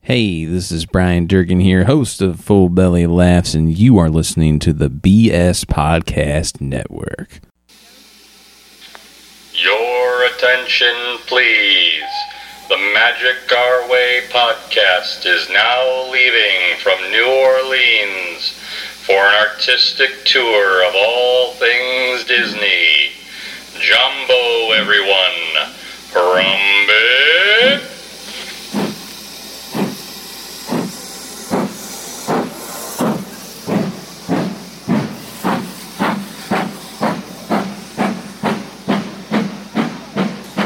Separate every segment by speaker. Speaker 1: Hey, this is Brian Durkin here, host of Full Belly Laughs, and you are listening to the BS Podcast Network.
Speaker 2: Your attention, please. The Magic Our Way podcast is now leaving from New Orleans for an artistic tour of all things Disney. Jumbo, everyone. Rumbit.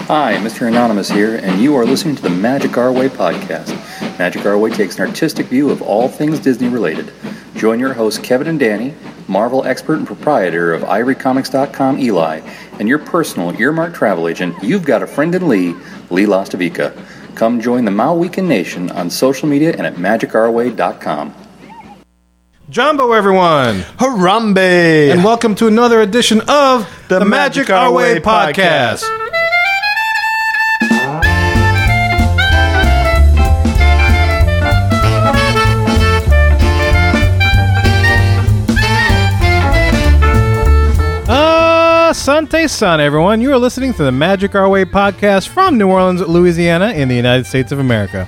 Speaker 3: Hi, Mr. Anonymous here, and you are listening to the Magic Our Way podcast. Magic Our Way takes an artistic view of all things Disney related. Join your hosts Kevin and Danny, Marvel expert and proprietor of E ivorycomics.com Eli, and your personal earmarked travel agent, You've Got a Friend in Lee, Lee Lastavica. Come join the Mau Weekend Nation on social media and at magicourway.com.
Speaker 4: Jumbo, everyone,
Speaker 5: Harambe!
Speaker 4: and welcome to another edition of the, Magic, Our Way podcast. Ah, Sante San, everyone. You are listening to the Magic Our Way podcast from New Orleans, Louisiana, in the United States of America.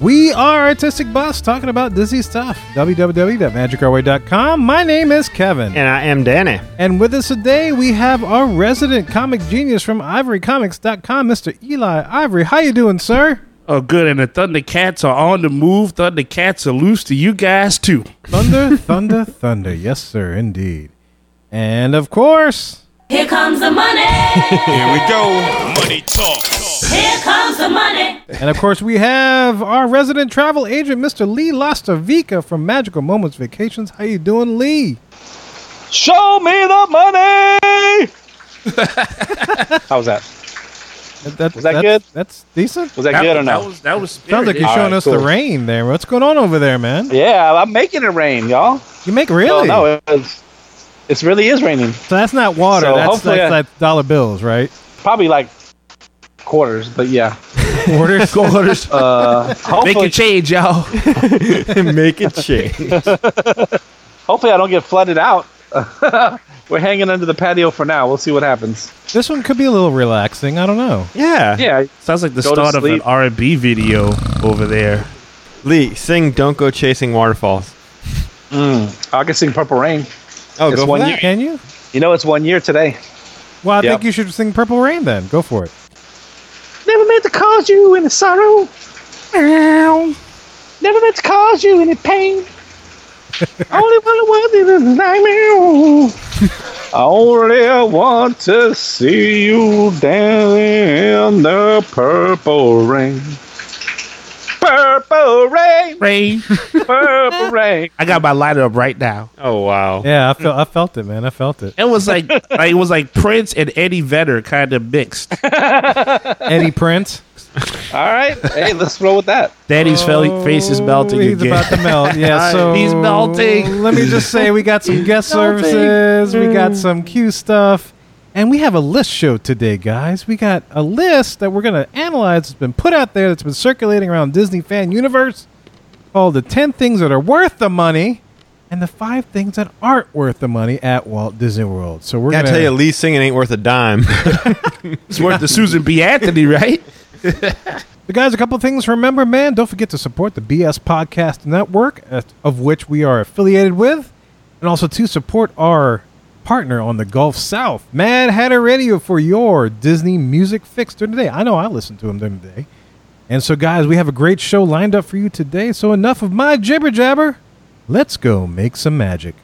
Speaker 4: We are Artistic Boss talking about Disney stuff. www.magicourway.com. My name is Kevin.
Speaker 5: And I am Danny.
Speaker 4: And with us today, we have our resident comic genius from ivorycomics.com, Mr. Eli Ivory. How you doing, sir?
Speaker 6: Oh, good. And the Thundercats are on the move. Thundercats are loose to you guys, too.
Speaker 4: Thunder, thunder, thunder. Yes, sir, indeed. And of course,
Speaker 7: Here comes the money.
Speaker 8: Here we go.
Speaker 7: Here comes the money.
Speaker 4: and of course, we have our resident travel agent, Mr. Lee Lastavica from Magical Moments Vacations. How you doing, Lee?
Speaker 8: Show me the money. How was that?
Speaker 4: That,
Speaker 8: Was that
Speaker 4: that's-
Speaker 8: good?
Speaker 4: That's decent.
Speaker 8: Was that, good or no?
Speaker 6: That was, that was
Speaker 4: Sounds like
Speaker 6: spirited.
Speaker 4: you're
Speaker 8: All
Speaker 4: showing
Speaker 8: right,
Speaker 4: us the
Speaker 8: cool.
Speaker 4: rain there. What's going on over there, man?
Speaker 8: yeah, I'm making it rain, y'all.
Speaker 4: You make really?
Speaker 8: No, no, it, it's it really is raining.
Speaker 4: so that's not water.
Speaker 8: So
Speaker 4: that's
Speaker 8: hopefully
Speaker 4: that's
Speaker 8: I-
Speaker 4: like dollar bills, right?
Speaker 8: Probably like quarters, but yeah.
Speaker 4: Quarters.
Speaker 5: Quarters.
Speaker 8: Uh,
Speaker 6: Make a
Speaker 8: hopefully,
Speaker 6: change, y'all.
Speaker 5: Make it change.
Speaker 8: hopefully I don't get flooded out. We're hanging under the patio for now. We'll see what happens.
Speaker 4: This one could be a little relaxing. I don't know.
Speaker 5: Yeah.
Speaker 8: Yeah,
Speaker 6: Sounds like the
Speaker 8: Go to
Speaker 6: start of an
Speaker 8: sleep.
Speaker 6: R&B video over there.
Speaker 5: Lee, sing Don't Go Chasing Waterfalls.
Speaker 8: I can sing Purple Rain.
Speaker 5: Oh,
Speaker 8: It's
Speaker 5: go
Speaker 8: one
Speaker 5: for
Speaker 8: year.
Speaker 5: that.
Speaker 4: Can you?
Speaker 8: You know, it's one year today.
Speaker 4: Well, I
Speaker 8: Yep.
Speaker 4: think you should sing Purple Rain then. Go for it.
Speaker 8: Never meant to cause you any sorrow. Never meant to cause you any pain. Only one worth it is a nightmare. I only want to see you down in the purple rain. Purple rain,
Speaker 6: Rain.
Speaker 8: purple rain.
Speaker 6: I got my light up right now.
Speaker 5: Oh, wow.
Speaker 4: Yeah, I felt I felt it, man. I felt it.
Speaker 6: It was like, like it was like Prince and Eddie Vedder kind of mixed.
Speaker 4: Eddie Prince.
Speaker 8: All right, hey, let's roll with that.
Speaker 6: Daddy's fel- face is melting
Speaker 4: Oh, He's
Speaker 6: again.
Speaker 4: about to melt. Yeah, so
Speaker 6: He's melting.
Speaker 4: Let me just say, we got some guest services. We got some Q stuff, and we have a list show today, guys. We got a list that we're gonna analyze. That's been put out there. That's been circulating around Disney fan universe, called the Ten Things That Are Worth the Money, and the Five Things That Aren't Worth the Money at Walt Disney World. So we're
Speaker 5: I
Speaker 4: gonna
Speaker 5: tell you, Lee singing ain't worth a dime.
Speaker 6: it's worth the Susan B. Anthony, right?
Speaker 4: But guys, a couple of things to remember, man. Don't forget to support the BS Podcast Network, uh, of which we are affiliated with, and also to support our partner on the Gulf South, Mad Hatter Radio, for your Disney music fix during the day. I know I listen to him during the day. And so, guys, we have a great show lined up for you today. So, enough of my jibber jabber. Let's go make some magic.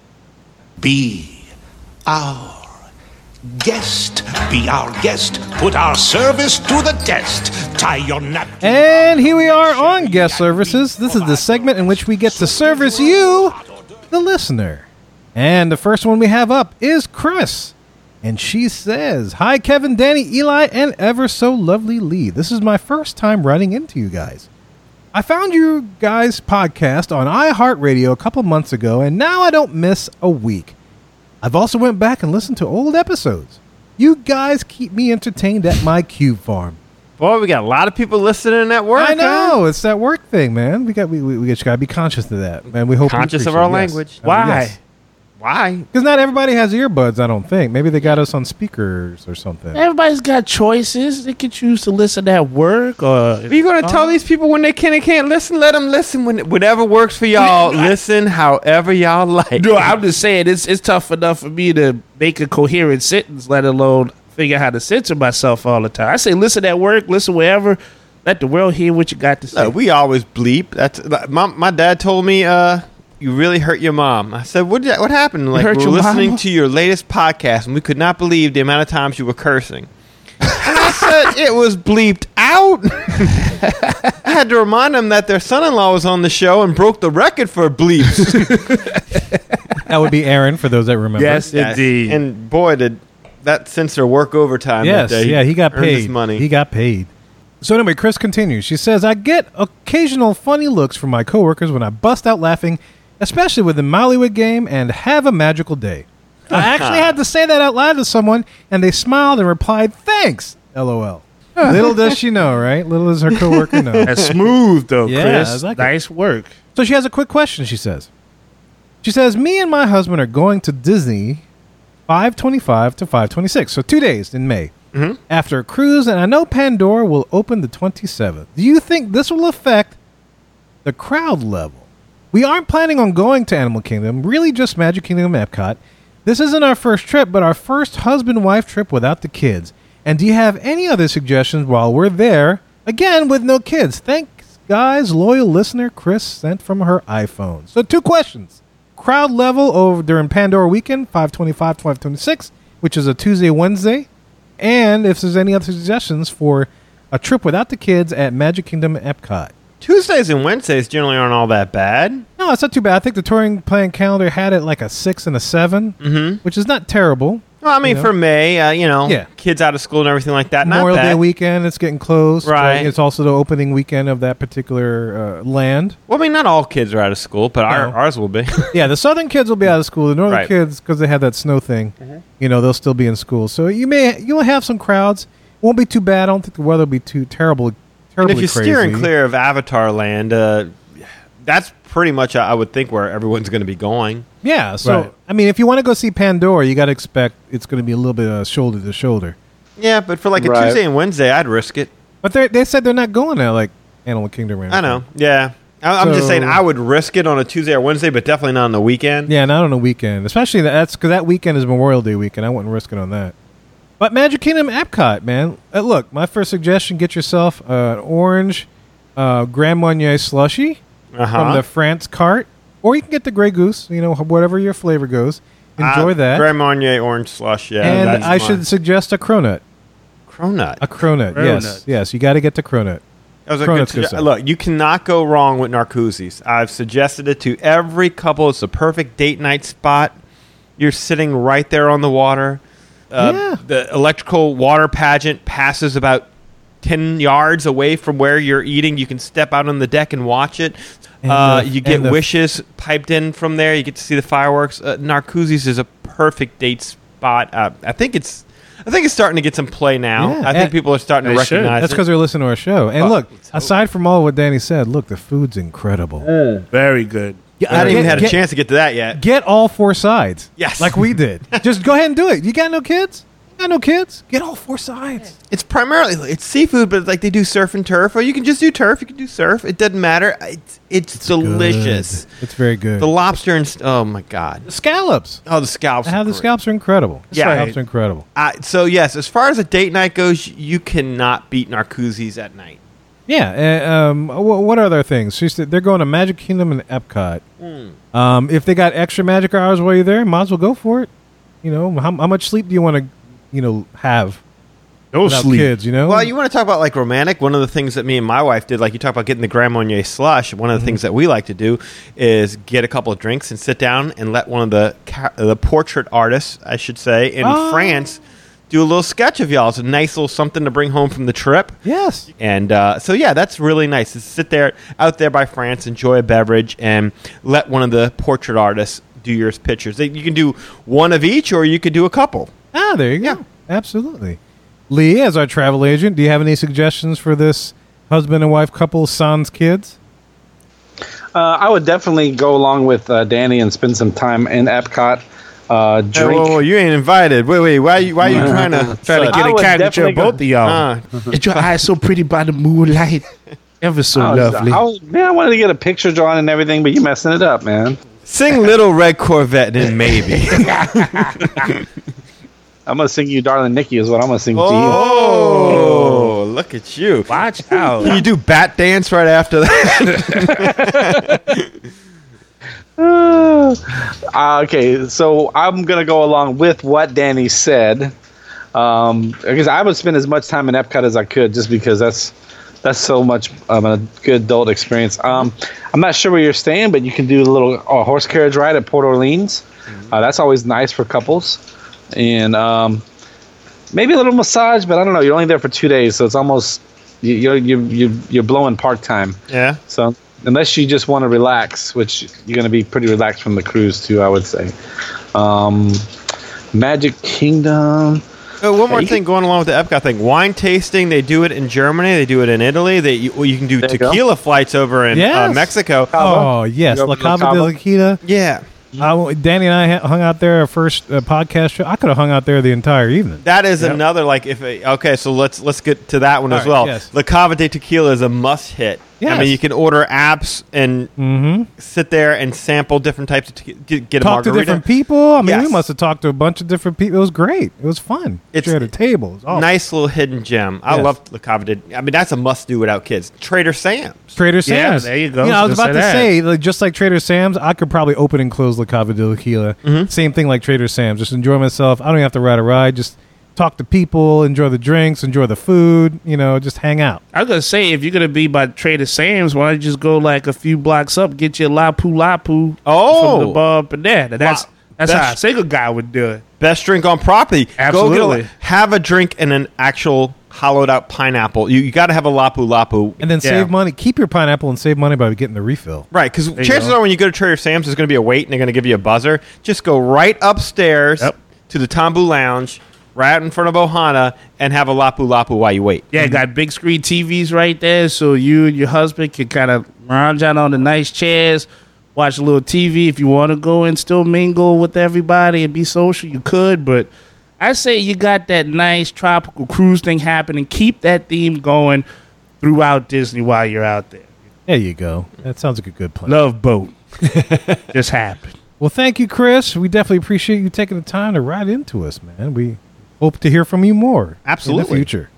Speaker 9: Be our guest. Be our guest. Put our service to the test. Tie your napkin.
Speaker 4: And here we are on Guest Services. This is the segment in which we get to service you, the listener. And the first one we have up is Chris. And she says, Hi, Kevin, Danny, Eli, and ever so lovely Lee. This is my first time running into you guys. I found you guys' podcast on iHeartRadio a couple months ago, and now I don't miss a week. I've also went back and listened to old episodes. You guys keep me entertained at my cube farm.
Speaker 5: Well, we got a lot of people listening at work. huh?
Speaker 4: I know it's that work thing, man. We got we we, we just gotta be conscious of that, man. We hope you
Speaker 5: Conscious of
Speaker 4: appreciate
Speaker 5: our
Speaker 4: it. Yes.
Speaker 5: language.
Speaker 4: I mean, yes.
Speaker 5: Why? Why?
Speaker 4: Because not everybody has earbuds, I don't think. Maybe they got us on speakers or something.
Speaker 6: Everybody's got choices. They could choose to listen at work or. um,
Speaker 5: Are you going to tell these people when they can and can't listen? Let them listen when whatever works for y'all. listen however y'all like.
Speaker 6: No, I'm just saying it's it's tough enough for me to make a coherent sentence, let alone figure out how to censor myself all the time. I say listen at work, listen wherever, let the world hear what you got to say.
Speaker 5: No, we always bleep. That's like, my my dad told me. Uh, you really hurt your mom. I said, "What? did- What happened?" Like
Speaker 6: hurt
Speaker 5: we
Speaker 6: your
Speaker 5: were listening
Speaker 6: mama?
Speaker 5: to your latest podcast, and we could not believe the amount of times you were cursing. and I said it was bleeped out. I had to remind him that their son-in-law was on the show and broke the record for bleeps.
Speaker 4: That would be Aaron for those that remember.
Speaker 6: yes, indeed. And
Speaker 5: And boy, did that censor work overtime.
Speaker 4: Yes,
Speaker 5: that day.
Speaker 4: yeah, he got
Speaker 5: Earned
Speaker 4: paid.
Speaker 5: His money.
Speaker 4: He got paid. So anyway, Chris continues. She says, "I get occasional funny looks from my coworkers when I bust out laughing, especially with the Mollywood game and have a magical day." I actually had to say that out loud to someone, and they smiled and replied, "Thanks." LOL. Little does she know, right? Little does her coworker know.
Speaker 6: That's smooth though,
Speaker 4: Yeah, I
Speaker 6: Chris.
Speaker 4: like it.
Speaker 6: nice work.
Speaker 4: So she has a quick question, she says. She says, Me and my husband are going to Disney 525 to 526. So two days in May. After a cruise, and I know Pandora will open the 27th. Do you think this will affect the crowd level? We aren't planning on going to Animal Kingdom, really just Magic Kingdom and Epcot. This isn't our first trip, but our first husband wife trip without the kids. And do you have any other suggestions while we're there? Again, with no kids. Thanks, guys. Loyal listener Chris sent from her iPhone. So, two questions. Crowd level over during Pandora weekend, 525 to 526, which is a Tuesday, Wednesday. And if there's any other suggestions for a trip without the kids at Magic Kingdom Epcot.
Speaker 5: Tuesdays and Wednesdays generally aren't all that bad.
Speaker 4: No, it's not too bad. I think the touring plan calendar had it like a six and a 7
Speaker 5: Mm-hmm.
Speaker 4: which is not terrible.
Speaker 5: Well, I mean,
Speaker 4: know?
Speaker 5: for May, uh, you know,
Speaker 4: Yeah.
Speaker 5: kids out of school and everything like that.
Speaker 4: Memorial
Speaker 5: not bad.
Speaker 4: Day weekend, it's getting close.
Speaker 5: Right.
Speaker 4: It's also the opening weekend of that particular uh, land.
Speaker 5: Well, I mean, not all kids are out of school, but our,
Speaker 4: No.
Speaker 5: ours will be.
Speaker 4: Yeah, the southern kids will be out of school. The northern
Speaker 5: Right. Mm-hmm.
Speaker 4: kids, because they had that snow thing, you know, they'll still be in school. So you may you'll have some crowds. Won't be too bad. I don't think the weather will be too terrible.
Speaker 5: and
Speaker 4: Terribly
Speaker 5: if you're
Speaker 4: crazy.
Speaker 5: steering clear of Avatar Land, uh, that's pretty much, uh, I I would think, where everyone's going to be going.
Speaker 4: yeah. So
Speaker 5: Right.
Speaker 4: I mean, if you want to go see Pandora, you got to expect it's going to be a little bit uh, shoulder to shoulder.
Speaker 5: Yeah, but for like a
Speaker 8: Right.
Speaker 5: Tuesday and Wednesday, I'd risk it.
Speaker 4: But they they said they're not going to like Animal Kingdom. Or
Speaker 5: I
Speaker 4: anything.
Speaker 5: know. Yeah. I, I'm just saying
Speaker 4: So-
Speaker 5: I would risk it on a Tuesday or Wednesday, but definitely not on the weekend.
Speaker 4: Yeah, not on a weekend, especially that- that's because that weekend is Memorial Day weekend. I wouldn't risk it on that. But Magic Kingdom Epcot, man. Uh, look, my first suggestion: get yourself uh, an orange uh, Grand Marnier slushy from
Speaker 5: Uh-huh.
Speaker 4: the France cart, or you can get the Grey Goose. You know, whatever your flavor goes. Enjoy
Speaker 5: Uh,
Speaker 4: that.
Speaker 5: Grand Marnier orange slush. Yeah.
Speaker 4: and
Speaker 5: that's
Speaker 4: I
Speaker 5: mine.
Speaker 4: should suggest a cronut.
Speaker 5: Cronut.
Speaker 4: A cronut. Yes,
Speaker 6: Cronut.
Speaker 4: yes. You got to get the cronut.
Speaker 5: That was a
Speaker 4: Cronut's
Speaker 5: good
Speaker 4: good
Speaker 5: sugge-
Speaker 4: stuff.
Speaker 5: Look, you cannot go wrong with Narcoozis. I've suggested it to every couple. It's the perfect date night spot. You're sitting right there on the water. Uh,
Speaker 4: Yeah.
Speaker 5: The electrical water pageant passes about 10 yards away from where you're eating. You can step out on the deck and watch it.
Speaker 4: And
Speaker 5: uh,
Speaker 4: the-
Speaker 5: you get
Speaker 4: and the-
Speaker 5: wishes piped in from there. You get to see the fireworks. Uh, Narcoozis is a perfect date spot. Uh, I think it's. I think it's starting to get some play now.
Speaker 4: Yeah.
Speaker 5: I think
Speaker 4: And-
Speaker 5: people are starting to
Speaker 6: They should.
Speaker 5: recognize
Speaker 4: That's
Speaker 5: it.
Speaker 4: because they're listening to our show. And
Speaker 5: Oh,
Speaker 4: look,
Speaker 5: it's-
Speaker 4: aside from all what Danny said, look, the food's incredible.
Speaker 6: Very good.
Speaker 5: I haven't even
Speaker 4: Get-
Speaker 5: had a
Speaker 4: get-
Speaker 5: chance to get to that yet.
Speaker 4: get all four sides.
Speaker 5: Yes.
Speaker 4: Like we did. Just go ahead and do it. You got no kids? You got no kids? Get all four sides.
Speaker 5: It's primarily it's seafood, but like they do surf and turf, or you can just do turf. You can do surf. It doesn't matter. It's it's, delicious.
Speaker 4: Good. It's very good.
Speaker 5: The lobster and st- oh my god,
Speaker 4: The scallops.
Speaker 5: oh the scallops.
Speaker 4: How
Speaker 5: are
Speaker 4: the
Speaker 5: great.
Speaker 4: scallops are incredible. The
Speaker 5: Yeah.
Speaker 4: Scallops are incredible.
Speaker 5: I, so yes, as far as a date night goes, you cannot beat Narcoozie's at night.
Speaker 4: Yeah. Uh, um, wh- what other things? She said they're going to Magic Kingdom and Epcot.
Speaker 5: Hmm.
Speaker 4: Um, if they got extra magic hours while you're there, might as well go for it. You know, how, how much sleep do you want to, you know, have
Speaker 6: No
Speaker 4: without
Speaker 6: sleep.
Speaker 4: kids? You know,
Speaker 5: Well, you want to talk about like romantic? One of the things that me and my wife did, like you talk about getting the Grand Marnier slush. One of the things that we like to do is get a couple of drinks and sit down and let one of the ca- the portrait artists, I should say, in
Speaker 4: Oh.
Speaker 5: France, do a little sketch of y'all. It's a nice little something to bring home from the trip.
Speaker 4: yes,
Speaker 5: And uh, so, yeah, that's really nice to sit there out there by France, enjoy a beverage, and let one of the portrait artists do your pictures. They- You can do one of each, or you could do a couple.
Speaker 4: Ah, there you go.
Speaker 5: Yeah.
Speaker 4: Absolutely. Lee, as our travel agent, do you have any suggestions for this husband and wife couple, sans kids?
Speaker 8: Uh, I would definitely go along with uh, Danny and spend some time in Epcot. Uh,
Speaker 5: Hey,
Speaker 8: drink.
Speaker 5: whoa, whoa, Oh, you ain't invited. Wait, wait, why you, why you trying to
Speaker 6: Trying
Speaker 5: suck?
Speaker 6: to get
Speaker 8: I
Speaker 6: in
Speaker 8: would
Speaker 6: caricature of
Speaker 8: definitely go-
Speaker 6: both of y'all.
Speaker 5: Uh,
Speaker 6: And your eyes so pretty by the moonlight. Ever so
Speaker 8: I was-
Speaker 6: lovely.
Speaker 8: Oh, I was- man, I wanted to get a picture drawn and everything, but you're messing it up, man.
Speaker 5: sing Little Red Corvette, then maybe.
Speaker 8: I'm gonna sing you, darling Nikki, is what I'm gonna sing to
Speaker 5: oh, look at you.
Speaker 6: Watch out.
Speaker 5: You do bat dance right after that.
Speaker 8: you. Uh, okay, so I'm gonna go along with what Danny said. Um, because I would spend as much time in Epcot as I could, just because that's that's so much of a good adult experience. Um, I'm not sure where you're staying, but you can do a little uh, horse carriage ride at Port Orleans. Uh, that's always nice for couples, and um, maybe a little massage. But I don't know. You're only there for two days, so it's almost you, you're you you you're blowing park time.
Speaker 5: yeah.
Speaker 8: So unless you just want to relax, which you're going to be pretty relaxed from the cruise too, I would say. Um, Magic Kingdom.
Speaker 5: Uh, one more thing going along with the Epcot thing: wine tasting. They do it in Germany. They do it in Italy. They you, well, you can do
Speaker 8: There you go.
Speaker 5: tequila flights over in uh,
Speaker 4: Yes.
Speaker 5: Mexico.
Speaker 4: Oh, yes.
Speaker 8: You go
Speaker 4: La
Speaker 8: to La
Speaker 4: Cava de la
Speaker 8: Cava?
Speaker 4: Quita.
Speaker 5: Yeah,
Speaker 4: I- Danny and I ha- hung out there our first uh, podcast show. I could have hung out there the entire evening.
Speaker 5: that is another like if a, okay. So let's let's get to that one
Speaker 4: All
Speaker 5: as
Speaker 4: right,
Speaker 5: well.
Speaker 4: yes.
Speaker 5: La Cava de Tequila is a must hit. I mean,
Speaker 4: Yes.
Speaker 5: you can order apps and sit there and sample different types of tequila. Get, get a
Speaker 4: Talked to
Speaker 5: margarita.
Speaker 4: different people. I mean,
Speaker 5: Yes.
Speaker 4: we must have talked to a bunch of different people. It was great. It was fun.
Speaker 5: It's-
Speaker 4: Shared a table. It was awesome.
Speaker 5: Nice little hidden gem. I
Speaker 4: Oh. Yes.
Speaker 5: love La Cava de. I mean, that's a must do without kids. Trader Sam's.
Speaker 4: Trader
Speaker 6: Yeah,
Speaker 4: Sam's.
Speaker 6: there you go.
Speaker 4: know, I was
Speaker 6: Just
Speaker 4: about to
Speaker 6: say that.
Speaker 4: say, like, just like Trader Sam's, I could probably open and close La Cava de Tequila.
Speaker 6: Mm-hmm.
Speaker 4: Same thing like Trader Sam's. Just enjoy myself. I don't even have to ride a ride. Just talk to people, enjoy the drinks, enjoy the food. You know, just hang out.
Speaker 6: I was gonna say if you're gonna be by Trader Sam's, why don't you just go like a few blocks up, get your lapu lapu
Speaker 5: Oh.
Speaker 6: from the bar up in there. Now, That's
Speaker 5: Wow.
Speaker 6: that's
Speaker 5: That's-
Speaker 6: how a single guy would do it.
Speaker 5: Best drink on property. Go
Speaker 6: Absolutely.
Speaker 5: get a, have a drink and an actual hollowed out pineapple. You, you got to have a lapu lapu.
Speaker 4: And then
Speaker 6: Yeah.
Speaker 4: save money. Keep your pineapple and save money by getting the refill.
Speaker 5: Right, because
Speaker 6: you
Speaker 5: chances
Speaker 6: go.
Speaker 5: are when you go to Trader Sam's, there's going to be a wait and they're going to give you a buzzer. Just go right upstairs
Speaker 6: Yep.
Speaker 5: to the Tambu Lounge, right out in front of Ohana, and have a lapu lapu while you wait.
Speaker 6: Yeah, got big screen TVs right there, so you and your husband can kind of lounge out on the nice chairs, watch a little TV. If you want to go and still mingle with everybody and be social, you could. But I say you got that nice tropical cruise thing happening. Keep that theme going throughout Disney while you're out there.
Speaker 4: There you go. That sounds like a good plan.
Speaker 6: Love boat just happened.
Speaker 4: Well, thank you, Chris. We definitely appreciate you taking the time to ride into us, man. We hope to hear from you more in the
Speaker 5: Absolutely.
Speaker 4: future.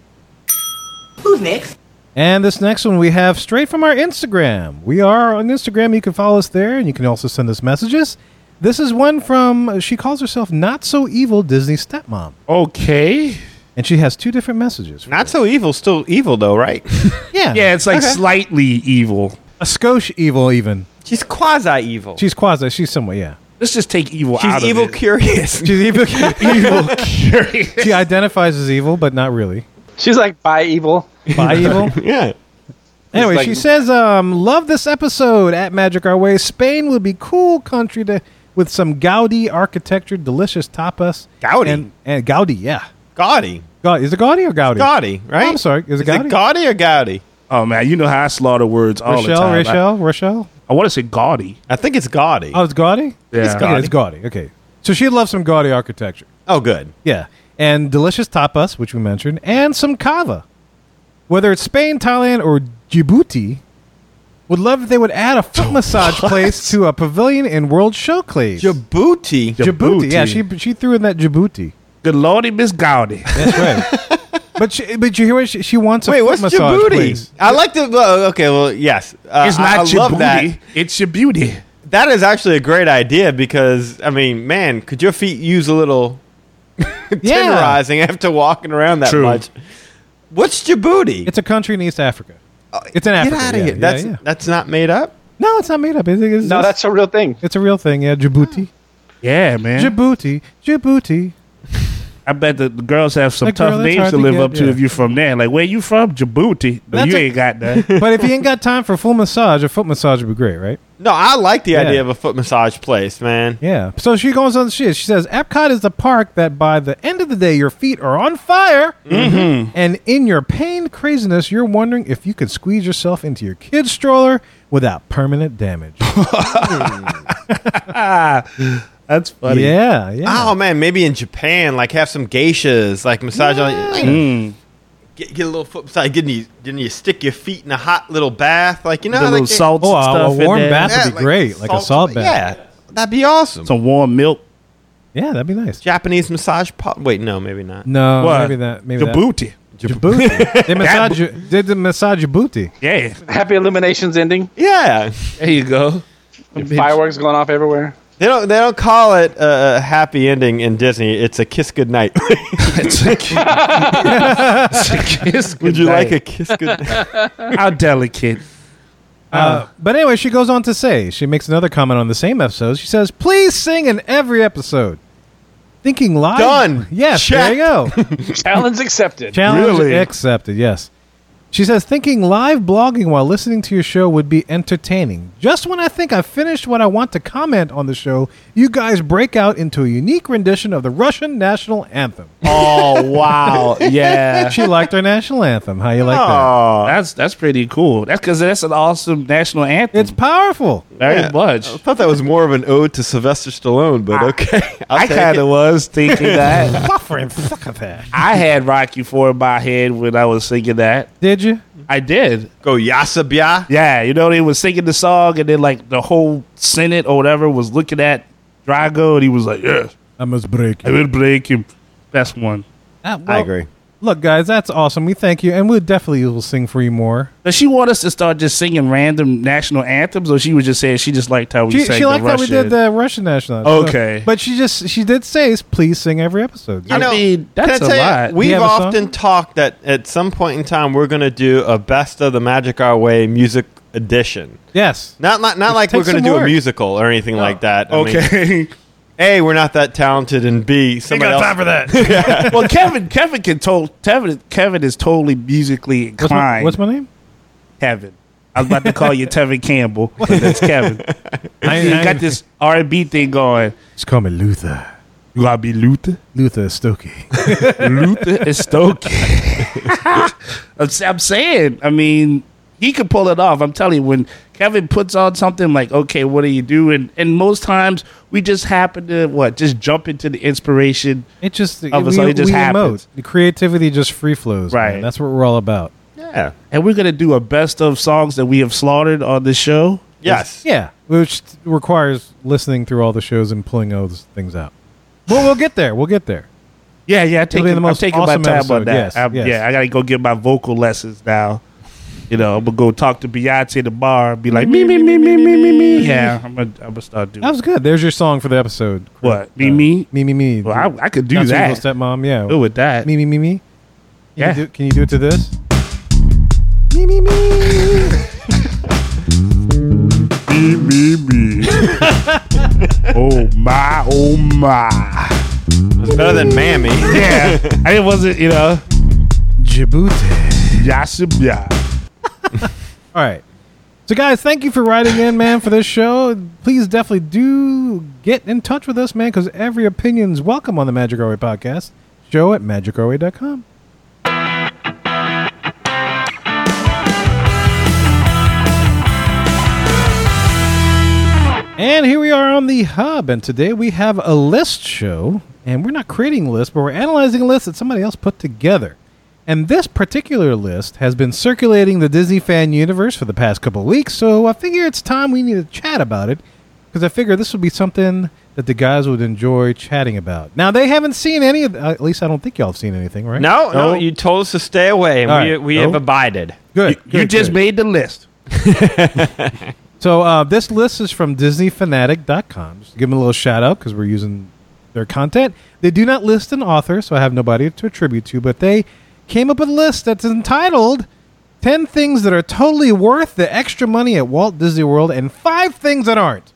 Speaker 7: Who's next?
Speaker 4: And this next one we have straight from our Instagram. We are on Instagram. You can follow us there, and you can also send us messages. This is one from she calls herself not so evil Disney stepmom,
Speaker 6: Okay.
Speaker 4: and she has two different messages.
Speaker 5: Oh. Not so evil, still evil though, right?
Speaker 4: Yeah,
Speaker 6: Yeah, it's like slightly evil.
Speaker 4: a skosh evil even.
Speaker 5: She's quasi evil.
Speaker 4: She's quasi. She's somewhat yeah.
Speaker 6: Let's just take evil out
Speaker 5: She's
Speaker 6: of
Speaker 5: evil
Speaker 6: it.
Speaker 5: curious.
Speaker 4: She's evil. evil.
Speaker 6: Curious.
Speaker 4: She identifies as evil, but not really.
Speaker 8: She's like, bye, evil.
Speaker 4: By evil.
Speaker 5: yeah.
Speaker 4: Anyway,
Speaker 8: like-
Speaker 4: she says, um, "Love this episode at Magic Our Way. Spain would be cool country to with some Gaudi architecture, delicious tapas.
Speaker 5: Gaudi?
Speaker 4: and, and Gaudi, yeah.
Speaker 5: Gaudy.
Speaker 4: Gaudi. Is it Gaudi or Gaudi?
Speaker 5: Gaudy, right?
Speaker 4: I'm sorry, is it Gaudi?
Speaker 5: Gaudy or Gaudy?
Speaker 6: Oh man, you know how I slaughter words all the
Speaker 4: Rochelle,
Speaker 6: time. I,
Speaker 4: Rochelle, Rochelle.
Speaker 6: want to say gaudy.
Speaker 5: I think it's Gaudy.
Speaker 4: Oh, it's Gaudi.
Speaker 6: Yeah. It's
Speaker 4: Okay, it's Gaudi. Okay, so she'd love some Gaudi architecture.
Speaker 5: oh good.
Speaker 4: Yeah, and delicious tapas, which we mentioned, and some kava. Whether it's Spain, Thailand, or Djibouti, would love if they would add a foot massage place to a pavilion in World Showcase.
Speaker 5: Djibouti.
Speaker 4: Djibouti. Yeah, she she threw in that Djibouti.
Speaker 6: Good lordy, Miss Gaudy.
Speaker 4: That's right. but she, but you hear what she, she wants a
Speaker 5: Wait,
Speaker 4: foot
Speaker 5: what's
Speaker 4: massage
Speaker 5: Djibouti?
Speaker 4: place.
Speaker 5: I like the. well, okay, well, yes. Uh,
Speaker 6: It's
Speaker 5: I,
Speaker 6: not
Speaker 5: I
Speaker 6: your
Speaker 5: love
Speaker 6: booty.
Speaker 5: that.
Speaker 6: It's your beauty.
Speaker 5: That is actually a great idea because, I mean, man, could your feet use a little
Speaker 4: Yeah,
Speaker 5: tenderizing after walking around that
Speaker 6: True.
Speaker 5: much? What's Djibouti?
Speaker 4: it's a country in East Africa. It's in
Speaker 5: Uh, Get
Speaker 4: Africa.
Speaker 5: outta
Speaker 4: yeah,
Speaker 5: here.
Speaker 4: yeah,
Speaker 5: that's,
Speaker 4: yeah.
Speaker 5: that's not made up?
Speaker 4: No, it's not made up. It's, it's,
Speaker 8: No, that's a real thing.
Speaker 4: it's a real thing. Yeah, Djibouti,
Speaker 6: Yeah, man.
Speaker 4: Djibouti, Djibouti.
Speaker 6: I bet the, the girls have some
Speaker 4: Like,
Speaker 6: tough
Speaker 4: girl, that's
Speaker 6: names
Speaker 4: hard
Speaker 6: to
Speaker 4: to
Speaker 6: live
Speaker 4: get,
Speaker 6: up to
Speaker 4: yeah.
Speaker 6: if you're from there. Like, where you from? Djibouti. No,
Speaker 4: That's
Speaker 6: you
Speaker 4: a-
Speaker 6: ain't got that.
Speaker 4: But if you ain't got time for full massage, a foot massage would be great, right?
Speaker 5: No, I like the
Speaker 4: Yeah.
Speaker 5: idea of a foot massage place, man.
Speaker 4: Yeah. So she goes on. She she says, "Epcot is the park that by the end of the day, your feet are on fire,
Speaker 5: Mm-hmm.
Speaker 4: and in your pain craziness, you're wondering if you could squeeze yourself into your kid's stroller without permanent damage."
Speaker 6: That's funny.
Speaker 4: yeah, yeah.
Speaker 5: Oh man, maybe in Japan, like have some geishas, like massage on you.
Speaker 4: Hmm.
Speaker 5: Get, get a little foot massage. Get in you, then you stick your feet in a hot little bath, like you know,
Speaker 6: The
Speaker 5: like
Speaker 6: little
Speaker 5: they-
Speaker 6: salts
Speaker 4: Oh, a-
Speaker 6: and
Speaker 4: a
Speaker 6: stuff. in
Speaker 4: warm
Speaker 6: there.
Speaker 4: bath would be great, like a salt bath.
Speaker 5: Yeah, that'd be awesome.
Speaker 6: Some warm milk.
Speaker 4: Yeah, that'd be nice.
Speaker 5: Japanese massage pot. Wait, no, maybe not.
Speaker 4: No,
Speaker 6: What?
Speaker 4: Oh, maybe that. Maybe that.
Speaker 6: Djibouti.
Speaker 4: Djibouti. they massage. you- Did the massage your booty?
Speaker 6: Yeah.
Speaker 8: Happy Illuminations ending.
Speaker 5: Yeah,
Speaker 6: There you go.
Speaker 8: Fireworks going off everywhere.
Speaker 5: they don't. They don't call it uh, a happy ending in Disney. It's a kiss goodnight.
Speaker 1: It's a kid.
Speaker 5: Would you like a kiss goodnight?
Speaker 6: How delicate.
Speaker 4: Uh, but anyway, she goes on to say, she makes another comment on the same episode. She says, "Please sing in every episode." Thinking live.
Speaker 5: Done.
Speaker 4: Yes, there you go.
Speaker 8: Challenge accepted.
Speaker 4: Challenge
Speaker 6: Really?
Speaker 4: accepted. Yes. She says, "Thinking live blogging while listening to your show would be entertaining. Just when I think I've finished what I want to comment on the show, you guys break out into a unique rendition of the Russian national anthem."
Speaker 6: Oh wow. Yeah.
Speaker 4: she liked our national anthem. How you like that?
Speaker 5: Aw.
Speaker 6: That's that's pretty cool. That's because that's an awesome national anthem.
Speaker 4: It's powerful.
Speaker 6: very much.
Speaker 5: I thought that was more of an ode to Sylvester Stallone, but okay. I'll
Speaker 6: I
Speaker 5: take
Speaker 6: kind
Speaker 5: it.
Speaker 6: of was thinking that.
Speaker 4: Buffering fuck of that.
Speaker 6: I had Rocky Four in my head when I was singing that.
Speaker 4: Did you?
Speaker 6: I did.
Speaker 5: go yasabya.
Speaker 6: Yeah, you know they was singing the song, and then like the whole Senate or whatever was looking at Drago, and he was like, "Yes,
Speaker 4: I must break
Speaker 6: I will break him." That's one.
Speaker 5: I agree.
Speaker 4: Uh, Look, guys, that's awesome. We thank you, and we definitely will sing for you more.
Speaker 6: Does she want us to start just singing random national anthems, or she was just saying she just liked how we
Speaker 4: She,
Speaker 6: sang
Speaker 4: she
Speaker 6: the
Speaker 4: liked that we
Speaker 6: Russian?
Speaker 4: did the Russian national. anthem.
Speaker 6: Okay.
Speaker 4: but she just she did say, "Please sing every episode."
Speaker 6: I mean, that's
Speaker 5: can I
Speaker 6: a
Speaker 5: tell you,
Speaker 6: lot.
Speaker 5: we've
Speaker 4: have a song?
Speaker 5: often talked that at some point in time we're going to do a best of the Magic Our Way music edition.
Speaker 4: Yes,
Speaker 5: Not not, not like we're
Speaker 4: takes
Speaker 5: going to
Speaker 4: some
Speaker 5: do a
Speaker 4: work.
Speaker 5: musical or anything like that. I mean,
Speaker 6: okay.
Speaker 5: a, we're not that talented, and B, somebody else.
Speaker 6: for that. well, Kevin, Kevin can to- Kevin, Kevin is totally musically
Speaker 4: what's my,
Speaker 6: inclined.
Speaker 4: what's my name?
Speaker 6: Kevin. I was about to call you Tevin Campbell. but That's Kevin. you got this R and B thing going.
Speaker 4: Just call me Luther.
Speaker 6: You gotta be Luther.
Speaker 4: Luther Stokey.
Speaker 6: Luther is Stokey. I'm, s- I'm saying. I mean, he could pull it off. I'm telling you. When Kevin puts on something like, "Okay, what do you do?" and and most times we just happen to what just jump into the inspiration.
Speaker 4: it just
Speaker 6: All of a sudden it just happens.
Speaker 4: The creativity just free flows. man.
Speaker 6: Right.
Speaker 4: that's what we're all about.
Speaker 5: Yeah.
Speaker 6: And we're gonna do a best of songs that we have slaughtered on this show.
Speaker 5: Yes.
Speaker 4: Yeah, which requires listening through all the shows and pulling all those things out. But we'll get there. We'll get there.
Speaker 6: Yeah, yeah. I take
Speaker 4: be
Speaker 6: it,
Speaker 4: the
Speaker 6: I'm
Speaker 4: most
Speaker 6: taking
Speaker 4: awesome
Speaker 6: my time on
Speaker 4: episode.
Speaker 6: that.
Speaker 4: Yes,
Speaker 6: I'm-
Speaker 4: yes.
Speaker 6: Yeah, I gotta go get my vocal lessons now. You know, I'm gonna go talk to Beyonce at the bar and be like, me, me, me, me, me, me, me. Yeah, I'm gonna, I'm gonna start doing
Speaker 4: That was good. There's your song for the episode.
Speaker 6: what? Me, me.
Speaker 4: Me me me.
Speaker 6: Well, I, I could do
Speaker 4: Not so
Speaker 6: that.
Speaker 4: evil stepmom. Yeah.
Speaker 6: Do with that.
Speaker 4: Me me me me. Can
Speaker 6: Yeah.
Speaker 4: You do, can you do it to this? Me me me.
Speaker 6: Me, me, me. oh my, oh my.
Speaker 5: It's better than Mammy.
Speaker 6: Yeah, I wasn't, you know,
Speaker 4: Djibouti.
Speaker 6: Yasubya.
Speaker 4: All right. So, guys, thank you for writing in, man, for this show. Please definitely do get in touch with us, man, because every opinion's welcome on the Magic Our Way podcast. Show at magicourway.com. And here we are on the hub, and today we have a list show, and we're not creating lists, but we're analyzing a list that somebody else put together. And this particular list has been circulating the Disney fan universe for the past couple of weeks, so I figure it's time we need to chat about it because I figure this would be something that the guys would enjoy chatting about. Now they haven't seen any of, the, at least I don't think y'all have seen anything, right?
Speaker 5: No, no, you told us to stay away, and
Speaker 4: All
Speaker 5: we,
Speaker 4: right.
Speaker 5: we
Speaker 4: No.
Speaker 5: have abided.
Speaker 4: good.
Speaker 6: You
Speaker 4: good,
Speaker 6: just
Speaker 4: good.
Speaker 6: made the list.
Speaker 4: So uh, this list is from DisneyFanatic.com. Just to give them a little shout out because we're using their content. They do not list an author, so I have nobody to attribute to, but they came up with a list that's entitled 10 Things That Are Totally Worth the Extra Money at Walt Disney World and 5 Things That Aren't.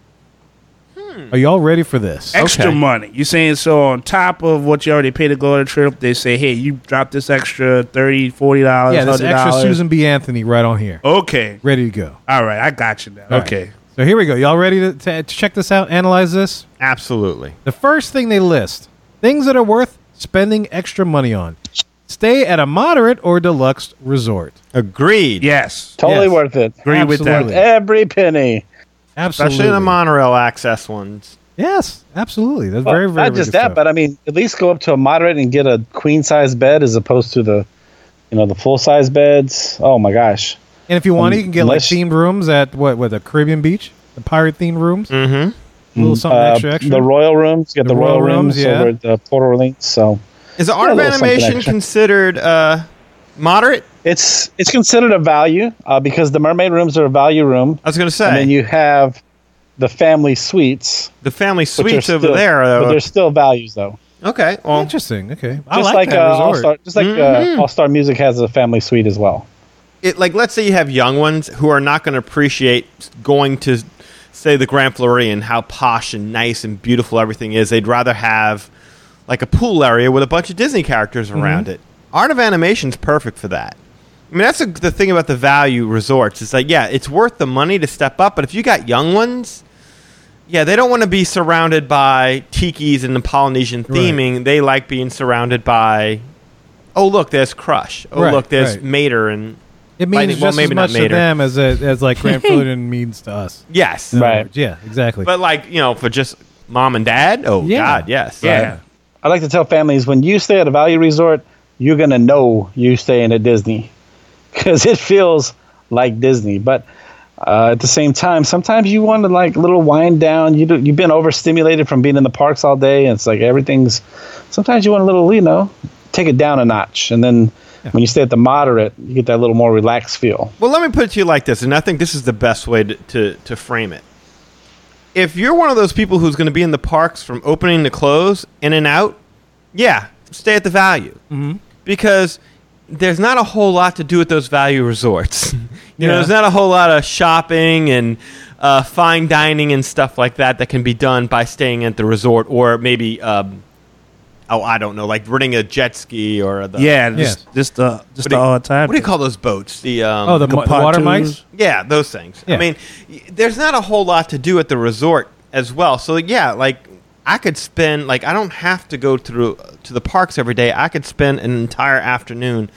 Speaker 4: Are y'all ready for this?
Speaker 6: Hmm. Extra
Speaker 5: Okay.
Speaker 6: money. You saying so on top of what you already paid to go on a trip, they say, hey, you drop this extra $30, $40,
Speaker 4: yeah, this extra
Speaker 6: $100.
Speaker 4: Susan B. Anthony right on here.
Speaker 6: Okay.
Speaker 4: Ready to go.
Speaker 6: All right. I got you now.
Speaker 4: All right.
Speaker 6: okay.
Speaker 4: So here we go. Y'all ready to, to check this out? Analyze this?
Speaker 5: Absolutely.
Speaker 4: The first thing they list things that are worth spending extra money on. Stay at a moderate or deluxe resort.
Speaker 5: Agreed.
Speaker 6: Yes.
Speaker 8: Totally
Speaker 4: Yes.
Speaker 8: worth it.
Speaker 6: Agree with that.
Speaker 4: Absolutely.
Speaker 8: Every penny.
Speaker 4: Absolutely.
Speaker 5: Especially the monorail access ones.
Speaker 4: yes, absolutely. That's
Speaker 8: Well,
Speaker 4: very, very
Speaker 8: not
Speaker 4: very
Speaker 8: just
Speaker 4: good
Speaker 8: that,
Speaker 4: stuff.
Speaker 8: but I mean, at least go up to a moderate and get a queen size bed as opposed to the, you know, the full size beds. Oh my gosh.
Speaker 4: and if you want,
Speaker 8: um,
Speaker 4: you can get like
Speaker 8: unless-
Speaker 4: themed rooms at what? What the Caribbean beach? The pirate themed rooms.
Speaker 5: Mm-hmm.
Speaker 4: A little something
Speaker 8: Uh,
Speaker 4: extra, extra.
Speaker 8: The royal rooms. You got
Speaker 4: The
Speaker 8: the, royal,
Speaker 4: royal rooms,
Speaker 8: rooms,
Speaker 4: yeah.
Speaker 8: over at uh, Port Orleans. So
Speaker 5: Is the
Speaker 8: a
Speaker 5: art of
Speaker 8: little something
Speaker 5: animation
Speaker 8: extra.
Speaker 5: considered uh, moderate?
Speaker 8: it's it's considered a value uh, because the mermaid rooms are a value room,
Speaker 5: I was going to
Speaker 8: and then
Speaker 5: say
Speaker 8: you have the family suites.
Speaker 5: the family
Speaker 8: which are
Speaker 5: suites over
Speaker 8: still-
Speaker 5: there.
Speaker 8: but
Speaker 5: Though.
Speaker 8: there's still values though.
Speaker 5: Okay. Well,
Speaker 4: Interesting. Okay, I
Speaker 8: Just
Speaker 4: like,
Speaker 8: like,
Speaker 4: that
Speaker 8: uh, All
Speaker 4: resort.
Speaker 8: Star, just like uh, All Star Music has a family suite as well.
Speaker 5: it like let's say you have young ones who are not going to appreciate going to say the Grand Floridian how posh and nice and beautiful everything is. They'd rather have like a pool area with a bunch of Disney characters
Speaker 4: Mm-hmm.
Speaker 5: around it. Art of Animation's perfect for that. I mean, that's the the thing about the value resorts. It's like, yeah, it's worth the money to step up, but if you got young ones, yeah, they don't want to be surrounded by tiki's and the Polynesian theming. They like being surrounded by, oh look, there's Crush. Oh
Speaker 4: Right,
Speaker 5: look, there's
Speaker 4: right.
Speaker 5: Mater and
Speaker 4: It
Speaker 5: Lightning
Speaker 4: means
Speaker 5: Bolt,
Speaker 4: just as
Speaker 5: maybe not
Speaker 4: much to
Speaker 5: Mater.
Speaker 4: them as it, as like Grand Floridian means to us.
Speaker 5: Yes.
Speaker 8: Right.
Speaker 4: Yeah, exactly.
Speaker 5: But like, you know, for just mom and dad, oh
Speaker 4: Yeah.
Speaker 5: god, yes.
Speaker 6: Yeah.
Speaker 8: I like to tell families when you stay at a value resort, you're gonna know you staying at Disney because it feels like Disney. But uh, at the same time, sometimes you want to like little wind down. You do, you've been overstimulated from being in the parks all day, and it's like everything's. Sometimes you want a little, you know, take it down a notch, and then when you stay at the moderate, you get that little more relaxed feel.
Speaker 5: Well, let me put it to you like this, and I think this is the best way to, to, to frame it. If you're one of those people who's going to be in the parks from opening to close, in and out, yeah, stay at the value. Mm-hmm. Because there's not a whole lot to do at those value resorts. you know, there's not a whole lot of shopping and uh, fine dining and stuff like that that can be done by staying at the resort or maybe, um, oh, I don't know, like renting a jet ski or the.
Speaker 6: Yeah,
Speaker 4: Yes.
Speaker 6: just, just the
Speaker 5: What
Speaker 6: just
Speaker 5: do
Speaker 6: the
Speaker 5: you-
Speaker 6: hard time.
Speaker 5: What do you call those boats? The um,
Speaker 4: oh, the, mo- the water
Speaker 6: pontoons?
Speaker 4: mics.
Speaker 5: yeah, those things.
Speaker 4: Yeah.
Speaker 5: I mean, y- there's not a whole lot to do at the resort as well. So yeah, like I could spend like I don't have to go through uh, to the parks every day. I could spend an entire afternoon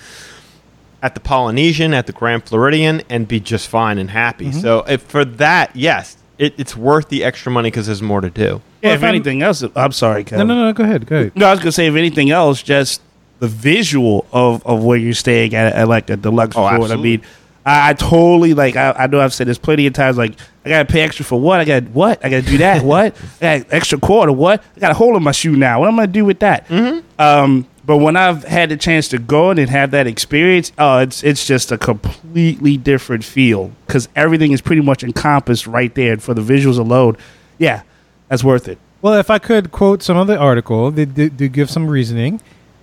Speaker 5: at the Polynesian, at the Grand Floridian, and be just fine and happy.
Speaker 4: Mm-hmm.
Speaker 5: So if, for that, yes, it, it's worth the extra money because there's more to do.
Speaker 6: Yeah,
Speaker 4: Well, if
Speaker 6: if
Speaker 4: I'm-
Speaker 6: anything else, I'm sorry,
Speaker 4: No,
Speaker 6: Kevin.
Speaker 4: no, no. Go ahead. Go ahead.
Speaker 6: No, I was gonna say if anything else, just the visual of of where you're staying at, at like a deluxe
Speaker 5: Oh,
Speaker 6: resort. I
Speaker 5: absolutely.
Speaker 6: mean, I, I totally like. I, I know I've said this plenty of times. Like, I gotta pay extra for what? I got what? I gotta do that? what? I got extra quarter? What? I got a hole in my shoe now. What am I gonna do with that?
Speaker 5: Mm-hmm.
Speaker 6: Um, but when I've had the chance to go in and have that experience, oh, it's it's just a completely different feel because everything is pretty much encompassed right there. And for the visuals alone, yeah, that's worth it.
Speaker 4: Well, if I could quote some of the article, they do, do give some reasoning.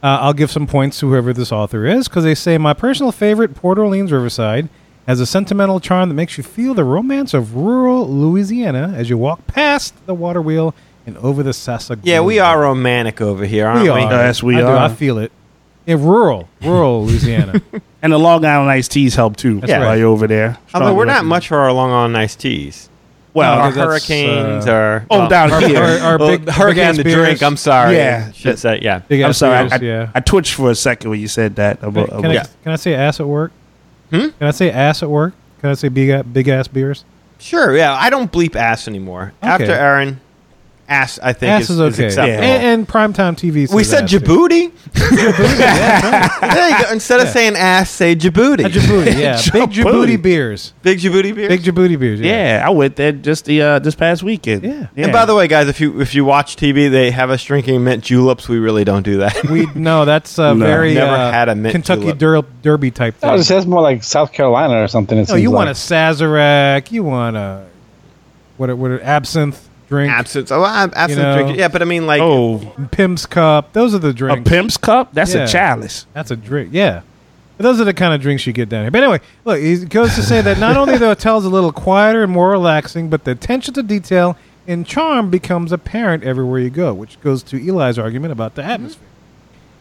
Speaker 4: Uh, I'll give some points to whoever this author is because they say my personal favorite, Port Orleans Riverside, has a sentimental charm that makes you feel the romance of rural Louisiana as you walk past the water wheel and over the Sassagoula.
Speaker 5: Yeah, we are romantic over here, aren't
Speaker 4: We
Speaker 5: we?
Speaker 4: are.
Speaker 6: Yes, we
Speaker 4: I do.
Speaker 6: are.
Speaker 4: I feel it. In rural, rural Louisiana.
Speaker 6: And the Long Island iced teas help too.
Speaker 4: That's
Speaker 6: yeah,
Speaker 4: right.
Speaker 6: right over there.
Speaker 5: Although we're not
Speaker 6: Strongly recommend.
Speaker 5: much for our Long Island iced teas.
Speaker 6: Well,
Speaker 5: our
Speaker 4: because that's,
Speaker 5: hurricanes
Speaker 4: uh,
Speaker 5: are
Speaker 6: oh, down
Speaker 4: our-
Speaker 6: here.
Speaker 4: our- our
Speaker 5: Well,
Speaker 4: big-
Speaker 5: hurricane
Speaker 4: big-ass
Speaker 5: the
Speaker 4: beers.
Speaker 5: drink. I'm sorry.
Speaker 6: Yeah.
Speaker 5: Should say- yeah.
Speaker 4: Big
Speaker 6: I'm
Speaker 4: ass
Speaker 6: sorry.
Speaker 4: beers,
Speaker 6: I, I,
Speaker 4: yeah.
Speaker 6: I twitched for a second when you said that. I'm a-
Speaker 4: Can,
Speaker 6: I'm
Speaker 4: can
Speaker 6: a-
Speaker 4: I, can I say ass at work? Hmm? Can I say ass at work? Can I say big, big ass beers?
Speaker 5: Sure, yeah. I don't bleep ass anymore.
Speaker 4: Okay.
Speaker 5: After Aaron, ass I think
Speaker 4: ass
Speaker 5: is,
Speaker 4: is
Speaker 5: is
Speaker 4: okay.
Speaker 5: acceptable.
Speaker 4: and, and primetime TV.
Speaker 5: we
Speaker 4: says
Speaker 5: said
Speaker 4: ass, too.
Speaker 5: Djibouti. there you go. Instead of
Speaker 4: Yeah.
Speaker 5: saying ass, say Djibouti.
Speaker 4: A Djibouti, yeah. Big
Speaker 6: Djibouti.
Speaker 4: Djibouti beers.
Speaker 5: Big Djibouti beer.
Speaker 4: Big Djibouti beers. Yeah.
Speaker 6: yeah, I went there just the uh, this past weekend.
Speaker 4: Yeah.
Speaker 5: and by the way, guys, if you if you watch TV, they have us drinking mint juleps. We really don't do that.
Speaker 4: We no, that's uh,
Speaker 6: No,
Speaker 4: very
Speaker 5: never
Speaker 4: uh,
Speaker 5: had a mint
Speaker 4: Kentucky
Speaker 5: julep.
Speaker 4: der- Derby type
Speaker 8: No,
Speaker 4: thing.
Speaker 8: it says more like South Carolina or something. It
Speaker 4: No,
Speaker 8: seems
Speaker 4: you want a
Speaker 8: like.
Speaker 4: Sazerac, you want a what? A, what a absinthe drink?
Speaker 5: absence. Oh, I'm absent
Speaker 4: You know-
Speaker 5: drinking. Yeah, but I mean, like,
Speaker 6: oh,
Speaker 4: Pim's cup. Those are the
Speaker 6: a
Speaker 4: drinks.
Speaker 6: pimp's cup. That's
Speaker 4: Yeah.
Speaker 6: a chalice.
Speaker 4: That's a drink. Yeah. But those are the kind of drinks you get down here. But anyway, look, he goes to say that not only the hotel's a little quieter and more relaxing, but the attention to detail and charm becomes apparent everywhere you go, which goes to Eli's argument about the atmosphere.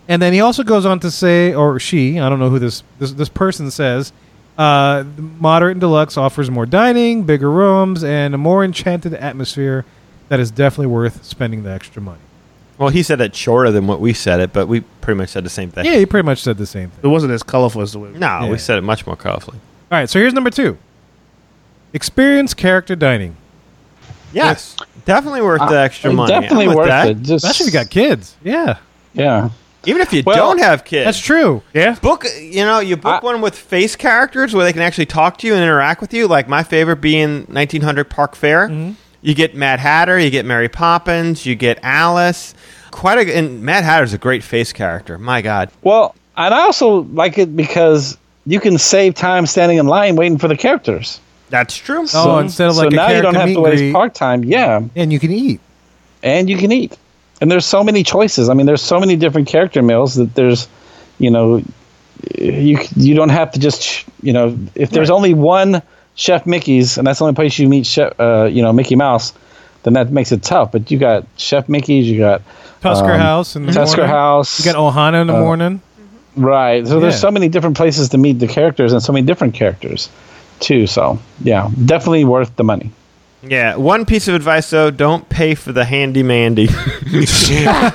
Speaker 4: And then he also goes on to say, or she, I don't know who this this, this person says, uh, moderate and deluxe offers more dining, bigger rooms, and a more enchanted atmosphere that is definitely worth spending the extra money.
Speaker 5: Well, he said it shorter than what we said it, but we pretty much said the same thing.
Speaker 4: Yeah, he pretty much said the same thing.
Speaker 6: It wasn't as colorful as the way.
Speaker 5: No,
Speaker 4: Yeah.
Speaker 5: we said it much more colorfully.
Speaker 4: All right, so here's number two experience character dining.
Speaker 5: Yes, definitely worth the extra money. I'm
Speaker 8: Uh, Definitely
Speaker 5: with
Speaker 8: worth
Speaker 5: that.
Speaker 8: it. Just
Speaker 4: Especially if you got kids. Yeah,
Speaker 8: yeah.
Speaker 5: Even if you
Speaker 8: Well,
Speaker 5: don't have kids,
Speaker 4: that's true.
Speaker 6: Yeah.
Speaker 5: book you know you book
Speaker 8: I-
Speaker 5: one with face characters where they can actually talk to you and interact with you like my favorite being 1900 park fair you get mad hatter you get mary poppins you get alice quite a and mad hatter's a great face character my god
Speaker 8: Well, I'd also like it because you can save time standing in line waiting for the characters.
Speaker 5: that's true
Speaker 4: Oh, instead of
Speaker 8: so
Speaker 4: like a
Speaker 8: now you
Speaker 4: character
Speaker 8: don't have
Speaker 4: meet
Speaker 8: to
Speaker 4: and
Speaker 8: waste
Speaker 4: greet.
Speaker 8: park time. Yeah,
Speaker 4: And you can eat.
Speaker 8: and you can eat. And there's so many choices. I mean, there's so many different character meals that there's, you know, you you don't have to just you know if there's only one Chef Mickey's and that's the only place you meet Chef uh, you know Mickey Mouse, then that makes it tough. But you got Chef Mickey's, you got
Speaker 4: Tusker
Speaker 8: Um,
Speaker 4: House in the
Speaker 8: Tusker
Speaker 4: morning.
Speaker 8: House,
Speaker 4: You got Ohana in the morning.
Speaker 8: right? So
Speaker 4: Yeah.
Speaker 8: there's so many different places to meet the characters and so many different characters too. So yeah, definitely worth the money.
Speaker 5: yeah one piece of advice though don't pay for the handy mandy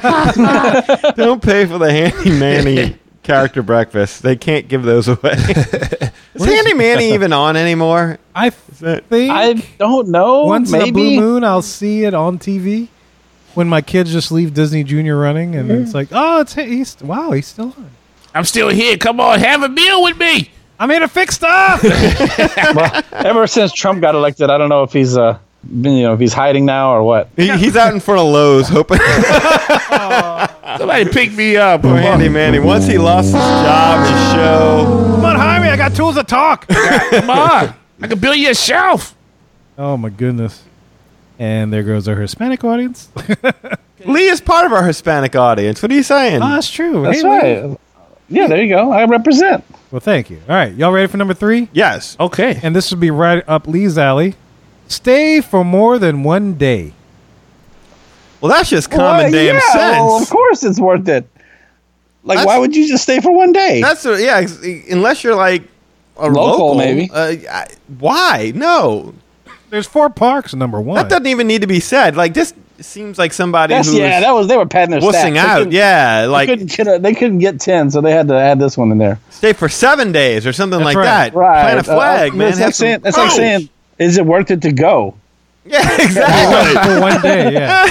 Speaker 5: don't pay for the handy mandy character breakfast they can't give those away is handy mandy even on anymore
Speaker 4: I
Speaker 5: that-
Speaker 4: think
Speaker 8: I don't know.
Speaker 4: once in a
Speaker 8: maybe
Speaker 4: blue moon I'll see it on TV when my kids just leave Disney Junior running, and it's like, oh, it's he's wow, he's still on.
Speaker 6: I'm still here. Come on, have a meal with me.
Speaker 4: I'm here to fix stuff.
Speaker 8: well, ever since Trump got elected, I don't know if he's uh, been- you know, if he's hiding now or what.
Speaker 5: He, he's out in front of Lowe's hoping
Speaker 6: Somebody pick me up.
Speaker 5: for Handy Mandy. Once he lost his job, his show.
Speaker 4: Come on, hire me. I got tools to talk.
Speaker 6: Come on. I can build you a shelf.
Speaker 4: oh my goodness! And there goes our Hispanic audience.
Speaker 5: Lee is part of our Hispanic audience. What are you saying?
Speaker 8: Uh,
Speaker 4: Ah, that's true. Hey,
Speaker 8: That's
Speaker 4: Lee.
Speaker 8: right. Yeah, there you go. I represent.
Speaker 4: Well, thank you. All right, y'all ready for number three?
Speaker 5: yes.
Speaker 8: oh.
Speaker 6: Okay.
Speaker 4: And this would be right up Lee's alley. Stay for more than one day.
Speaker 5: Well, that's just common
Speaker 8: Well,
Speaker 5: damn
Speaker 8: yeah, well, of
Speaker 5: sense.
Speaker 8: course, it's worth it. Like,
Speaker 5: That's-
Speaker 8: why would you just stay for one day?
Speaker 5: that's a, yeah. ex- Unless you're like a
Speaker 8: Local,
Speaker 5: local,
Speaker 8: maybe.
Speaker 5: Uh, I- why? No,
Speaker 4: There's four parks. Number one.
Speaker 5: that doesn't even need to be said. Like this seems like somebody
Speaker 8: That's-
Speaker 5: who's
Speaker 8: yeah. That was they were padding their stats.
Speaker 5: wussing
Speaker 8: They
Speaker 5: out.
Speaker 8: couldn't-
Speaker 5: Yeah,
Speaker 8: they couldn't
Speaker 5: like
Speaker 8: get a, they couldn't get ten, so they had to add this one in there.
Speaker 5: stay for seven days or something like
Speaker 4: right.
Speaker 5: that.
Speaker 8: Right.
Speaker 5: Plant a
Speaker 8: Uh,
Speaker 5: flag, man.
Speaker 8: That's
Speaker 5: Have
Speaker 8: like
Speaker 5: some-
Speaker 8: saying, that's like
Speaker 5: Oh!
Speaker 8: saying, is it worth it to go?
Speaker 5: Yeah, exactly.
Speaker 4: for one day. Yeah.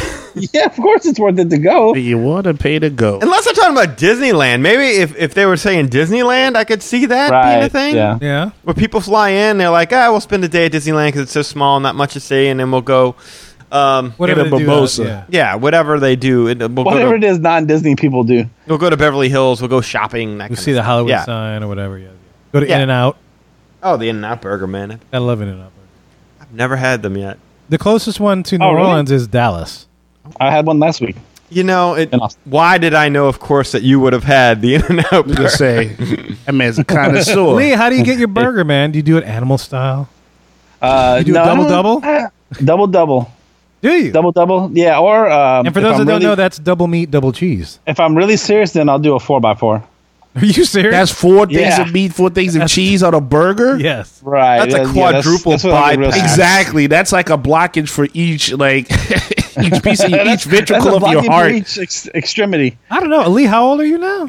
Speaker 8: Yeah, of course it's worth it to go.
Speaker 6: You want to pay to go.
Speaker 5: Unless I'm talking about Disneyland, maybe if, if they were saying Disneyland, I could see that being a
Speaker 8: Right.
Speaker 5: thing.
Speaker 8: Yeah.
Speaker 4: Yeah.
Speaker 5: Where people fly in, they're like, ah, we'll spend a day at Disneyland because it's so small, not much to see, and then we'll go. Um,
Speaker 4: Whatever
Speaker 6: Get a
Speaker 4: they do,
Speaker 6: mimosa.
Speaker 4: yeah.
Speaker 5: yeah, whatever they do, it, we'll,
Speaker 8: Whatever
Speaker 5: go
Speaker 8: it
Speaker 5: to,
Speaker 8: is, non-Disney people do.
Speaker 5: we'll go to Beverly Hills. We'll go shopping. That
Speaker 4: You
Speaker 5: kind
Speaker 4: see
Speaker 5: of
Speaker 4: the
Speaker 5: stuff.
Speaker 4: Hollywood
Speaker 5: yeah.
Speaker 4: sign or whatever. Yeah. Go to
Speaker 5: Yeah.
Speaker 4: In and Out.
Speaker 5: Oh, the In-N-Out Burger, man.
Speaker 4: I love In and Out.
Speaker 5: I've never had them yet.
Speaker 4: The closest one to New
Speaker 8: Oh, really?
Speaker 4: Orleans is Dallas.
Speaker 8: I had one last week.
Speaker 5: You know, it,
Speaker 8: And I'll-
Speaker 5: why did I know, of course, that you would have had the In-N-Out Burger?
Speaker 6: Just say, that man's a
Speaker 4: Lee,
Speaker 6: connoisseur.
Speaker 4: how do you get your burger, man? Do you do it animal style?
Speaker 8: Uh,
Speaker 4: You do
Speaker 8: no, I
Speaker 4: double
Speaker 8: don't-
Speaker 4: double?
Speaker 8: uh, double double,
Speaker 4: Do you?
Speaker 8: double double. Yeah, or um,
Speaker 4: and for
Speaker 8: if
Speaker 4: those
Speaker 8: I'm
Speaker 4: that don't
Speaker 8: really-
Speaker 4: know, that's double meat, double cheese.
Speaker 8: if I'm really serious, then I'll do a four by four.
Speaker 4: Are you serious?
Speaker 6: That's four things
Speaker 8: Yeah.
Speaker 6: of meat, four things of cheese on a burger.
Speaker 4: yes.
Speaker 8: Right,
Speaker 5: That's a quadruple
Speaker 8: what I'm real
Speaker 5: bypass.
Speaker 8: serious.
Speaker 6: Exactly. That's like a blockage for each, like each piece of each
Speaker 8: That's
Speaker 6: ventricle
Speaker 8: a
Speaker 6: of your
Speaker 8: blocky
Speaker 6: heart.
Speaker 8: breach ex- extremity.
Speaker 4: I don't know. Lee, how old are you now?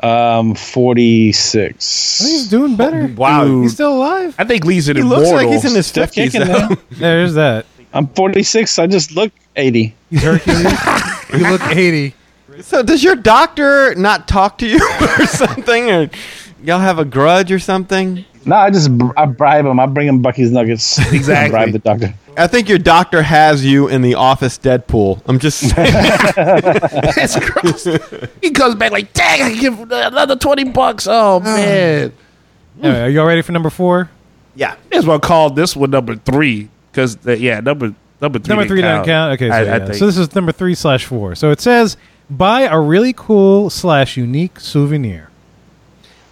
Speaker 8: Um, forty six.
Speaker 4: He's doing better.
Speaker 5: Wow.
Speaker 4: He's still alive.
Speaker 6: I think Lee's an
Speaker 5: He
Speaker 6: immortal.
Speaker 5: looks like he's in his 50s,
Speaker 8: kicking,
Speaker 5: though.
Speaker 8: man.
Speaker 4: There's that.
Speaker 8: I'm forty six. I just look eighty.
Speaker 4: He's Hercules. you look 80.
Speaker 5: So does your doctor not talk to you or something, or y'all have a grudge or something?
Speaker 8: No, I just br- I bribe him. I bring him Bucky's nuggets.
Speaker 6: Exactly.
Speaker 8: bribe the doctor.
Speaker 5: I think your doctor has you in the office Deadpool. I'm just saying.
Speaker 6: That's gross. he comes back like, dang, I give another 20 bucks. Oh, man.
Speaker 4: All right, are y'all ready for number four?
Speaker 5: yeah.
Speaker 6: Might as well call this one number three. Because, yeah, number number three.
Speaker 4: number
Speaker 6: didn't
Speaker 4: three doesn't count. Okay, so,
Speaker 6: I, I
Speaker 4: yeah.
Speaker 6: think.
Speaker 4: so this is number three slash four. So it says buy a really cool slash unique souvenir.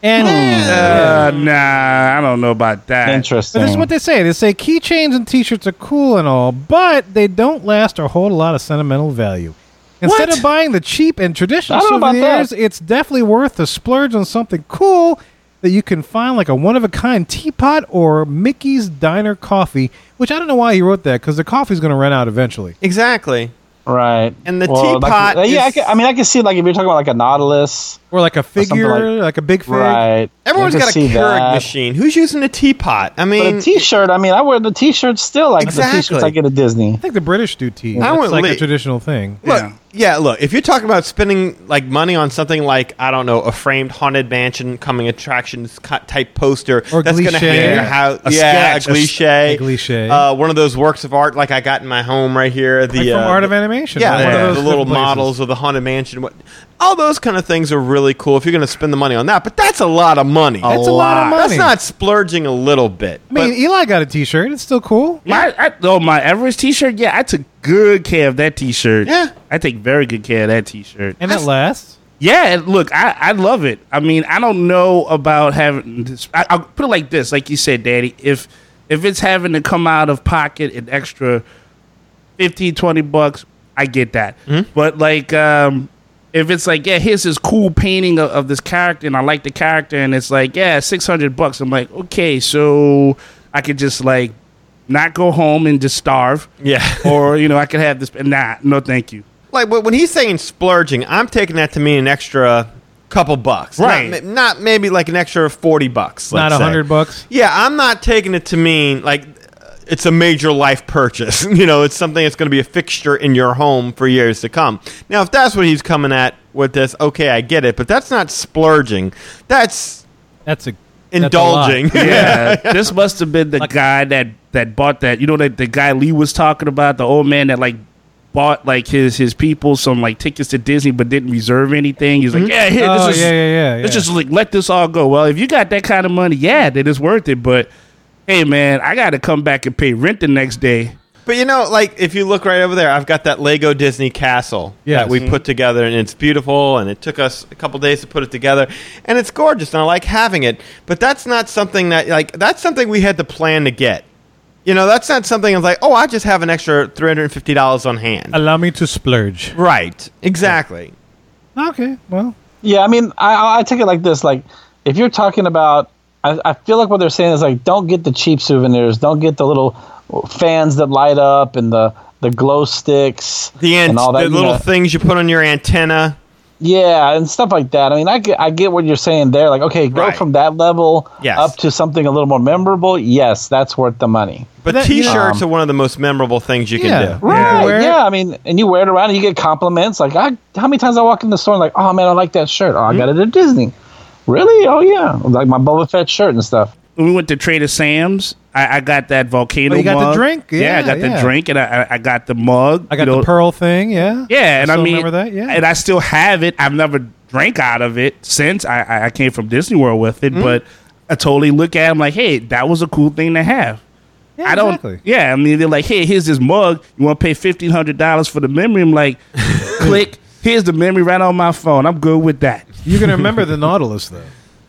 Speaker 4: And
Speaker 6: Uh, nah, I don't know about that.
Speaker 8: Interesting.
Speaker 4: But this is what they say. They say keychains and T-shirts are cool and all, but they don't last or hold a lot of sentimental value. Instead
Speaker 6: What?
Speaker 4: of buying the cheap and traditional
Speaker 8: I don't know about
Speaker 4: souvenirs,
Speaker 8: that.
Speaker 4: it's definitely worth the splurge on something cool that you can find, like a one-of-a-kind teapot or Mickey's Diner coffee. Which I don't know why he wrote that because the coffee's going to run out eventually.
Speaker 5: Exactly.
Speaker 8: right.
Speaker 5: And the
Speaker 8: like,
Speaker 5: teapot
Speaker 8: uh, yeah, I,
Speaker 5: is-
Speaker 8: can, I mean, I can see like if you're talking about like a Nautilus,
Speaker 4: Or like a
Speaker 8: something
Speaker 4: figure, like,
Speaker 8: like-
Speaker 4: a big fig.
Speaker 8: right?
Speaker 5: Everyone's
Speaker 8: I can
Speaker 5: got a
Speaker 8: see
Speaker 5: Keurig
Speaker 8: that.
Speaker 5: machine. Who's using a teapot? I
Speaker 8: But
Speaker 5: mean,
Speaker 8: a T-shirt. I mean, I wear the T-shirts still. Like the T-shirts
Speaker 5: Exactly.
Speaker 8: I get at Disney.
Speaker 4: I think the British do tea.
Speaker 5: I
Speaker 4: It's
Speaker 5: wouldn't
Speaker 4: like a
Speaker 5: leave.
Speaker 4: traditional thing.
Speaker 5: Look, yeah. look. If you're talking about spending like money on something like I don't know, a framed haunted mansion coming attractions co- type poster
Speaker 4: Or
Speaker 5: that's going to hang in
Speaker 4: cliché.
Speaker 5: your house,
Speaker 6: A
Speaker 5: yeah,
Speaker 6: sketch,
Speaker 5: a
Speaker 6: a
Speaker 5: cliche,
Speaker 4: a
Speaker 6: s-
Speaker 4: cliché.
Speaker 5: uh, one of those works of art like I got in my home right here, the
Speaker 4: Like from
Speaker 5: uh,
Speaker 4: Art of Animation.
Speaker 5: Yeah,
Speaker 4: right?
Speaker 5: one
Speaker 4: One
Speaker 5: of
Speaker 4: those
Speaker 5: the little
Speaker 4: different places.
Speaker 5: models of the haunted mansion. What, all those kind of things are really cool if you're going to spend the money on that. But that's a lot of money.
Speaker 4: That's a lot of money.
Speaker 5: That's not splurging a little bit.
Speaker 4: I mean, Eli got a T-shirt. It's still cool.
Speaker 6: My, I, oh, my Everest T-shirt. Yeah, I took good care of that T-shirt.
Speaker 5: Yeah.
Speaker 6: I take very good care of that T-shirt.
Speaker 4: And it lasts.
Speaker 6: Yeah, and look, I, I love it. I mean, I don't know about having. This, I, I'll put it like this, like you said, Daddy. If if it's having to come out of pocket an extra 15, 20 bucks, I get that. But like, um, if it's like, yeah, here's this cool painting of, of this character, and I like the character, and it's like, yeah, six hundred bucks. I'm like, okay, so I could just like not go home and just starve,
Speaker 5: yeah.
Speaker 6: or you know, I could have this. Nah, no, thank you.
Speaker 5: Like but when he's saying splurging, I'm taking that to mean an extra couple bucks, Not
Speaker 6: Right.
Speaker 5: ma- Not, maybe like an extra forty bucks.
Speaker 4: Not
Speaker 5: let's
Speaker 4: a
Speaker 5: say.
Speaker 4: hundred bucks.
Speaker 5: Yeah, I'm not taking it to mean like uh, it's a major life purchase. you know, it's something that's going to be a fixture in your home for years to come. Now, if that's what he's coming at with this, okay, I get it, but that's not splurging. That's
Speaker 4: That's a that's a
Speaker 5: indulging.
Speaker 4: lot.
Speaker 6: yeah, this must have been the guy that that bought that. You know that the guy Lee was talking about, the old man that like bought like his his people some like tickets to Disney but didn't reserve anything. He's like, yeah, here,
Speaker 4: Oh
Speaker 6: this is,
Speaker 4: yeah, yeah, yeah.
Speaker 6: let's
Speaker 4: yeah.
Speaker 6: just like let this all go. Well, if you got that kind of money, yeah, then it's worth it. But hey, man, I got to come back and pay rent the next day.
Speaker 5: But you know, like if you look right over there, I've got that Lego Disney castle
Speaker 4: Yes.
Speaker 5: that we put together, and it's beautiful, and it took us a couple days to put it together, and it's gorgeous, and I like having it. But that's not something that like that's something we had to plan to get. You know, that's not something I was like, oh, I just have an extra three hundred and fifty dollars on hand.
Speaker 4: allow me to splurge.
Speaker 5: right? Exactly.
Speaker 4: Okay, well,
Speaker 8: Yeah, I mean, I- I, I take it like this: like if you're talking about, I, I feel like what they're saying is like, don't get the cheap souvenirs, don't get the little fans that light up and the the glow sticks,
Speaker 5: The ant-
Speaker 8: and all that
Speaker 5: the
Speaker 8: you
Speaker 5: little
Speaker 8: know.
Speaker 5: things you put on your antenna.
Speaker 8: yeah, and stuff like that. I mean, I get I get what you're saying there. Like, okay, go
Speaker 5: Right.
Speaker 8: from that level
Speaker 5: Yes.
Speaker 8: up to something a little more memorable. Yes, that's worth the money.
Speaker 5: But
Speaker 4: That- you know-
Speaker 5: T-shirts
Speaker 8: Um,
Speaker 5: are one of the most memorable things you
Speaker 4: yeah,
Speaker 5: can do.
Speaker 8: Right.
Speaker 4: Wear it.
Speaker 8: Yeah. I mean, and you wear it around and you get compliments. Like, I, how many times I walk in the store and like, oh man, I like that shirt. Oh, I got it at Disney. Really? Oh yeah. Like my Boba Fett shirt and stuff.
Speaker 6: when we went to Trader Sam's, I, I got that volcano.
Speaker 4: Oh, you got the
Speaker 6: mug.
Speaker 4: drink?
Speaker 6: Yeah, I
Speaker 4: Yeah,
Speaker 6: got
Speaker 4: yeah.
Speaker 6: the drink, and I, I- I got the mug.
Speaker 4: I got
Speaker 6: you know.
Speaker 4: the pearl thing. Yeah,
Speaker 6: Yeah, and I
Speaker 4: still
Speaker 6: mean,
Speaker 4: remember that. Yeah,
Speaker 6: and I still have it. I've never drank out of it since I- I, I came from Disney World with
Speaker 4: Mm-hmm.
Speaker 6: it, but I totally look at. it, I'm like, hey, that was a cool thing to have.
Speaker 4: Yeah,
Speaker 6: I don't.
Speaker 4: exactly.
Speaker 6: Yeah, I mean, they're like, hey, here's this mug. You want to pay fifteen hundred dollars for the memory? I'm like, click. Here's the memory right on my phone. I'm good with that.
Speaker 4: You're gonna remember the Nautilus though.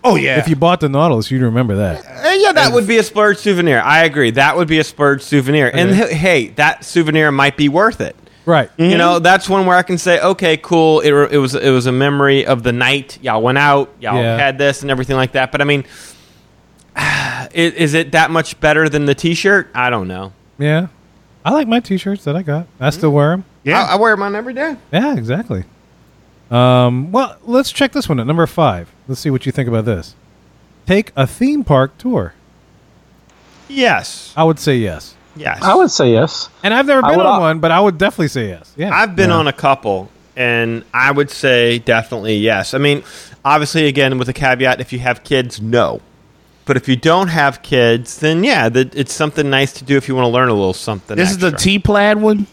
Speaker 6: Oh yeah.
Speaker 4: If you bought the Nautilus, you'd remember that.
Speaker 5: Uh, yeah, that would be a splurge souvenir. I agree. That would be a splurge souvenir. And he- hey, that souvenir might be worth it.
Speaker 4: Right.
Speaker 5: You know, that's one where I can say, okay, cool. It, re- it was it was a memory of the night y'all went out, y'all
Speaker 4: Yeah.
Speaker 5: had this and everything like that. But I mean, i- is it that much better than the T-shirt? I don't know.
Speaker 4: Yeah. I like my T-shirts that I got. I still wear them.
Speaker 6: yeah.
Speaker 5: I, I wear mine every day.
Speaker 4: Yeah, exactly. Um, well, let's check this one at number five. Let's see what you think about this. Take a theme park tour.
Speaker 5: Yes,
Speaker 4: I would say yes.
Speaker 5: yes.
Speaker 8: I would say yes.
Speaker 4: And I've never
Speaker 8: I
Speaker 4: been
Speaker 8: would
Speaker 4: on
Speaker 8: al-
Speaker 4: one, but I would definitely say yes. Yeah.
Speaker 5: I've been
Speaker 4: Yeah.
Speaker 5: on a couple, and I would say definitely yes. I mean, obviously, again, with a caveat, if you have kids, no. But if you don't have kids, then yeah, that it's something nice to do if you want to learn a little something.
Speaker 6: this is the
Speaker 5: extra.
Speaker 6: tea plaid one.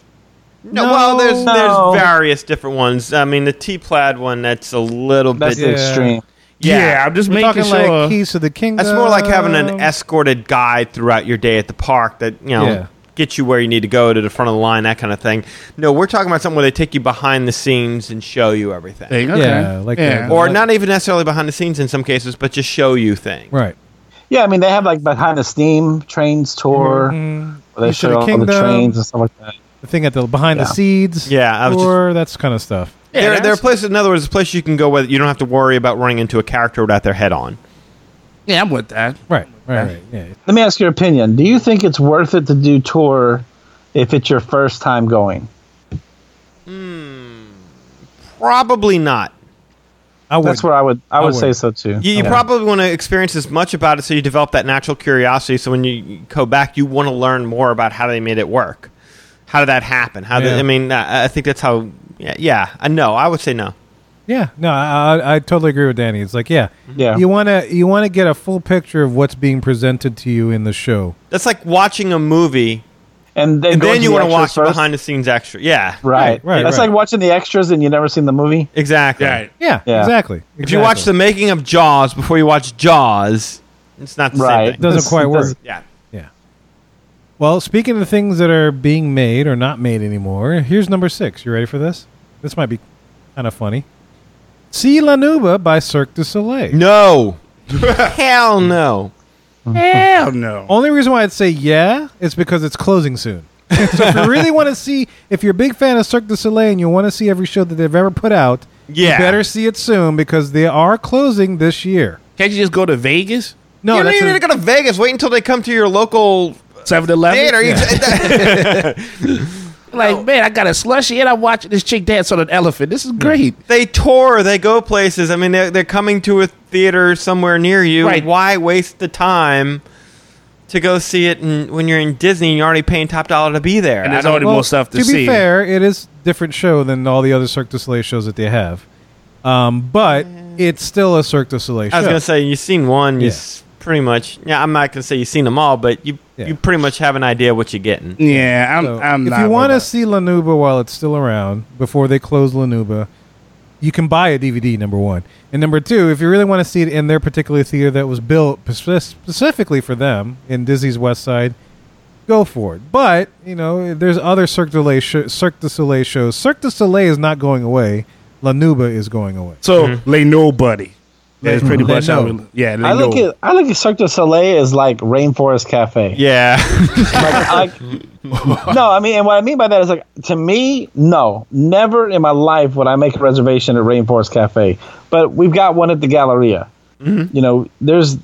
Speaker 5: No, well, there's
Speaker 8: No.
Speaker 5: there's various different ones. I mean, the tea plaid one that's a little
Speaker 8: That's
Speaker 5: bit
Speaker 8: the
Speaker 4: Yeah.
Speaker 8: extreme.
Speaker 5: yeah.
Speaker 6: I'm just
Speaker 4: We're talking
Speaker 6: making sure.
Speaker 4: like keys to the kingdom.
Speaker 5: That's more like having an escorted guide throughout your day at the park that you know
Speaker 4: Yeah.
Speaker 5: get you where you need to go to the front of the line, that kind of thing. No, we're talking about something where they take you behind the scenes and show you everything.
Speaker 6: Thing, okay.
Speaker 4: Yeah, like that.
Speaker 5: or not even necessarily behind the scenes in some cases, but just show you things.
Speaker 4: Right.
Speaker 8: Yeah, I mean they have like behind the steam trains tour. Where they
Speaker 4: Into Mm-hmm. the
Speaker 8: show all the
Speaker 4: kingdom.
Speaker 8: trains and stuff like that.
Speaker 4: The thing at the behind the
Speaker 8: Yeah.
Speaker 4: seeds.
Speaker 5: Yeah, I was just-
Speaker 4: or that kind of stuff.
Speaker 6: Yeah,
Speaker 5: there, there are
Speaker 6: that's-
Speaker 5: places, in other words, a place you can go where you don't have to worry about running into a character without their head on.
Speaker 6: Yeah, I'm with that.
Speaker 4: Right. Right. Right. Yeah.
Speaker 8: Let me ask your opinion. Do you think it's worth it to do tour if it's your first time going?
Speaker 5: Probably not.
Speaker 4: I would.
Speaker 8: That's what I would I, would,
Speaker 4: would.
Speaker 8: say so too.
Speaker 5: You, you
Speaker 4: Yeah.
Speaker 5: probably want to experience as much about it so you develop that natural curiosity. So when you go back, you want to learn more about how they made it work. How did that happen? How did
Speaker 4: Yeah.
Speaker 5: I mean? I, I think that's how. Yeah, yeah. I know. I would say no.
Speaker 4: Yeah, no, I, I- I totally agree with Danny. It's like, yeah,
Speaker 8: Yeah.
Speaker 4: you want to you want to get a full picture of what's being presented to you in the show.
Speaker 5: That's like watching a movie
Speaker 8: and then,
Speaker 5: and
Speaker 8: going
Speaker 5: then you
Speaker 8: the
Speaker 5: want to
Speaker 8: extras
Speaker 5: watch
Speaker 8: first?
Speaker 5: behind the scenes extra. Yeah,
Speaker 8: Right.
Speaker 4: Right, right,
Speaker 8: That's
Speaker 4: right.
Speaker 8: like watching the extras and you never seen the movie.
Speaker 5: exactly.
Speaker 6: Right.
Speaker 4: Yeah,
Speaker 8: Yeah.
Speaker 4: exactly.
Speaker 5: If you watch the
Speaker 4: Exactly.
Speaker 5: making of Jaws before you watch Jaws, it's not the
Speaker 8: Right.
Speaker 5: same thing.
Speaker 4: doesn't quite work.
Speaker 8: Doesn't-
Speaker 5: Yeah.
Speaker 4: Well, speaking of things that are being made or not made anymore, here's number six. You ready for this? This might be kind of funny. See La Nuba by Cirque du Soleil.
Speaker 5: No. Hell no.
Speaker 6: Hell no.
Speaker 4: Only reason why I'd say yeah is because it's closing soon. so if you really want to see, if you're a big fan of Cirque du Soleil and you want to see every show that they've ever put out,
Speaker 5: Yeah.
Speaker 4: you better see it soon because they are closing this year.
Speaker 6: Can't you just go to Vegas?
Speaker 4: No,
Speaker 5: you don't
Speaker 4: that's
Speaker 5: even
Speaker 4: a-
Speaker 5: need to go to Vegas. Wait until they come to your local
Speaker 6: 7 Eleven?
Speaker 5: theater. You-
Speaker 6: Like, man, I got a slushy and I'm watching this chick dance on an elephant. This is great.
Speaker 5: they tour. They go places. I mean, they're, they're coming to a theater somewhere near you.
Speaker 6: Right.
Speaker 5: Why waste the time to go see it in, when you're in Disney and you're already paying top dollar to be there?
Speaker 6: And
Speaker 5: I
Speaker 6: there's
Speaker 5: don't-
Speaker 6: already more stuff to,
Speaker 4: be
Speaker 6: see.
Speaker 4: fair, it is different show than all the other Cirque du Soleil shows that they have. Um, but it's still a Cirque du Soleil show.
Speaker 5: I was gonna say you've seen one. You
Speaker 4: Yeah.
Speaker 5: s pretty much. Yeah, I'm not gonna say you've seen them all, but you
Speaker 4: Yeah.
Speaker 5: you pretty much have an idea what you're getting.
Speaker 6: Yeah, I'm,
Speaker 4: So,
Speaker 6: I'm
Speaker 4: if
Speaker 6: not.
Speaker 4: you want to
Speaker 6: about-
Speaker 4: see Lanuba while it's still around before they close Lanuba, you can buy a DVD. Number one, and number two, if you really want to see it in their particular theater that was built spe- specifically for them in Disney's West Side, go for it. But you know, there's other Cirque du Soleil, sh- Cirque du Soleil shows. Cirque du Soleil is not going away. Lanuba is going away.
Speaker 6: So, lay nobody. That's
Speaker 4: Lay-
Speaker 6: pretty
Speaker 4: Lay
Speaker 6: much how
Speaker 4: no.
Speaker 6: we. Yeah, lay
Speaker 8: I look
Speaker 6: no.
Speaker 8: at I look at Cirque du Soleil as like Rainforest Cafe.
Speaker 5: Yeah.
Speaker 8: Like, I- no, I mean, and what I mean by that is like to me, no, never in my life would I make a reservation at Rainforest Cafe. But we've got one at the Galleria. You know, there's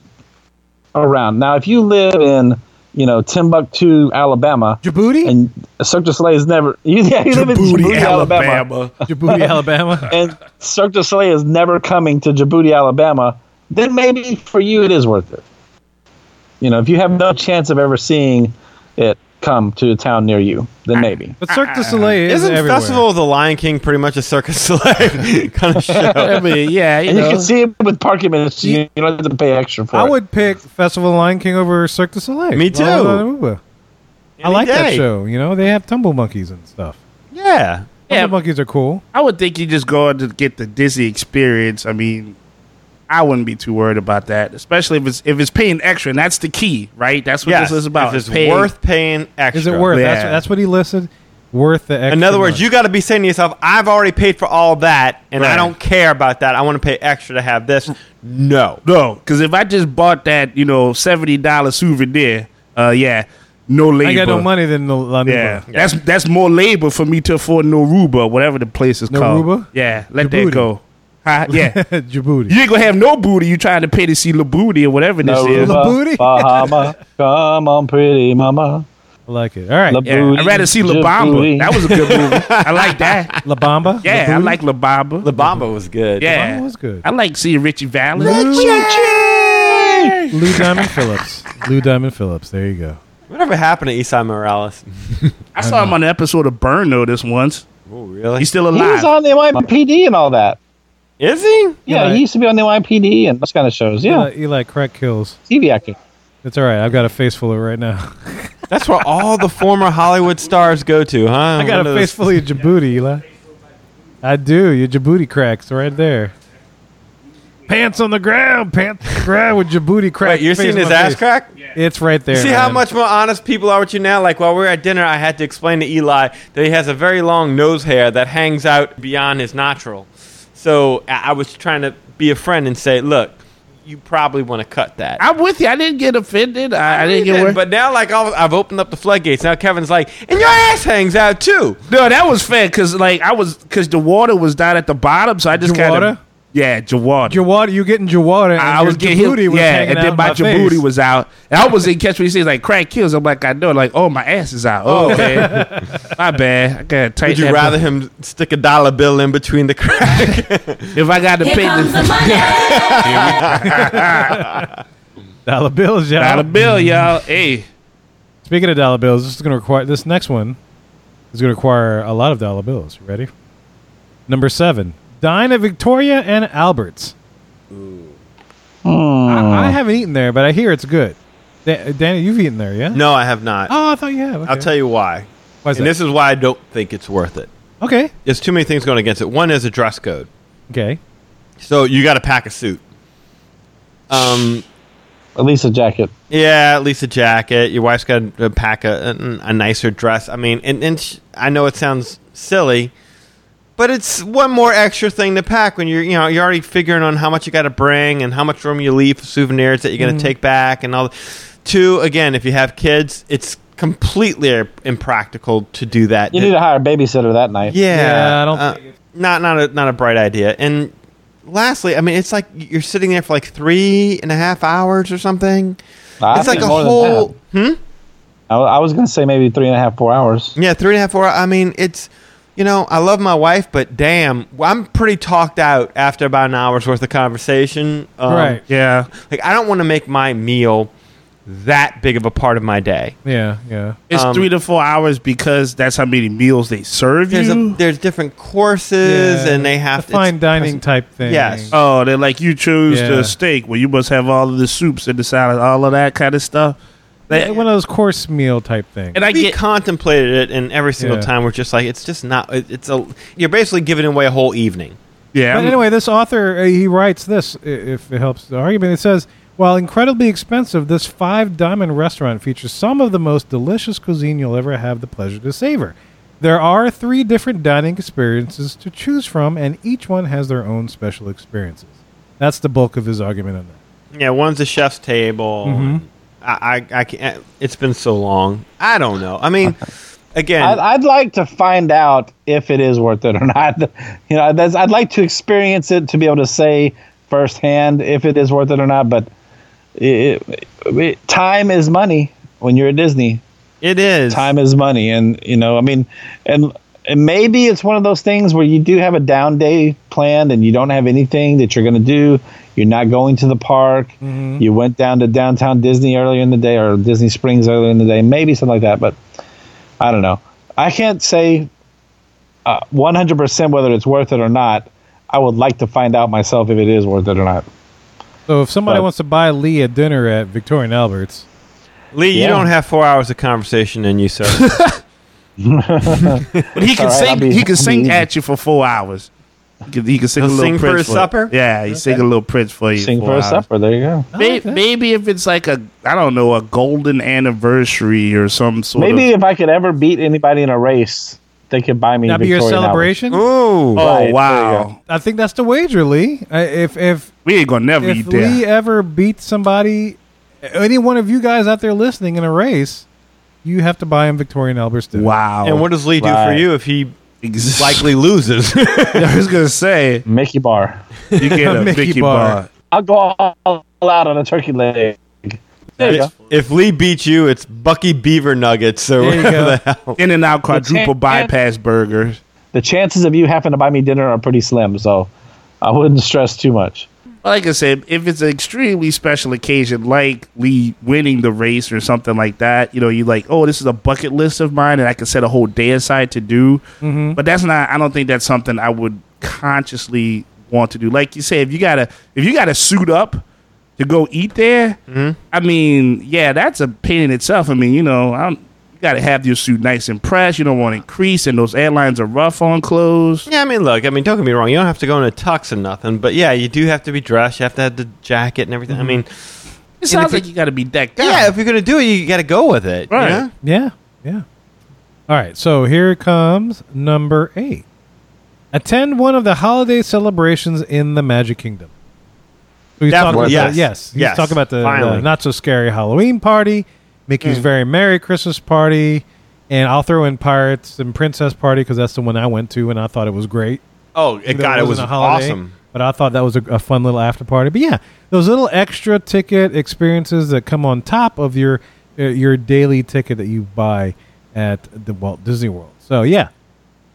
Speaker 8: around now. If you live in you know Timbuktu, Alabama,
Speaker 4: Djibouti,
Speaker 8: and Cirque du Soleil is never you, yeah, you live in Djibouti, Alabama
Speaker 4: Djibouti, Alabama.
Speaker 8: and Cirque du Soleil is never coming to Djibouti, Alabama, then maybe for you it is worth it. You know, if you have no chance of ever seeing it come to a town near you, then maybe.
Speaker 4: But Cirque du Soleil is
Speaker 5: Isn't
Speaker 4: everywhere.
Speaker 5: Festival of the Lion King pretty much a circus Soleil kind of show?
Speaker 6: I mean, yeah, you
Speaker 8: And you
Speaker 6: know.
Speaker 8: can see it with parking minutes. You, you don't have to pay extra for
Speaker 4: I
Speaker 8: it.
Speaker 4: would pick Festival of Lion King over Cirque du Soleil.
Speaker 5: Me too.
Speaker 4: La La Nuba. I
Speaker 5: Any
Speaker 4: like that
Speaker 5: day.
Speaker 4: show. You know, they have tumble monkeys and stuff.
Speaker 5: Yeah.
Speaker 6: Yeah.
Speaker 4: Tumble monkeys are cool.
Speaker 6: I would think you just go out to get the Disney experience. I mean, I wouldn't be too worried about that, especially if it's if it's paying extra, and that's the key, right? That's what
Speaker 5: Yes,
Speaker 6: this is about.
Speaker 5: If it's
Speaker 6: paying-
Speaker 5: worth paying extra.
Speaker 4: Is it worth? That's,
Speaker 6: Yeah.
Speaker 4: that's what he listed. Worth the extra.
Speaker 5: In other words,
Speaker 4: money.
Speaker 5: you got to be saying to yourself, "I've already paid for all that, and I
Speaker 6: Right.
Speaker 5: don't care about that. I want to pay extra to have this." No,
Speaker 6: No, because if I just bought that, you know, seventy dollar souvenir, uh, yeah, no labor.
Speaker 4: I got no money than the La Nuba.
Speaker 6: Yeah, that's that's more labor for me to afford no ruba, whatever the place is called.
Speaker 4: Noruba?
Speaker 6: Yeah, let
Speaker 4: Djibouti.
Speaker 6: that go. Huh? Yeah,
Speaker 4: Djibouti.
Speaker 6: you ain't gonna have no booty. You trying to pay to see La Booty or whatever this
Speaker 8: No,
Speaker 6: is.
Speaker 8: Ruba,
Speaker 4: Djibouti?
Speaker 8: Bahama, come on, pretty mama.
Speaker 4: I like it. All right,
Speaker 8: La
Speaker 4: La,
Speaker 6: Yeah,
Speaker 8: booty,
Speaker 6: I'd rather see La Bamba.
Speaker 8: Djibouti.
Speaker 6: That was a good movie. I like that.
Speaker 4: Bamba.
Speaker 6: Yeah,
Speaker 4: La
Speaker 6: I
Speaker 4: Booty?
Speaker 6: like La Bamba.
Speaker 5: the Bamba was good.
Speaker 6: yeah,
Speaker 4: Bamba was good.
Speaker 6: I like seeing Richie Valens.
Speaker 4: Lou Diamond Phillips. Lou Diamond Phillips. There you go.
Speaker 5: Whatever happened to Isai Morales?
Speaker 6: I saw him on an episode of Burn Notice once.
Speaker 5: Oh, really?
Speaker 6: He's still
Speaker 8: He
Speaker 6: alive.
Speaker 8: was on the NYPD and all that.
Speaker 5: Is he?
Speaker 8: Yeah,
Speaker 4: Right.
Speaker 8: he used to be on the NYPD and those kind of shows. Yeah,
Speaker 4: Eli, Eli Crack kills.
Speaker 8: TV actor.
Speaker 4: It's all right. I've got a face full of it right now.
Speaker 5: That's where all the former Hollywood stars go to, huh?
Speaker 4: I got a face full of Djibouti, Eli. I do. Your Djibouti cracks right there. Pants on the ground, pants on the ground with your booty crack.
Speaker 5: Wait, you're
Speaker 4: face
Speaker 5: seeing
Speaker 4: in
Speaker 5: his
Speaker 4: my
Speaker 5: ass
Speaker 4: face.
Speaker 5: crack?
Speaker 4: It's right there.
Speaker 5: See how
Speaker 4: man.
Speaker 5: much more honest people are with you now? Like while we were at dinner, I had to explain to Eli that he has a very long nose hair that hangs out beyond his natural. So I I was trying to be a friend and say, look, you probably want to cut that.
Speaker 6: I'm with you. I didn't get offended. I, I didn't get worried.
Speaker 5: but now, like, I'll- I've opened up the floodgates. Now Kevin's like, and your ass hangs out too.
Speaker 6: No, that was fair because like I was because the water was down at the bottom, so I just kind
Speaker 4: Jawada?
Speaker 6: of yeah, Jawada.
Speaker 4: Jawada, you getting Jawada? And
Speaker 6: I
Speaker 4: your
Speaker 6: was getting hit-
Speaker 4: booty was
Speaker 6: yeah,
Speaker 4: hanging
Speaker 6: and
Speaker 4: out
Speaker 6: then my,
Speaker 4: my
Speaker 6: Djibouti
Speaker 4: face.
Speaker 6: was out, and I was in catch what he says like crack kills. I'm like I know, like oh my ass is out. Oh man, my bad. I gotta tighten.
Speaker 5: Would you
Speaker 6: that
Speaker 5: rather him stick a dollar bill in between the crack?
Speaker 6: if I got to
Speaker 7: Here
Speaker 6: pay
Speaker 7: comes the
Speaker 6: the
Speaker 7: money.
Speaker 4: dollar bills, y'all.
Speaker 6: dollar bill, y'all? Hey,
Speaker 4: Speaking of dollar bills, this is going to require this next one is going to require a lot of dollar bills. You ready? Number seven, dine at Victoria and Alberts. Ooh. I, I haven't eaten there, but I hear it's good. Da- Danny, you've eaten there, yeah?
Speaker 5: no, I have not.
Speaker 4: Oh, I thought you had. Okay.
Speaker 5: I'll tell you why.
Speaker 4: Why is
Speaker 5: and
Speaker 4: that?
Speaker 5: this is why I don't think it's worth it.
Speaker 4: okay.
Speaker 5: There's too many things going against it. One is a dress code.
Speaker 4: Okay.
Speaker 5: So you got to pack a suit. Um,
Speaker 8: At least a jacket.
Speaker 5: yeah, at least a jacket. Your wife's got to pack a, a, a nicer dress. I mean, and, and sh- I know it sounds silly, but it's one more extra thing to pack when you're, you know, you're already figuring on how much you got to bring and how much room you leave for souvenirs that you're going
Speaker 8: Mm-hmm.
Speaker 5: to take back and all. Two, again, if you have kids, it's completely impractical to do that.
Speaker 8: You need to hire a babysitter that night.
Speaker 5: Yeah,
Speaker 4: Yeah, I don't
Speaker 5: uh, not not a not a bright idea. And lastly, I mean, it's like you're sitting there for like three and a half hours or something.
Speaker 8: I
Speaker 5: it's like
Speaker 8: think
Speaker 5: a
Speaker 8: more than
Speaker 5: whole hmm.
Speaker 8: that. I, I was gonna say maybe three and a half, four hours.
Speaker 5: Yeah, three and a half hour. I mean, it's you know, I love my wife, but damn, I'm pretty talked out after about an hour's worth of conversation. Um,
Speaker 4: Right.
Speaker 6: yeah,
Speaker 5: Like I don't want to make my meal that big of a part of my day.
Speaker 4: Yeah. Yeah.
Speaker 6: it's
Speaker 5: Um,
Speaker 6: three to four hours because that's how many meals they serve
Speaker 5: There's
Speaker 6: you.
Speaker 5: a, there's different courses,
Speaker 4: Yeah.
Speaker 5: and they have
Speaker 4: the fine
Speaker 5: it's-
Speaker 4: dining type thing.
Speaker 5: Yes.
Speaker 6: Oh, they're like you choose
Speaker 4: Yeah.
Speaker 6: the steak. Well, you must have all of the soups and the salad, all of that kind of stuff. They-
Speaker 4: Like one of those course meal type things.
Speaker 6: and I
Speaker 5: we
Speaker 6: get
Speaker 5: contemplated it, and every single
Speaker 4: Yeah.
Speaker 5: time we're just like, it's just not. it- It's a. You're basically giving away a whole evening.
Speaker 6: yeah.
Speaker 4: But
Speaker 6: I'm-
Speaker 4: anyway, this author uh, he writes this i- if it helps the argument. It says, while incredibly expensive, this five diamond restaurant features some of the most delicious cuisine you'll ever have the pleasure to savor. There are three different dining experiences to choose from, and each one has their own special experiences. That's the bulk of his argument on that.
Speaker 5: Yeah, one's the chef's table.
Speaker 8: Mm-hmm.
Speaker 5: I, I, I can't. It's been so long. I don't know. I mean, again,
Speaker 8: I'd, I'd like to find out if it is worth it or not. You know, that's, I'd like to experience it to be able to say firsthand if it is worth it or not. But it, it- it- time is money when you're at Disney.
Speaker 5: it is.
Speaker 8: Time is money, and you know, I mean, and and maybe it's one of those things where you do have a down day planned and you don't have anything that you're going to do. You're not going to the park.
Speaker 4: Mm-hmm.
Speaker 8: You went down to downtown Disney earlier in the day or Disney Springs earlier in the day, maybe something like that. But I don't know. I can't say uh, 100% whether it's worth it or not. I would like to find out myself if it is worth it or not.
Speaker 4: So if somebody
Speaker 8: But-
Speaker 4: wants to buy Lee a dinner at Victoria and Albert's,
Speaker 5: Lee, you
Speaker 8: Yeah. Oh,
Speaker 5: don't have four hours of conversation in you, sir.
Speaker 6: But he can
Speaker 8: All right,
Speaker 6: sing.
Speaker 8: I'll be-
Speaker 6: he can
Speaker 8: I'll
Speaker 6: sing
Speaker 8: be-
Speaker 6: at you for four hours. He can, he can sing
Speaker 5: He'll
Speaker 6: a little
Speaker 5: sing for
Speaker 6: Prince
Speaker 5: his
Speaker 6: you.
Speaker 5: supper?
Speaker 6: Yeah, he sing a little Prince for you.
Speaker 8: Sing for
Speaker 6: four
Speaker 8: a
Speaker 6: hours.
Speaker 8: supper. There you go.
Speaker 6: May- Maybe if it's like a I don't know a golden anniversary or some sort
Speaker 8: Maybe
Speaker 6: of.
Speaker 8: if I could ever beat anybody in a race, they could buy me.
Speaker 4: that'd be your
Speaker 8: Victoria and Albert.
Speaker 4: celebration.
Speaker 5: Ooh,
Speaker 6: Oh
Speaker 8: Right, there you
Speaker 6: wow,
Speaker 4: I think that's the wager, Lee. Uh, if if
Speaker 6: we ain't gonna never
Speaker 4: if
Speaker 6: eat there.
Speaker 4: Lee ever beats somebody, any one of you guys out there listening in a race, you have to buy him Victorian Albert's dinner.
Speaker 6: wow.
Speaker 5: and what does Lee do for
Speaker 8: Right.
Speaker 5: you if he
Speaker 6: Ex-
Speaker 5: likely loses?
Speaker 6: I was gonna say
Speaker 8: Mickey Bar.
Speaker 6: you get a
Speaker 4: Mickey
Speaker 6: Mickey,
Speaker 4: bar.
Speaker 6: bar.
Speaker 8: I'll go all, all out on a turkey leg. There you go.
Speaker 5: if Lee beats you, it's Bucky Beaver Nuggets or
Speaker 4: There you
Speaker 5: whatever the
Speaker 4: go.
Speaker 5: hell.
Speaker 6: In and out quadruple
Speaker 8: Ten-
Speaker 6: bypass burgers.
Speaker 8: The chances of you having to buy me dinner are pretty slim, so I wouldn't stress too much.
Speaker 6: Like I said, if it's an extremely special occasion, like Lee winning the race or something like that, you know, you like, oh, this is a bucket list of mine, and I can set a whole day aside to do. But that's not. I don't think that's something I would consciously want to do. Like you say, if you gotta, if you gotta suit up Mm-hmm. to go eat there, I mean, yeah, that's a pain in itself. I mean, you know, I'm got to have your suit nice and pressed. You don't want it creased, and those airlines are rough on clothes.
Speaker 5: Yeah, I mean, look, I mean, don't get me wrong. You don't have to go in a tux and nothing, but yeah, you do have to be dressed. You have to have the jacket and
Speaker 8: Mm-hmm.
Speaker 5: everything. I mean,
Speaker 6: It sounds like you got to be decked out.
Speaker 5: yeah, if you're gonna do it, you got to go with it. you
Speaker 6: Right.
Speaker 5: know?
Speaker 4: Yeah, yeah. All right, so here comes number eight. Attend one of the holiday celebrations in the Magic Kingdom. So he's talking
Speaker 5: Definitely, yes,
Speaker 4: about the, yes, he's
Speaker 5: yes,
Speaker 4: talking about the,
Speaker 5: finally. Mm.
Speaker 4: not so scary Halloween party, Mickey's very merry Christmas party, and I'll throw in Pirates and Princess party because that's the one I went to and I thought it was great.
Speaker 5: Oh, it,
Speaker 4: Even though
Speaker 5: God, it
Speaker 4: wasn't
Speaker 5: was
Speaker 4: a holiday,
Speaker 5: awesome.
Speaker 4: But I thought that was a, a fun little after party. But yeah, those little extra ticket experiences that come on top of your uh, your daily ticket that you buy at the Walt Disney World. So yeah,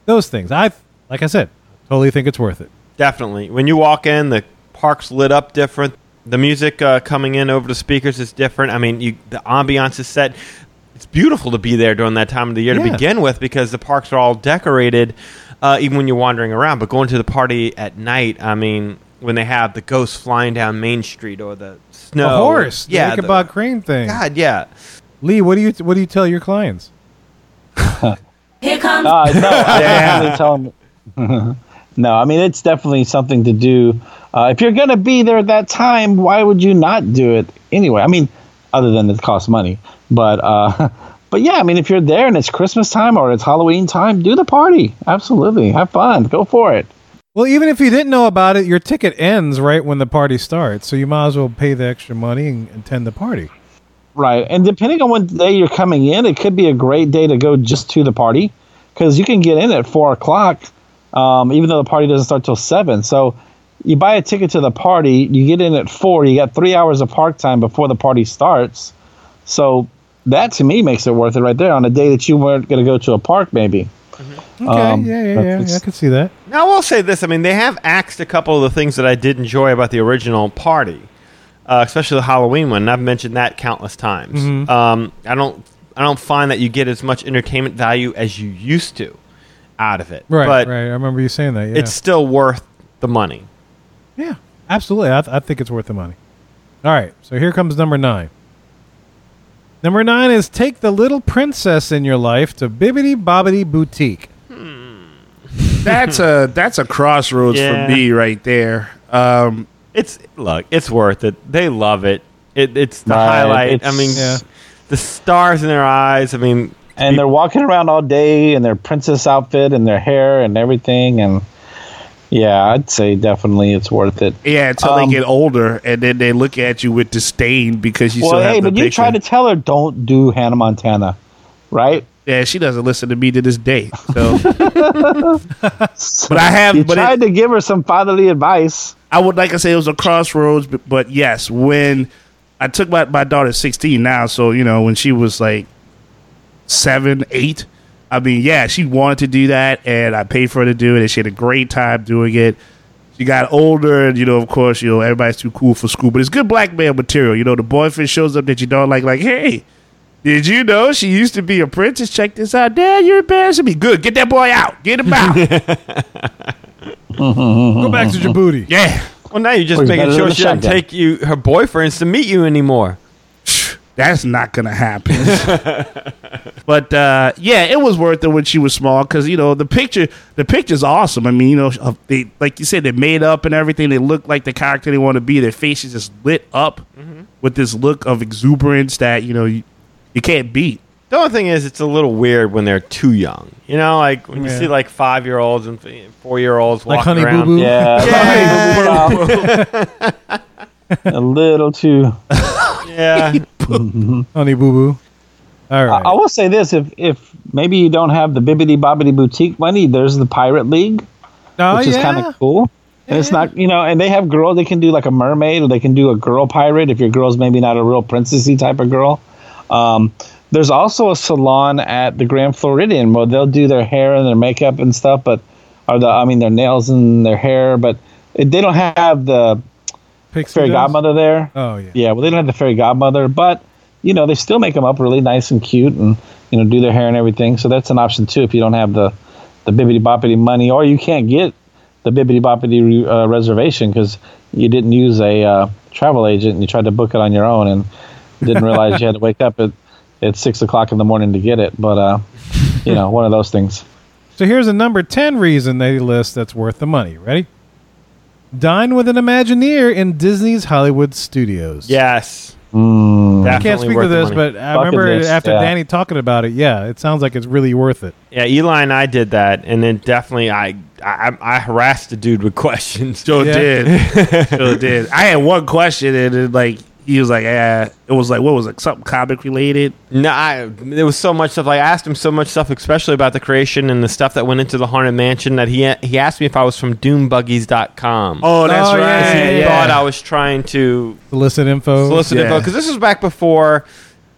Speaker 4: those things. I like I said, totally think it's worth it.
Speaker 5: Definitely. When you walk in, the park's lit up different. The music uh, coming in over the speakers is different. I mean, you, the ambiance is set. It's beautiful to be there during that time of the year to
Speaker 4: Yeah.
Speaker 5: begin with because the parks are all decorated, uh, even when you're wandering around. But going to the party at night, I mean, when they have the ghosts flying down Main Street or the snow,
Speaker 4: the horse, the
Speaker 5: yeah, the-
Speaker 4: Ichabod Crane thing.
Speaker 5: God, yeah.
Speaker 4: Lee, what do you what do you tell your clients?
Speaker 7: Here comes
Speaker 8: Uh, no, I definitely tell 'em- no, I mean it's definitely something to do. Uh, if you're gonna be there at that time, why would you not do it anyway? I mean, other than it costs money, but uh, but yeah, I mean if you're there and it's Christmas time or it's Halloween time, do the party. Absolutely, have fun, go for it.
Speaker 4: Well, even if you didn't know about it, your ticket ends right when the party starts, so you might as well pay the extra money and attend the party.
Speaker 8: Right, and depending on what day you're coming in, it could be a great day to go just to the party because you can get in at four o'clock, um, even though the party doesn't start till seven. So you buy a ticket to the party, you get in at four, you got three hours of park time before the party starts. So that to me makes it worth it right there on a day that you weren't going to go to a park, maybe.
Speaker 4: Okay,
Speaker 8: Um,
Speaker 4: yeah, yeah, yeah,
Speaker 8: that's-
Speaker 4: I can see that.
Speaker 5: Now, I will say this. I mean, they have axed a couple of the things that I did enjoy about the original party, uh, especially the Halloween one. And I've mentioned that countless times.
Speaker 4: Mm-hmm.
Speaker 5: Um, I don't, I don't find that you get as much entertainment value as you used to out of it.
Speaker 4: Right,
Speaker 5: but
Speaker 4: right. I remember you saying that. Yeah.
Speaker 5: it's still worth the money.
Speaker 4: Yeah, absolutely. I, th- I think it's worth the money. All right, so here comes number nine. Number nine is take the little princess in your life to Bibbidi Bobbidi Boutique.
Speaker 6: that's a that's a crossroads
Speaker 5: Yeah.
Speaker 6: for me right there. Um,
Speaker 5: It's look, it's worth it. They love it. it it's the
Speaker 8: Right,
Speaker 5: highlight. I
Speaker 8: it's-
Speaker 5: mean,
Speaker 4: Yeah.
Speaker 5: the stars in their eyes. I mean,
Speaker 8: And they're walking around all day in their princess outfit and their hair and everything, and yeah, I'd say definitely it's worth it.
Speaker 6: yeah, until
Speaker 8: Um,
Speaker 6: they get older, and then they look at you with disdain because you still
Speaker 8: well,
Speaker 6: have
Speaker 8: hey,
Speaker 6: the
Speaker 8: but you
Speaker 6: picture.
Speaker 8: tried to tell her don't do Hannah Montana, right?
Speaker 6: yeah, she doesn't listen to me to this day. So, but I
Speaker 8: You
Speaker 6: have, but it,
Speaker 8: tried to give her some fatherly advice.
Speaker 6: I would like to say it was a crossroads, but, but yes, when I took my, my daughter's 16 now, so, you know, when she was like seven, eight, I mean, yeah, she wanted to do that, and I paid for her to do it, and she had a great time doing it. She got older, and, you know, of course, you know, everybody's too cool for school, but it's good black man material. You know, the boyfriend shows up that you don't like, like, hey, did you know she used to be a princess? Check this out. Dad, you're embarrassing me. Good. Get that boy out. Get him out.
Speaker 4: Go back to Djibouti.
Speaker 6: yeah.
Speaker 5: well, now you're just
Speaker 8: Or he's
Speaker 5: making
Speaker 8: better
Speaker 5: sure
Speaker 8: than
Speaker 5: she
Speaker 8: the
Speaker 5: doesn't
Speaker 8: shotgun.
Speaker 5: take you her boyfriends to meet you anymore.
Speaker 6: that's not gonna happen. but uh, yeah, it was worth it when she was small because you know the picture, the picture's awesome. I mean, you know, sh- uh, they like you said, they made up and everything. They look like the character they want to be. Their faces just lit up with this look of exuberance that you know you, you can't beat.
Speaker 5: The only thing is, it's a little weird when they're too young. You know, like when you
Speaker 4: Yeah.
Speaker 5: see like five year olds and four year olds
Speaker 4: Like
Speaker 5: walking
Speaker 4: Honey
Speaker 5: around.
Speaker 4: Boo Boo.
Speaker 8: Yeah,
Speaker 5: Yeah.
Speaker 8: a little too.
Speaker 5: Yeah,
Speaker 4: Honey Boo Boo. All
Speaker 8: I,
Speaker 4: right.
Speaker 8: I will say this: if if maybe you don't have the Bibbidi Bobbidi Boutique money, there's the Pirate League,
Speaker 4: oh,
Speaker 8: which is kind
Speaker 4: yeah.
Speaker 8: of cool. And it's not, you know, and they have girls. They can do like a mermaid, or they can do a girl pirate if your girl's maybe not a real princessy type of girl. Um, there's also a salon at the Grand Floridian where they'll do their hair and their makeup and stuff, but or the I mean their nails and their hair, but it, they don't have the
Speaker 4: Pixie
Speaker 8: fairy
Speaker 4: Dust?
Speaker 8: godmother there.
Speaker 4: Oh, yeah.
Speaker 8: Yeah, well, they don't have the fairy godmother, but you know they still make them up really nice and cute, and you know do their hair and everything. So that's an option too if you don't have the the bibbity boppity money, or you can't get the bibbity boppity uh, reservation because you didn't use a uh, travel agent and you tried to book it on your own and didn't realize you had to wake up at at six o'clock in the morning to get it. But uh, you know, one of those things.
Speaker 4: So here's a number 10 reason they list that's worth the money. Ready? Dine with an Imagineer in Disney's Hollywood Studios.
Speaker 5: Yes.
Speaker 6: Mm.
Speaker 4: I can't speak to this, but I
Speaker 8: Bucket
Speaker 4: remember
Speaker 8: list,
Speaker 4: after
Speaker 8: yeah.
Speaker 4: Danny talking about it, yeah, it sounds like it's really worth it.
Speaker 5: yeah, Eli and I did that, and then definitely I I, I harassed the dude with questions.
Speaker 6: Joe
Speaker 4: Yeah.
Speaker 6: did. Joe did. I had one question, and it, like he was like, "Yeah." It was like, what was it? Something comic related.
Speaker 5: No, I, there was so much stuff. I asked him so much stuff, especially about the creation and the stuff that went into the haunted mansion. That he he asked me if I was from DoomBuggies.com.
Speaker 6: Oh, that's
Speaker 4: Oh, yeah,
Speaker 6: right.
Speaker 5: he
Speaker 4: yeah, yeah.
Speaker 5: thought I was trying to
Speaker 4: Solicit info.
Speaker 5: solicit
Speaker 6: Yeah.
Speaker 5: because this was back before.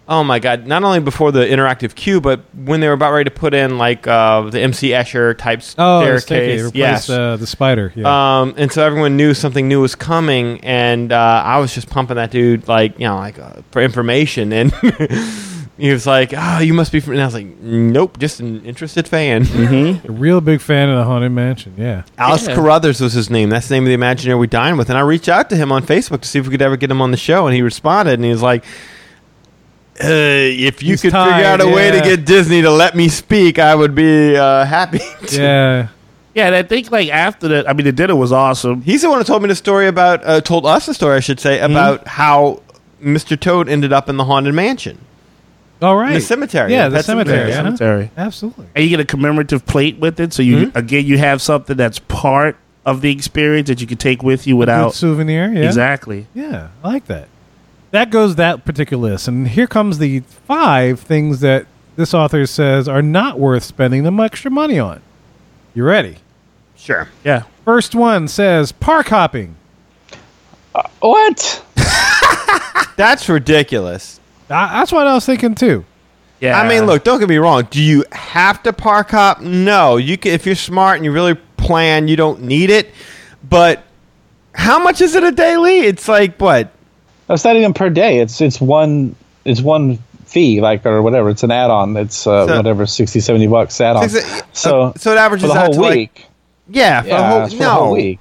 Speaker 5: Oh my God! Not only before the interactive queue, but when they were about ready to put in like uh, the MC Escher type
Speaker 4: Oh, the staircase,
Speaker 5: staircase.
Speaker 4: replace
Speaker 5: Yes.
Speaker 4: uh, the spider. Yeah.
Speaker 5: Um, and so everyone knew something new was coming, and uh, I was just pumping that dude like you know like uh, for information, and he was like, "Oh, you must be," from, and I was like, "Nope, just an interested fan."
Speaker 4: Mm-hmm. a real big fan of the Haunted Mansion. Yeah.
Speaker 5: Alice Carruthers was his name. That's the name of the Imagineer we dined with, and I reached out to him on Facebook to see if we could ever get him on the show, and he responded, and he was like. Uh, if you
Speaker 4: He's
Speaker 5: could
Speaker 4: tied,
Speaker 5: figure out a way to
Speaker 4: yeah.
Speaker 5: get Disney to let me speak, I would be uh, happy. to."
Speaker 4: Yeah.
Speaker 6: Yeah, and I think like after that, I mean, the dinner was awesome.
Speaker 5: He's the one who told me the story about, uh, told us the story, I should say,
Speaker 4: Mm-hmm.
Speaker 5: about how Mr. Toad ended up in the haunted mansion,
Speaker 4: All right.
Speaker 5: in the cemetery.
Speaker 4: Yeah, the
Speaker 5: Pet
Speaker 4: cemetery.
Speaker 5: yeah.
Speaker 4: uh-huh.
Speaker 6: Cemetery.
Speaker 4: Absolutely.
Speaker 6: and you get a commemorative plate with it. So you
Speaker 4: Mm-hmm.
Speaker 6: again, you have something that's part of the experience that you can take with you
Speaker 4: Good
Speaker 6: without
Speaker 4: souvenir. Yeah.
Speaker 6: exactly.
Speaker 4: Yeah, I like that. That goes that particular list. And here comes the five things that this author says are not worth spending the extra money on. You ready?
Speaker 5: Sure.
Speaker 6: Yeah,
Speaker 4: First one says park hopping.
Speaker 8: What?
Speaker 5: That's ridiculous.
Speaker 4: I, that's what I was thinking too.
Speaker 6: yeah.
Speaker 8: Uh,
Speaker 5: I mean, look, don't get me wrong. Do you have to park hop? No. You can, if you're smart and you really plan, you don't need it. But how much is it a daily? It's like what?
Speaker 8: It's not even per day. It's it's one it's one fee like or whatever. It's an add-on. It's uh,
Speaker 5: So-
Speaker 8: whatever 60 70 bucks add-on.
Speaker 5: Six-
Speaker 8: Uh,
Speaker 5: uh,
Speaker 8: so
Speaker 5: so it averages
Speaker 8: for the
Speaker 5: out
Speaker 8: whole
Speaker 5: to, like,
Speaker 8: week.
Speaker 5: Yeah, for
Speaker 8: yeah,
Speaker 5: a whole,
Speaker 8: for
Speaker 5: no.
Speaker 8: the whole week.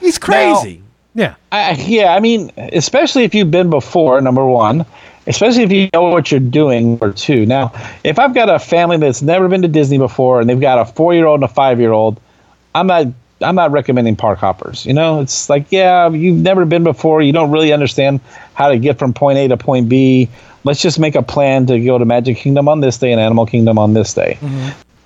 Speaker 5: He's crazy.
Speaker 4: Yeah.
Speaker 8: I, I- yeah, I mean, especially if you've been before, number one, especially if you know what you're doing, or two. Now, if I've got a family that's never been to Disney before and they've got a four year old and a five year old, I'm not. I'm not recommending park hoppers. You know, it's like, yeah, you've never been before. You don't really understand how to get from point A to point B. Let's just make a plan to go to Magic Kingdom on this day and Animal Kingdom on this day.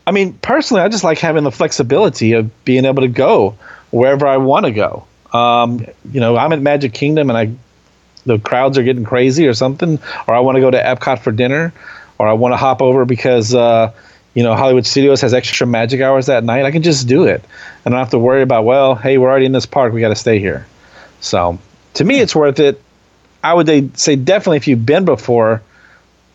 Speaker 8: I mean, personally, I just like having the flexibility of being able to go wherever I want to go. Um, you know, I'm at Magic Kingdom and I, the crowds are getting crazy or something, or I want to go to Epcot for dinner, or I want to hop over because, uh, you know, Hollywood Studios has extra magic hours that night. I can just do it. I don't have to worry about, well, hey, we're already in this park. We got to stay here. So to me, it's worth it. I would they- say definitely if you've been before,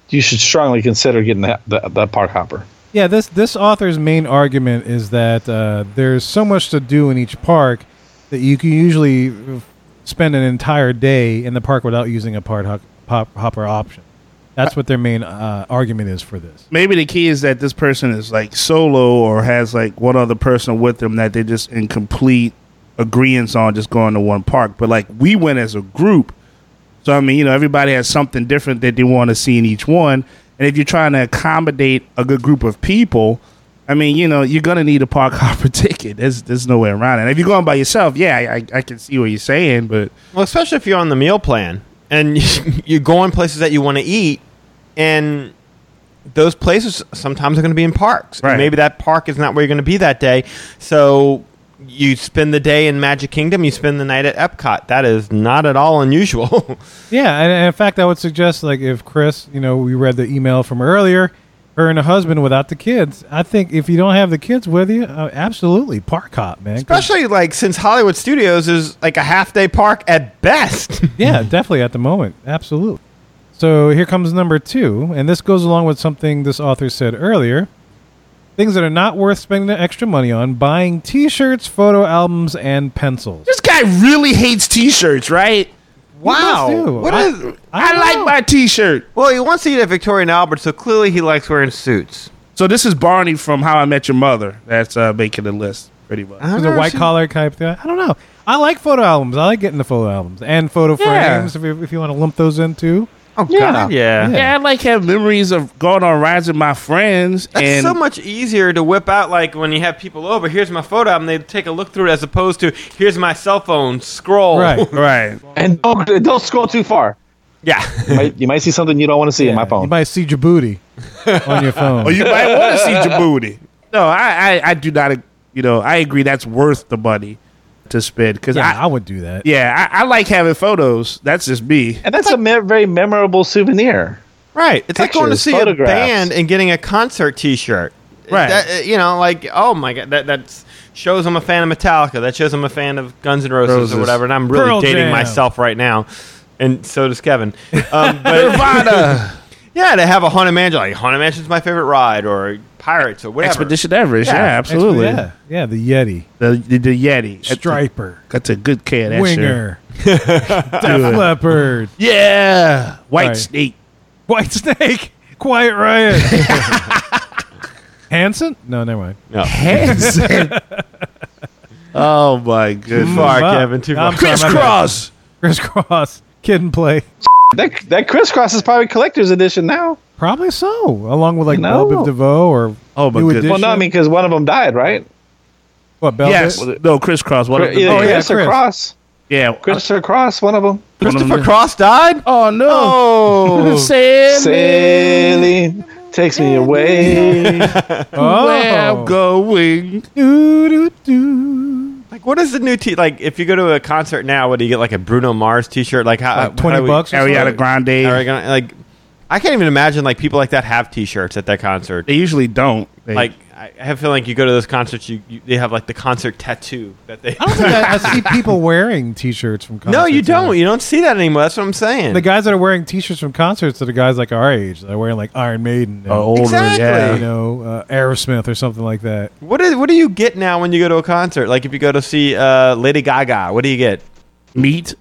Speaker 8: you should strongly consider getting the, the, the park hopper.
Speaker 4: Yeah, this this author's main argument is that uh, there's so much to do in each park that you can usually spend an entire day in the park without using a part hop, pop, hopper option. That's what their main uh, argument is for this.
Speaker 6: maybe the key is that this person is like solo or has like one other person with them that they're just in complete agreement on just going to one park. But like we went as a group. So I mean, you know, everybody has something different that they want to see in each one. And if you're trying to accommodate a good group of people, I mean, you know, you're gonna need a park hopper ticket. There's there's no way around it. And if you're going by yourself, yeah, I, I- I can see what you're saying, but
Speaker 5: Well, especially if you're on the meal plan and you're going places that you want to eat, and those places sometimes are going to be in parks. And
Speaker 6: Right.
Speaker 5: Maybe that park is not where you're going to be that day. So you spend the day in Magic Kingdom, you spend the night at Epcot. That is not at all unusual.
Speaker 4: Yeah, and, and in fact, I would suggest like if Chris, you know, we read the email from earlier, her and her husband without the kids. I think if you don't have the kids with you, uh, absolutely park hop, man. 'Cause-
Speaker 5: especially like since Hollywood Studios is like a half day park at best.
Speaker 4: yeah, definitely at the moment. Absolutely. So here comes number two, and this goes along with something this author said earlier. Things that are not worth spending the extra money on buying t shirts, photo albums, and pencils.
Speaker 6: this guy really hates t-shirts, right?
Speaker 4: does too.
Speaker 5: What
Speaker 4: I-
Speaker 5: is-
Speaker 6: I,
Speaker 4: don't
Speaker 6: like
Speaker 4: know.
Speaker 6: my t-shirt.
Speaker 5: well, he wants to eat at Victorian Albert, so clearly he likes wearing suits.
Speaker 6: So this is Barney from How I Met Your Mother. That's uh, making the list pretty much.
Speaker 5: I
Speaker 4: It's
Speaker 5: don't
Speaker 4: a
Speaker 5: know,
Speaker 4: white
Speaker 5: she-
Speaker 4: collar type thing. I don't know. I like photo albums. I like getting the photo albums and photo
Speaker 5: Yeah.
Speaker 4: frames if you, if you want to lump those in too.
Speaker 5: Oh God, yeah.
Speaker 6: Yeah, I like have memories of going on rides with my friends
Speaker 5: That's
Speaker 6: and
Speaker 5: so much easier to whip out. Like when you have people over, here's my photo album. They take a look through it as opposed to here's my cell phone. Scroll.
Speaker 4: Right.
Speaker 6: right.
Speaker 8: And don't, don't scroll too far.
Speaker 5: yeah.
Speaker 8: You might, you might see something you don't want to see in my
Speaker 4: You
Speaker 8: phone.
Speaker 4: might see Djibouti on your
Speaker 5: Oh,
Speaker 4: phone.
Speaker 6: Or you might want to see Djibouti. No, I, I, I do not. You know, I agree. That's worth the money to spend because
Speaker 4: yeah, I,
Speaker 6: I,
Speaker 4: would do that.
Speaker 6: yeah, I, I like having photos. That's just me.
Speaker 8: and that's a me- very memorable souvenir.
Speaker 5: Right. It's like going to
Speaker 8: Pictures,
Speaker 5: see a
Speaker 8: photographs.
Speaker 5: band and getting a concert T-shirt.
Speaker 6: Right.
Speaker 5: That, you know, like oh my god, that that shows I'm a fan of Metallica. That shows I'm a fan of Guns N' Roses,
Speaker 6: Roses.
Speaker 5: or whatever. And I'm really
Speaker 4: Pearl
Speaker 5: dating
Speaker 4: Jam.
Speaker 5: myself right now, and so does Kevin. Um, but Nirvana. yeah, to have a haunted mansion, like haunted mansion's my favorite ride, or Pirates, or whatever.
Speaker 6: Expedition Everest. Yeah,
Speaker 5: Yeah.
Speaker 6: absolutely.
Speaker 4: Yeah, yeah, the Yeti,
Speaker 6: The, the the Yeti. That's a,
Speaker 4: Striper,
Speaker 6: that's a good can. That Winger.
Speaker 4: Winger, Def Leppard,
Speaker 6: Yeah. White
Speaker 4: Right.
Speaker 6: Snake.
Speaker 4: White Snake, Quiet Riot, Hanson. No, never mind.
Speaker 6: Hanson. oh my
Speaker 5: Too
Speaker 6: goodness.
Speaker 5: far,
Speaker 4: Mm,
Speaker 5: Kevin. Too
Speaker 4: no,
Speaker 5: far.
Speaker 4: I'm sorry, my bad.
Speaker 6: Crisscross.
Speaker 4: Crisscross, Kid and Play.
Speaker 8: That that crisscross is probably collector's edition now.
Speaker 4: Probably so, along with like
Speaker 8: No.
Speaker 4: Bell Biv DeVoe or
Speaker 6: Oh, my
Speaker 4: New
Speaker 6: goodness.
Speaker 4: Edition.
Speaker 8: Well, no, I mean because one of them died, right?
Speaker 4: what Bell
Speaker 6: Yes.
Speaker 4: Biv-
Speaker 6: No, crisscross. One of
Speaker 8: Either
Speaker 6: the,
Speaker 4: yeah,
Speaker 6: oh, yeah.
Speaker 8: Chris or
Speaker 4: Chris. Uh,
Speaker 8: Cross.
Speaker 6: Yeah.
Speaker 8: Chris or Cross, one of them.
Speaker 5: Christopher Cross died.
Speaker 6: Oh no.
Speaker 5: Oh.
Speaker 6: Sand
Speaker 8: Sailing takes me away.
Speaker 4: Oh,
Speaker 6: where I'm going.
Speaker 4: Doo, doo, doo.
Speaker 5: Like, what is the new t? Like, if you go to a concert now, what do you get? Like a Bruno Mars T-shirt? Like, how,
Speaker 4: Like 20
Speaker 5: how do we-
Speaker 4: bucks or
Speaker 6: Ariana Grande.
Speaker 5: Are we gonna- like, I can't even imagine like people like that have T-shirts at that concert.
Speaker 6: They usually don't. They-
Speaker 5: Like, I I have a feeling like you go to those concerts, you, you they have like the concert tattoo that they.
Speaker 4: I don't think I, I see people wearing T-shirts from concerts.
Speaker 5: no, you don't.
Speaker 4: anymore.
Speaker 5: You don't see that anymore. That's what I'm saying.
Speaker 4: The guys that are wearing T-shirts from concerts are the guys like our age. They're wearing like Iron Maiden, and,
Speaker 6: Or older,
Speaker 5: Exactly.
Speaker 4: you
Speaker 6: yeah.
Speaker 4: know, uh, Aerosmith or something like that.
Speaker 5: what is? What do you get now when you go to a concert? Like, if you go to see uh, Lady Gaga, what do you get?
Speaker 6: Meat.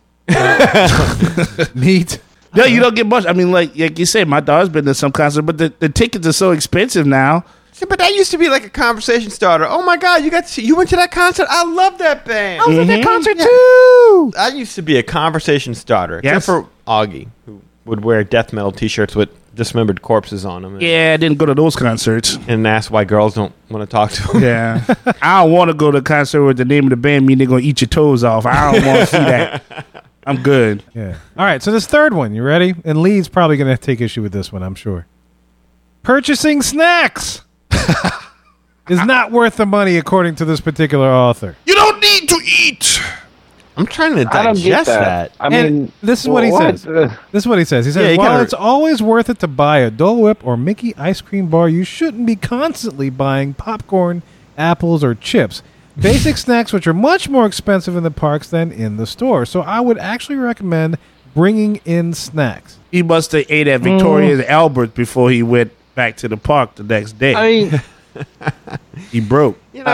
Speaker 4: Neat.
Speaker 6: No, you don't get much. I mean, like like you said, my daughter's been to some concert, but the, the tickets are so expensive now.
Speaker 5: See, But that used to be like a conversation starter. Oh my God, you got to, see- you went to that concert. I love that band.
Speaker 6: was at
Speaker 8: Mm-hmm.
Speaker 6: that Mhm. concert,
Speaker 5: too. I used to be a conversation starter,
Speaker 6: Yes.
Speaker 5: except for Augie, who would wear death metal T-shirts with dismembered corpses on them, and,
Speaker 6: Yeah, I didn't go to those concerts.
Speaker 5: and ask why girls don't want to talk to him.
Speaker 6: Yeah, I don't want to go to a concert with the name of the band. Mean they're gonna eat your toes off. I don't want to see that. I'm good.
Speaker 4: Yeah. All right. So this third one, you ready? And Lee's probably going to take issue with this one, I'm sure. Purchasing snacks is not worth the money, according to this particular author.
Speaker 6: You don't need to eat.
Speaker 5: I'm trying to digest
Speaker 8: I don't get that.
Speaker 5: that.
Speaker 8: I
Speaker 4: And
Speaker 8: mean,
Speaker 4: this is what he says.
Speaker 8: Uh,
Speaker 4: This is what he says. He says,
Speaker 5: Yeah, you
Speaker 4: while
Speaker 5: gotta-
Speaker 4: it's always worth it to buy a Dole Whip or Mickey ice cream bar, you shouldn't be constantly buying popcorn, apples, or chips. Basic snacks, which are much more expensive in the parks than in the store. So I would actually recommend bringing in snacks.
Speaker 6: He must have ate at Victoria's Albert before he went back to the park the next day.
Speaker 8: I mean,
Speaker 6: he broke.
Speaker 5: You know,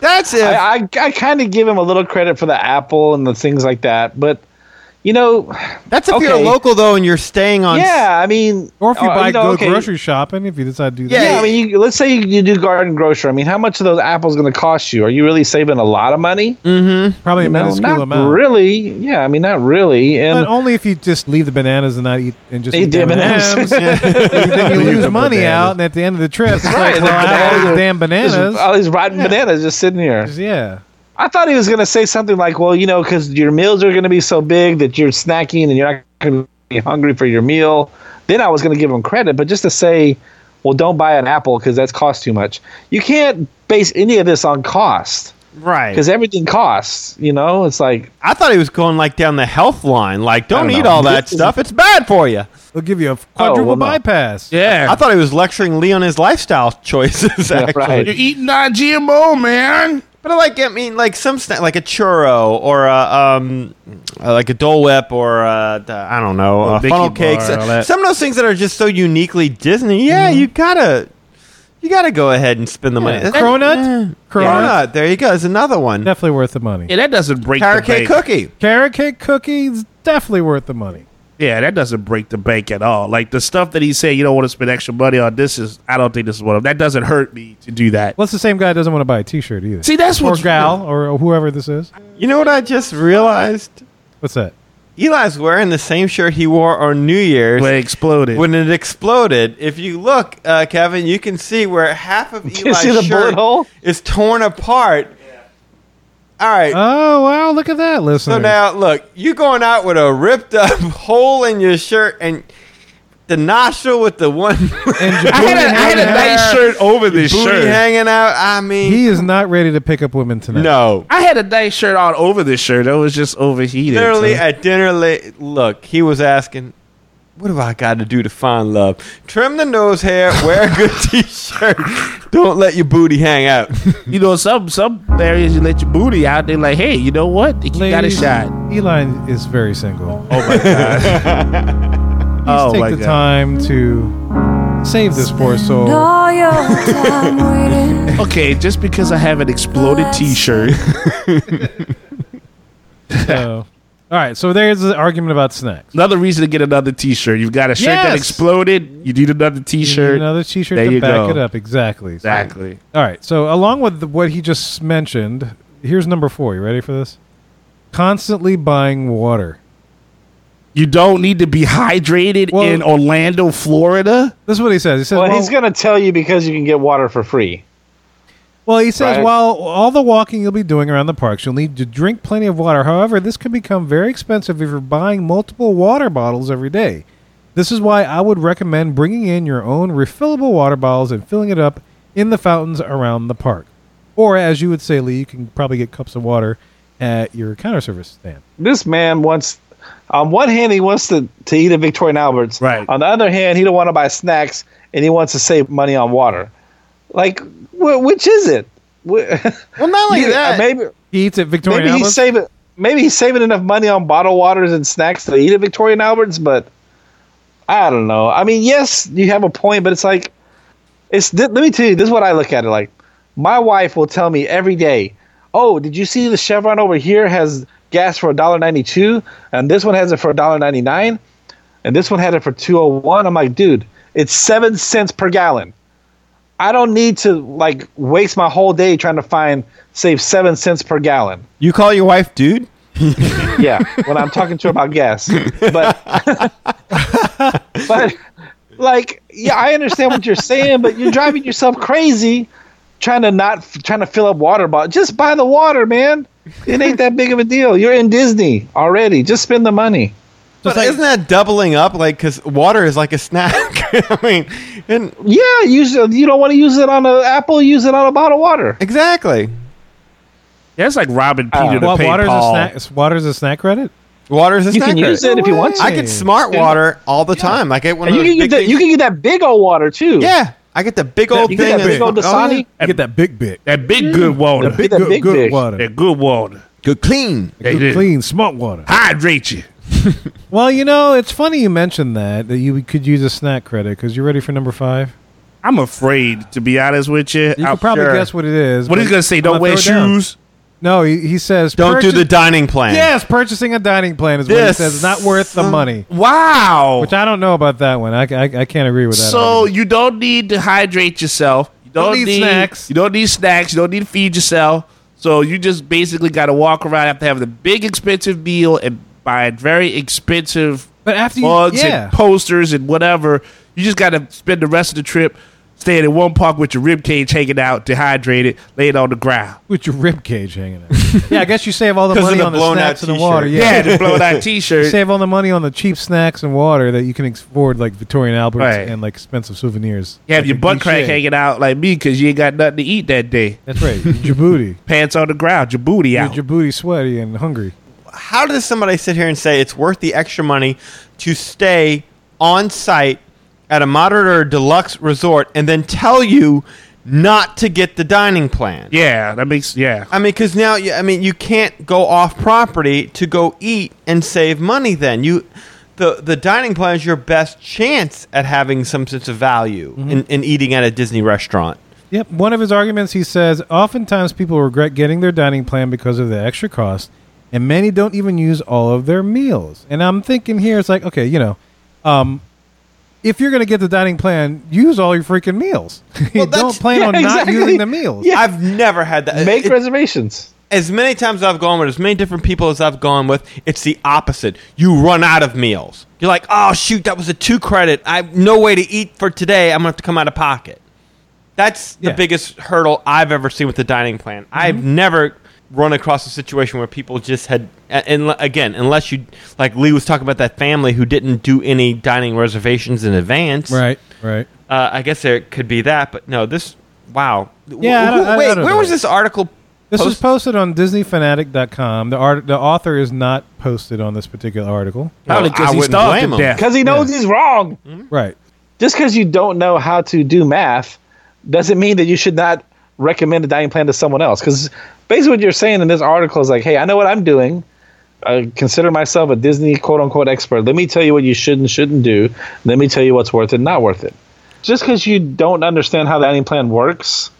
Speaker 5: that's it.
Speaker 8: uh, I, I, I kind of give him a little credit for the apple and the things like that, but you know,
Speaker 5: that's if you're
Speaker 8: okay.
Speaker 5: local though, and you're staying on. s-
Speaker 8: yeah, I mean,
Speaker 4: Or if you
Speaker 8: uh,
Speaker 4: buy
Speaker 8: know,
Speaker 4: go
Speaker 8: okay,
Speaker 4: grocery shopping, if you decide to do
Speaker 8: Yeah,
Speaker 4: that.
Speaker 8: I mean, you, let's say you, you do garden grocer. I mean, how much are those apples going to cost you? Are you really saving a lot of money?
Speaker 4: Probably a
Speaker 8: No,
Speaker 4: minuscule
Speaker 8: not
Speaker 4: Mm. amount.
Speaker 8: really. Yeah, I mean, not really.
Speaker 4: But
Speaker 8: And
Speaker 4: only if you just leave the bananas and not eat and just
Speaker 8: Eat
Speaker 4: eat
Speaker 8: the
Speaker 4: M&Ms.
Speaker 8: bananas.
Speaker 4: then you
Speaker 6: Leave
Speaker 4: lose
Speaker 6: the
Speaker 4: money
Speaker 6: bananas.
Speaker 4: out, and at the end of the trip, it's
Speaker 8: Right,
Speaker 4: like,
Speaker 8: the
Speaker 4: well, I had all
Speaker 8: bananas
Speaker 4: these
Speaker 8: are-
Speaker 4: damn
Speaker 8: there's
Speaker 4: bananas.
Speaker 8: all these rotten bananas just sitting here.
Speaker 4: yeah.
Speaker 8: I thought he was going to say something like, "Well, you know, because your meals are going to be so big that you're snacking and you're not going to be hungry for your meal." Then I was going to give him credit, but just to say, "Well, don't buy an apple because that's cost too much." You can't base any of this on cost
Speaker 5: right.
Speaker 8: because everything costs. You know, it's like
Speaker 5: I thought he was going like down the health line. Like, don't,
Speaker 8: don't
Speaker 5: eat
Speaker 8: know.
Speaker 5: all that stuff. It's bad for you.
Speaker 4: They'll give you a quadruple
Speaker 8: Oh, well, no.
Speaker 4: bypass.
Speaker 5: I
Speaker 6: Yeah,
Speaker 5: thought he was lecturing Lee on his lifestyle choices.
Speaker 8: Yeah,
Speaker 5: Actually.
Speaker 8: right.
Speaker 6: you're eating non-GMO, man.
Speaker 5: But I like, I mean, like some sna- like a churro or a, um, uh, like a Dole Whip or uh, the- I don't know,
Speaker 6: Or
Speaker 5: uh,
Speaker 6: Mickey
Speaker 5: funnel
Speaker 6: bar,
Speaker 5: cakes.
Speaker 6: all that. Mm-hmm.
Speaker 5: Some of those things that are just so uniquely Disney. Yeah, you gotta, you gotta go ahead and spend the money. That-
Speaker 4: Cronut? Cronut.
Speaker 5: Cronut, there you go. Is another one.
Speaker 4: Definitely worth the money.
Speaker 6: Yeah, that doesn't break
Speaker 5: Carrot
Speaker 6: the
Speaker 5: cake
Speaker 6: bank.
Speaker 5: cookie.
Speaker 4: Carrot cake cookies, definitely worth the money.
Speaker 6: Yeah, that doesn't break the bank at all. Like the stuff that he said, you don't want to spend extra money on. This is, I don't think this is one of them. That doesn't hurt me to do that.
Speaker 4: Well, it's the same guy that doesn't want to buy a T-shirt either.
Speaker 6: See, that's
Speaker 4: or
Speaker 6: what's
Speaker 4: gal or whoever this is.
Speaker 5: You know what I just realized?
Speaker 4: What's that?
Speaker 5: Eli's wearing the same shirt he wore on New Year's
Speaker 6: But it exploded.
Speaker 5: when it exploded. If you look, uh, Kevin, you can see where half of Eli's
Speaker 8: you see the bullet
Speaker 5: shirt
Speaker 8: hole?
Speaker 5: is torn apart. All right.
Speaker 4: Oh wow! Look at that, listener.
Speaker 5: so now, look, you going out with a ripped up hole in your shirt and the nostril with the one
Speaker 4: And
Speaker 5: booty
Speaker 4: Jacoby
Speaker 6: I had a, I had a
Speaker 4: Hannah,
Speaker 6: nice shirt over this shirt.
Speaker 5: hanging out. I mean,
Speaker 4: He is not ready to pick up women tonight.
Speaker 5: no.
Speaker 6: I had a nice shirt on over this shirt. It was just overheated.
Speaker 5: Literally
Speaker 6: so-
Speaker 5: at dinner late. Look, he was asking, "What have I got to do to find love? Trim the nose hair, wear a good t-shirt, don't let your booty hang out."
Speaker 6: you know, some some areas you let your booty out. They're like, hey, you know what? You got a
Speaker 4: Ladies,
Speaker 6: shot.
Speaker 4: Eli is very single.
Speaker 6: Oh my god.
Speaker 4: Please
Speaker 6: oh
Speaker 4: take
Speaker 6: my
Speaker 4: the
Speaker 6: god.
Speaker 4: time to save this poor soul.
Speaker 7: All your time waiting.
Speaker 6: Okay, just because I have an exploded T-shirt,
Speaker 4: So- all right, so there's the argument about snacks.
Speaker 6: another reason to get another T-shirt. You've got a shirt that
Speaker 4: Yes.
Speaker 6: exploded. You need another
Speaker 4: You need
Speaker 6: T-shirt.
Speaker 4: another T-shirt
Speaker 6: There
Speaker 4: to
Speaker 6: you
Speaker 4: back
Speaker 6: go.
Speaker 4: it up. Exactly. So-
Speaker 6: Exactly.
Speaker 4: All right. So along with the, what he just mentioned, here's number four. You ready for this? Constantly buying water.
Speaker 6: You don't need to be hydrated
Speaker 4: Well-
Speaker 6: in Orlando, Florida.
Speaker 4: This is what he says. He says,
Speaker 8: Well,
Speaker 4: well,
Speaker 8: he's going to tell you because you can get water for free.
Speaker 4: well, he says,
Speaker 8: Right.
Speaker 4: while all the walking you'll be doing around the parks, you'll need to drink plenty of water. However, this can become very expensive if you're buying multiple water bottles every day. This is why I would recommend bringing in your own refillable water bottles and filling it up in the fountains around the park. Or, as you would say, Lee, you can probably get cups of water at your counter service stand.
Speaker 8: This man wants, on one hand, he wants to, to eat at Victorian Albert's.
Speaker 6: Right.
Speaker 8: On the other hand, he don't want to buy snacks and he wants to save money on water. Like, wh- which is it? Well,
Speaker 5: Well, not only that.
Speaker 8: Maybe,
Speaker 4: He eats at Victorian
Speaker 8: maybe he's
Speaker 4: Albert's.
Speaker 8: saving. Maybe he's saving enough money on bottled waters and snacks to eat at Victorian Albert's, but I don't know. I mean, yes, you have a point, but it's like it's. th- Let me tell you, this is what I look at it like. My wife will tell me every day, "Oh, did you see the Chevron over here has gas for $1.92 and this one has it for $1.99 and this one had it for 201." I'm like, "Dude, it's 7 cents per gallon." I don't need to like waste my whole day trying to find save 7 cents per gallon.
Speaker 5: You call your wife, dude?
Speaker 8: Yeah, when I'm talking to her about gas. But but like yeah, I understand what you're saying, but you're driving yourself crazy trying to not trying to fill up water bottles. Just buy the water, man. It ain't that big of a deal. You're in Disney already. Just spend the money.
Speaker 5: But isn't that doubling up? Like, because water is like a snack. I mean, and
Speaker 8: Yeah, use you don't want to use it on an apple, use it on a bottle of water.
Speaker 5: exactly,
Speaker 6: That's like robbing Peter to
Speaker 4: Wa-
Speaker 6: pay
Speaker 4: Uh, water's
Speaker 6: Paul.
Speaker 4: a snack. Water's a snack credit.
Speaker 5: water is a
Speaker 8: You
Speaker 5: snack.
Speaker 8: can use
Speaker 5: right?
Speaker 8: it if you want to.
Speaker 5: I get smart water all the time. Like, I get one of
Speaker 8: and you
Speaker 5: those
Speaker 8: can get
Speaker 5: big
Speaker 8: that you
Speaker 5: things-
Speaker 8: can get that big old water too.
Speaker 5: yeah, I get the big old
Speaker 8: You
Speaker 5: thing.
Speaker 8: get that
Speaker 5: and-
Speaker 8: big old
Speaker 5: oh, yeah.
Speaker 8: Dasani.
Speaker 4: You get that big bit.
Speaker 6: That big good water.
Speaker 8: big- that
Speaker 4: good,
Speaker 8: dish.
Speaker 4: good water.
Speaker 6: That good water.
Speaker 5: Good clean.
Speaker 6: That
Speaker 4: Good,
Speaker 6: is.
Speaker 4: clean, smart water.
Speaker 6: Hydrate you.
Speaker 4: Well, you know, it's funny you mentioned that that you could use a snack credit because you're ready for number five.
Speaker 6: I'm afraid, to be honest with you.
Speaker 4: You
Speaker 6: I'm
Speaker 4: can probably
Speaker 6: sure.
Speaker 4: guess what it is.
Speaker 6: What
Speaker 4: but
Speaker 6: is he gonna say?
Speaker 4: I'm
Speaker 6: Don't
Speaker 4: gonna
Speaker 6: wear
Speaker 4: throw it down.
Speaker 6: shoes.
Speaker 4: No, he, he says
Speaker 5: Don't do
Speaker 4: purchase-
Speaker 5: the dining plan.
Speaker 4: Yes, purchasing a dining plan is what he says. Not worth the
Speaker 5: um,
Speaker 4: money.
Speaker 6: Wow.
Speaker 4: Which I don't know about that one. I, I, I can't agree with that.
Speaker 6: So
Speaker 4: one.
Speaker 6: you don't need to hydrate yourself. You don't,
Speaker 4: need
Speaker 6: need,
Speaker 4: snacks.
Speaker 6: You don't need snacks. You don't need to feed yourself. So you just basically got to walk around after having a big expensive meal and buying very expensive
Speaker 4: but after you,
Speaker 6: mugs
Speaker 4: yeah,
Speaker 6: and posters and whatever. You just got to spend the rest of the trip staying in one park with your rib cage hanging out, dehydrated, laying on the ground.
Speaker 4: with your rib cage hanging out. yeah, I guess you save all the
Speaker 5: 'Cause of
Speaker 4: money
Speaker 5: the
Speaker 4: on the
Speaker 5: blown out
Speaker 4: snacks and the
Speaker 5: t-shirt.
Speaker 4: water.
Speaker 6: Yeah, to blow that
Speaker 4: You
Speaker 6: T-shirt.
Speaker 4: save all the money on the cheap snacks and water that you can afford, like Victorian Alberts
Speaker 6: Right.
Speaker 4: and like expensive souvenirs.
Speaker 6: You have
Speaker 4: Like
Speaker 6: your
Speaker 4: a
Speaker 6: butt crack
Speaker 4: cliche.
Speaker 6: hanging out like me because you ain't got nothing to eat that day.
Speaker 4: That's right. Djibouti.
Speaker 6: Pants on the ground, your booty
Speaker 4: Your
Speaker 6: out.
Speaker 4: Djibouti sweaty and hungry.
Speaker 5: how does somebody sit here and say it's worth the extra money to stay on site at a moderate or deluxe resort and then tell you not to get the dining plan?
Speaker 6: yeah, that makes yeah.
Speaker 5: I mean, because now, you- I mean, you can't go off property to go eat and save money. Then you, the the dining plan is your best chance at having some sense of value
Speaker 8: Mm-hmm.
Speaker 5: in, in eating at a Disney restaurant.
Speaker 4: Yep. One of his arguments, he says, oftentimes people regret getting their dining plan because of the extra cost, and many don't even use all of their meals. And I'm thinking here, it's like, okay, you know, um, if you're going to get the dining plan, use all your freaking meals.
Speaker 5: Well, that's-
Speaker 4: don't plan
Speaker 8: yeah,
Speaker 4: on not
Speaker 8: exactly.
Speaker 4: using the meals.
Speaker 8: Yeah.
Speaker 5: I've never had that.
Speaker 8: Make
Speaker 5: It-
Speaker 8: reservations.
Speaker 5: as many times I've gone with as many different people as I've gone with, it's the opposite. You run out of meals. You're like, oh shoot, that was a two credit. I no way to eat for today. I'm gonna have to come out of pocket. That's the
Speaker 4: Yeah. Mm-hmm.
Speaker 5: biggest hurdle I've ever seen with the dining plan. I've never run across a situation where people just had, a- and l- again, unless you like Lee was talking about that family who didn't do any dining reservations in advance.
Speaker 4: Right, right.
Speaker 5: Uh, I guess there could be that, but no, this. Wow.
Speaker 4: Yeah, I
Speaker 5: Who-
Speaker 4: don't- I- I
Speaker 5: wait,
Speaker 4: don't
Speaker 5: where
Speaker 4: know.
Speaker 5: was this article?
Speaker 4: This was
Speaker 5: posted?
Speaker 4: posted on DisneyFanatic.com. The art, the author is not posted on this particular article.
Speaker 5: Well,
Speaker 6: Probably because
Speaker 5: I
Speaker 6: he
Speaker 5: wouldn't
Speaker 6: starved
Speaker 5: blame
Speaker 6: to
Speaker 5: him.
Speaker 6: death.
Speaker 8: Because he knows he's wrong.
Speaker 4: Right.
Speaker 8: Just because you don't know how to do math doesn't mean that you should not recommend a dining plan to someone else. Because basically, what you're saying in this article is like, hey, I know what I'm doing. I consider myself a Disney quote unquote expert. Let me tell you what you should and shouldn't do. Let me tell you what's worth it and not worth it. Just because you don't understand how the dining plan works,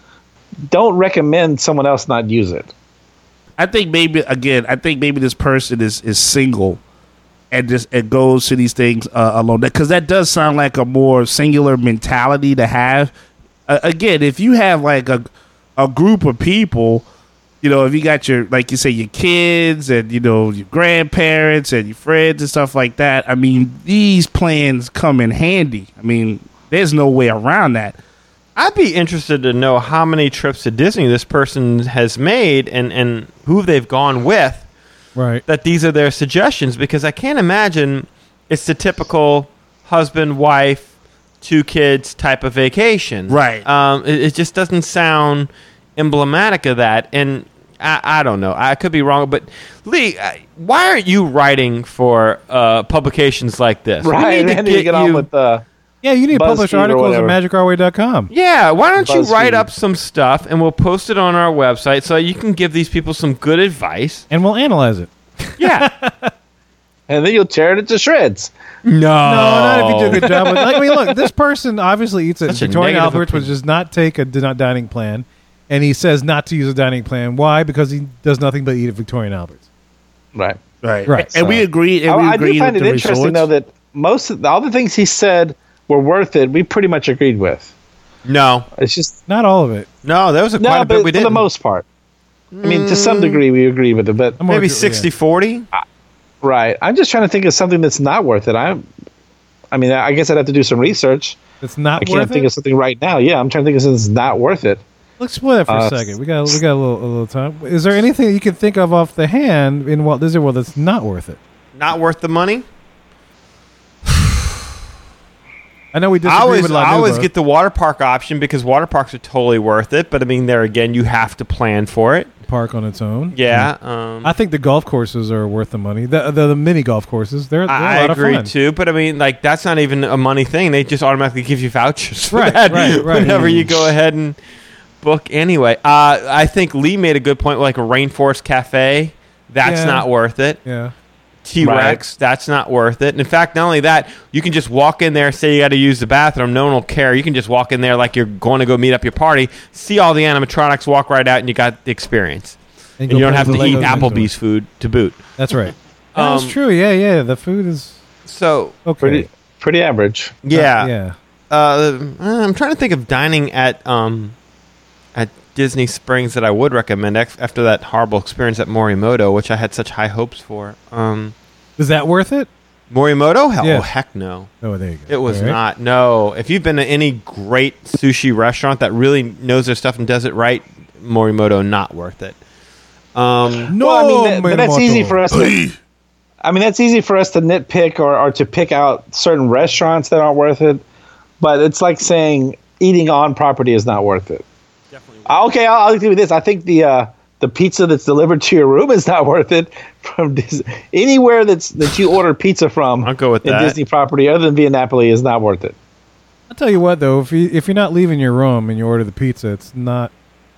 Speaker 8: don't recommend someone else not use it.
Speaker 6: I think maybe again, I think maybe this person is is single, and just and goes to these things uh, alone. Because that does sound like a more singular mentality to have. Uh, again, if you have like a a group of people, you know, if you got your like you say your kids and you know your grandparents and your friends and stuff like that. I mean, these plans come in handy. I mean, there's no way around that.
Speaker 5: I'd be interested to know how many trips to Disney this person has made and, and who they've gone with
Speaker 4: Right.
Speaker 5: that these are their suggestions because I can't imagine it's the typical husband, wife, two kids type of vacation.
Speaker 6: Right.
Speaker 5: Um, it, it just doesn't sound emblematic of that. And I, I don't know. I could be wrong. But Lee, I- why aren't you writing for uh, publications like this? We
Speaker 8: Right?
Speaker 5: need to
Speaker 8: And you
Speaker 5: get
Speaker 8: get on
Speaker 5: you-
Speaker 8: with the.
Speaker 4: Yeah, you need to publish
Speaker 8: BuzzFeed or
Speaker 4: articles at
Speaker 8: whatever.
Speaker 4: magicourway.com.
Speaker 5: Yeah, why don't you write
Speaker 8: BuzzFeed.
Speaker 5: up some stuff and we'll post it on our website so you can give these people some good advice.
Speaker 4: And we'll analyze it.
Speaker 5: Yeah.
Speaker 8: And then you'll tear it to shreds.
Speaker 5: no. No,
Speaker 4: No, not if you do a good job. With, like, I mean, look, this person obviously eats at
Speaker 5: Such Oh. a
Speaker 4: Victoria
Speaker 5: negative
Speaker 4: Alberts, which
Speaker 5: opinion.
Speaker 4: does not take a di- dining plan, and he says not to use a dining plan. Why? Because he does nothing but eat at Victorian Alberts.
Speaker 8: Right.
Speaker 6: Right.
Speaker 4: Right.
Speaker 6: And we
Speaker 8: So-
Speaker 6: agreed. And
Speaker 8: I,
Speaker 6: we
Speaker 8: I
Speaker 6: agreed
Speaker 8: do find
Speaker 6: with
Speaker 8: it
Speaker 6: the
Speaker 8: interesting
Speaker 6: resorts.
Speaker 8: though that most of the, all the things he said were worth it. We pretty much agreed with.
Speaker 5: No.
Speaker 8: It's just
Speaker 4: Not all of it.
Speaker 5: No, there was a quite
Speaker 8: no,
Speaker 5: a bit
Speaker 8: but
Speaker 5: we
Speaker 8: for
Speaker 5: did.
Speaker 8: the most part, I mean, to some degree, we agree with it. But
Speaker 4: I'm more
Speaker 5: Maybe
Speaker 4: agree- yeah.
Speaker 5: 60 40.
Speaker 8: right, I'm just trying to think of something that's not worth it. I'm, I mean, I guess I'd have to do some research.
Speaker 4: It's not
Speaker 8: I
Speaker 4: worth
Speaker 8: can't think
Speaker 4: it.
Speaker 8: of something right now. Yeah, I'm trying to think of something that's not worth it.
Speaker 4: Let's split it for a
Speaker 8: uh,
Speaker 4: second. We got we got a little a little time. Is there anything you can think of off the hand in Walt Disney World that's not worth it?
Speaker 5: Not worth the money.
Speaker 4: I know we disagree
Speaker 5: I always,
Speaker 4: with La
Speaker 5: I always
Speaker 4: Nuba.
Speaker 5: get the water park option because water parks are totally worth it. But I mean, there again, you have to plan for it.
Speaker 4: park on its own.
Speaker 5: Yeah. Um,
Speaker 4: I think the golf courses are worth the money. The the, the mini golf courses, they're, they're
Speaker 5: I,
Speaker 4: a
Speaker 5: I
Speaker 4: lot
Speaker 5: agree
Speaker 4: of fun.
Speaker 5: too, but I mean, like that's not even a money thing. They just automatically give you vouchers for
Speaker 4: Right,
Speaker 5: that
Speaker 4: right, right. Mm.
Speaker 5: whenever you go ahead and book. Anyway, uh, I think Lee made a good point. Like a rainforest cafe, that's
Speaker 4: Yeah.
Speaker 5: not worth it.
Speaker 4: Yeah.
Speaker 5: T Rex, that's not worth it. And in fact, not only that, you can just walk in there, say you got to use the bathroom, no one will care. You can just walk in there like you're going to go meet up your party, see all the animatronics, walk right out, and you got the experience. And
Speaker 4: go
Speaker 5: you don't
Speaker 4: play
Speaker 5: have to
Speaker 4: with the
Speaker 5: eat
Speaker 4: Legos next door.
Speaker 5: Applebee's food to boot.
Speaker 4: That's right. That's
Speaker 5: Um,
Speaker 4: true. Yeah, yeah. The food is
Speaker 5: So
Speaker 4: okay.
Speaker 8: Pretty, pretty average.
Speaker 5: yeah,
Speaker 4: yeah.
Speaker 5: uh, I'm trying to think of dining at um, at Disney Springs that I would recommend af- after that horrible experience at Morimoto, which I had such high hopes for. Um,
Speaker 4: Is that worth it?
Speaker 5: Morimoto? Hell,
Speaker 4: Yeah.
Speaker 5: oh, heck no.
Speaker 4: Oh, there you go.
Speaker 5: It was
Speaker 4: All right.
Speaker 5: not. No. If you've been to any great sushi restaurant that really knows their stuff and does it right, Morimoto, not worth it. Um,
Speaker 4: No,
Speaker 8: well, I mean, that- but that's
Speaker 4: Minamoto.
Speaker 8: easy for us. To, I mean, that's easy for us to nitpick or, or to pick out certain restaurants that aren't worth it. But it's like saying eating on property is not worth it. Uh, Okay, I'll, I'll give you this. I think the uh, the pizza that's delivered to your room is not worth it from Dis- anywhere that's that you order pizza from.
Speaker 5: I'll go with
Speaker 8: in
Speaker 5: that.
Speaker 8: Disney property other than Via Napoli is not worth it.
Speaker 4: I'll tell you what, though, if you if you're not leaving your room and you order the pizza, it's not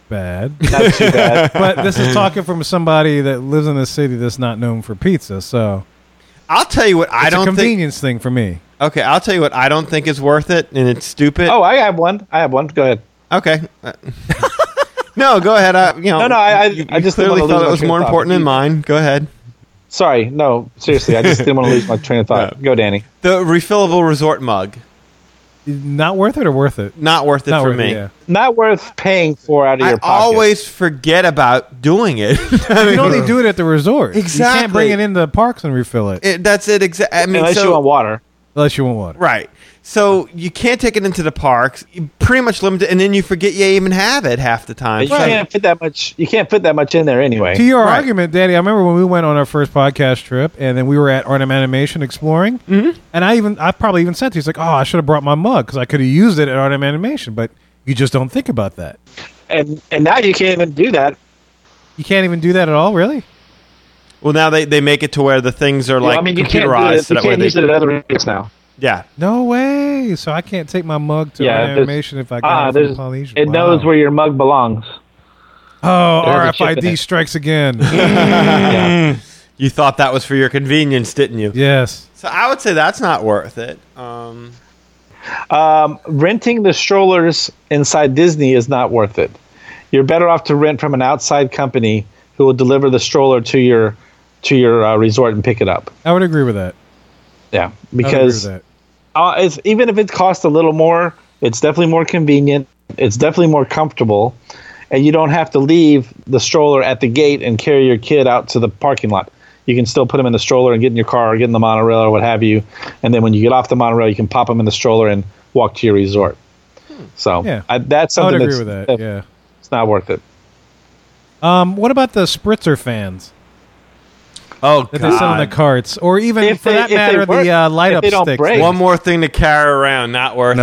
Speaker 4: bad.
Speaker 8: Not too bad.
Speaker 4: but this is talking from somebody that lives in a city that's not known for pizza, so
Speaker 5: I'll tell you what I
Speaker 4: it's a
Speaker 5: don't think.
Speaker 4: convenience thing for me.
Speaker 5: Okay, I'll tell you what I don't think is worth it, and it's stupid.
Speaker 8: oh, I have one. I have one. Go ahead.
Speaker 5: Okay. Uh, no, go ahead. I, you know,
Speaker 8: No, no, I- I-
Speaker 5: you,
Speaker 8: I
Speaker 5: you
Speaker 8: just didn't
Speaker 5: clearly thought
Speaker 8: wanna lose
Speaker 5: it
Speaker 8: my
Speaker 5: was
Speaker 8: train
Speaker 5: more
Speaker 8: of thought.
Speaker 5: important than mine. Go ahead.
Speaker 8: Sorry. No, seriously, I just didn't want to lose my train of thought. Go, Danny.
Speaker 5: The refillable resort mug.
Speaker 4: Not worth it or worth it?
Speaker 5: Not worth it
Speaker 4: Not
Speaker 5: for
Speaker 4: worth it,
Speaker 5: me.
Speaker 4: yeah.
Speaker 8: Not worth paying for out of
Speaker 5: I
Speaker 8: your pocket.
Speaker 5: always forget about doing it. I mean,
Speaker 4: You can only do it at the resort. You can't
Speaker 5: Exactly.
Speaker 4: bring it into the parks and refill it
Speaker 5: it- that's it. Exactly. I mean,
Speaker 8: unless
Speaker 5: so,
Speaker 8: you want water.
Speaker 4: unless you want water.
Speaker 5: Right. So you can't take it into the parks. You pretty much limited, and then you forget you even have it half the time.
Speaker 8: You
Speaker 5: So-
Speaker 8: can't fit that much. You can't fit that much in there anyway.
Speaker 4: To your
Speaker 5: Right.
Speaker 4: argument, Danny, I remember when we went on our first podcast trip, and then we were at Arnhem Animation exploring, mm-hmm. and I even I probably even said to you, it's like, oh, I should have brought my mug because I could have used it at Arnhem Animation, but you just don't think about that.
Speaker 8: and and now you can't even do that.
Speaker 4: You can't even do that at all, really.
Speaker 5: Well, now they, they make it to where the things are
Speaker 8: You know,
Speaker 5: like
Speaker 8: I mean, you can't, do
Speaker 5: computerized.
Speaker 8: it,
Speaker 5: so
Speaker 8: you
Speaker 5: that way
Speaker 8: can't
Speaker 5: they,
Speaker 8: use it at other rates now.
Speaker 5: yeah.
Speaker 4: No way. So I can't take my mug to
Speaker 8: Yeah,
Speaker 4: Arnhem
Speaker 8: there's-
Speaker 4: Animation if I got
Speaker 8: Ah,
Speaker 4: it from
Speaker 8: there's,
Speaker 4: Polynesia.
Speaker 8: it
Speaker 4: Wow.
Speaker 8: knows where your mug belongs.
Speaker 4: Oh,
Speaker 8: there's a chip in
Speaker 4: RFID
Speaker 8: it.
Speaker 4: strikes again.
Speaker 5: You thought that was for your convenience, didn't you?
Speaker 4: yes.
Speaker 5: So I would say that's not worth it. Um,
Speaker 8: Um, renting the strollers inside Disney is not worth it. You're better off to rent from an outside company who will deliver the stroller to your to your uh, resort and pick it up.
Speaker 4: I would agree with that.
Speaker 8: Yeah,
Speaker 4: I would agree with
Speaker 8: because
Speaker 4: that.
Speaker 8: uh, it's, even if it costs a little more, it's definitely more convenient. It's definitely more comfortable, and you don't have to leave the stroller at the gate and carry your kid out to the parking lot. You can still put them in the stroller and get in your car or get in the monorail or what have you, and then when you get off the monorail, you can pop them in the stroller and walk to your resort. So
Speaker 4: Hmm. Yeah.
Speaker 8: I, that's
Speaker 4: I would
Speaker 8: something
Speaker 4: agree
Speaker 8: that's
Speaker 4: with that. Yeah.
Speaker 8: it's not worth it.
Speaker 4: Um, what about the spritzer fans
Speaker 5: oh
Speaker 4: that they sell in the
Speaker 5: God!
Speaker 4: carts, or even
Speaker 8: If
Speaker 4: for
Speaker 8: they-
Speaker 4: that
Speaker 8: if they
Speaker 4: matter,
Speaker 8: work-
Speaker 4: the uh, light
Speaker 8: if
Speaker 4: up
Speaker 8: they don't
Speaker 4: sticks?
Speaker 8: break.
Speaker 5: One more thing to carry around, not worth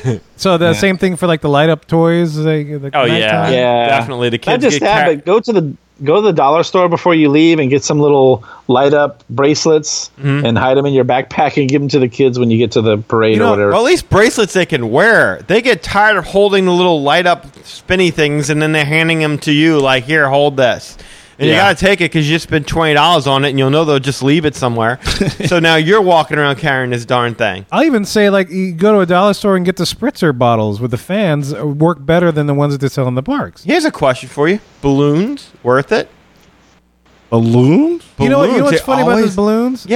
Speaker 5: it.
Speaker 10: No.
Speaker 4: So the same thing for like the light up toys. They, the
Speaker 5: Oh
Speaker 4: nice
Speaker 5: yeah,
Speaker 4: time?
Speaker 8: Yeah.
Speaker 5: definitely. The
Speaker 8: Not
Speaker 5: kids
Speaker 8: just
Speaker 5: get
Speaker 8: that,
Speaker 5: car-
Speaker 8: but go to the go to the dollar store before you leave and get some little light up bracelets and hide them in your backpack and give them to the kids when you get to the parade
Speaker 5: Mm-hmm. You
Speaker 8: or
Speaker 5: know,
Speaker 8: whatever.
Speaker 5: well, at least bracelets they can wear. They get tired of holding the little light up spinny things, and then they're handing them to you like, "Here, hold this." And you
Speaker 8: Yeah.
Speaker 5: gotta take it because you spent twenty dollars on it, and you'll know they'll just leave it somewhere. so now you're walking around carrying this darn thing.
Speaker 4: I'll even say like you go to a dollar store and get the spritzer bottles with the fans uh, work better than the ones that they sell in the parks.
Speaker 5: Here's a question for you: Balloons worth it?
Speaker 10: Balloons?
Speaker 4: you know, what, you
Speaker 5: Balloons,
Speaker 4: know what's
Speaker 5: they
Speaker 4: funny about
Speaker 5: always-
Speaker 4: those balloons? Uh,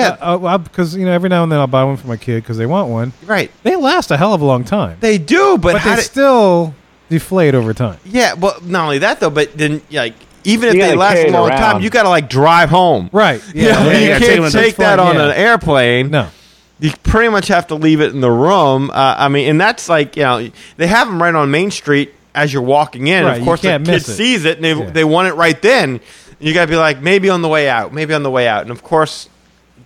Speaker 5: Yeah.
Speaker 4: because you know every now and then I'll buy one for my kid because they want one.
Speaker 5: Right,
Speaker 4: They last a hell of a long time,
Speaker 5: they do, but,
Speaker 4: but
Speaker 5: how
Speaker 4: they
Speaker 5: do-
Speaker 4: still deflate over time.
Speaker 5: yeah. Well, not only that though, but then like even if
Speaker 8: You
Speaker 5: they
Speaker 8: gotta
Speaker 5: last
Speaker 8: carry
Speaker 5: a
Speaker 8: it
Speaker 5: long
Speaker 8: around.
Speaker 5: time, you gotta like drive home.
Speaker 4: Right?
Speaker 5: You, know,
Speaker 6: yeah,
Speaker 5: you
Speaker 6: you gotta take them
Speaker 5: can't
Speaker 6: to
Speaker 5: take,
Speaker 4: the
Speaker 5: that
Speaker 4: front,
Speaker 5: on an
Speaker 4: yeah.
Speaker 5: airplane.
Speaker 4: No.
Speaker 5: you pretty much have to leave it in the room. Uh, I mean, and that's like you know they have them right on Main Street as you're walking in.
Speaker 4: Right,
Speaker 5: of
Speaker 4: you
Speaker 5: course, the
Speaker 4: can't
Speaker 5: kid
Speaker 4: miss it.
Speaker 5: sees it and they,
Speaker 4: Yeah.
Speaker 5: they want it right then. You got to be like maybe on the way out, maybe on the way out, and of course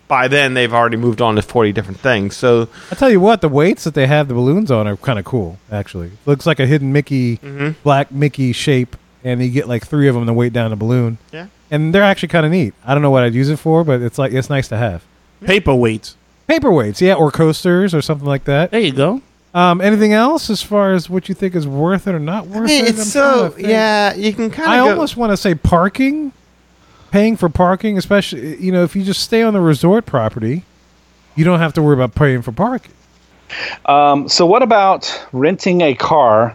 Speaker 5: by then they've already moved on to forty different things. So
Speaker 4: I tell you what, the weights that they have the balloons on are kind of cool. Actually, looks like a hidden Mickey,
Speaker 5: Mm-hmm.
Speaker 4: black Mickey shape, and you get like three of them to weight down a balloon.
Speaker 5: Yeah.
Speaker 4: and they're actually kind of neat. I don't know what I'd use it for, but it's like it's nice to have
Speaker 6: Paperweights.
Speaker 4: paperweights, yeah, or coasters or something like that.
Speaker 6: There you go.
Speaker 4: Um, anything else as far as what you think is worth it or not worth it?
Speaker 5: it's
Speaker 4: I'm
Speaker 5: so
Speaker 4: trying to think.
Speaker 5: yeah, you can kind of.
Speaker 4: I almost want to say parking, paying for parking, especially you know if you just stay on the resort property, you don't have to worry about paying for parking.
Speaker 8: Um, so, what about renting a car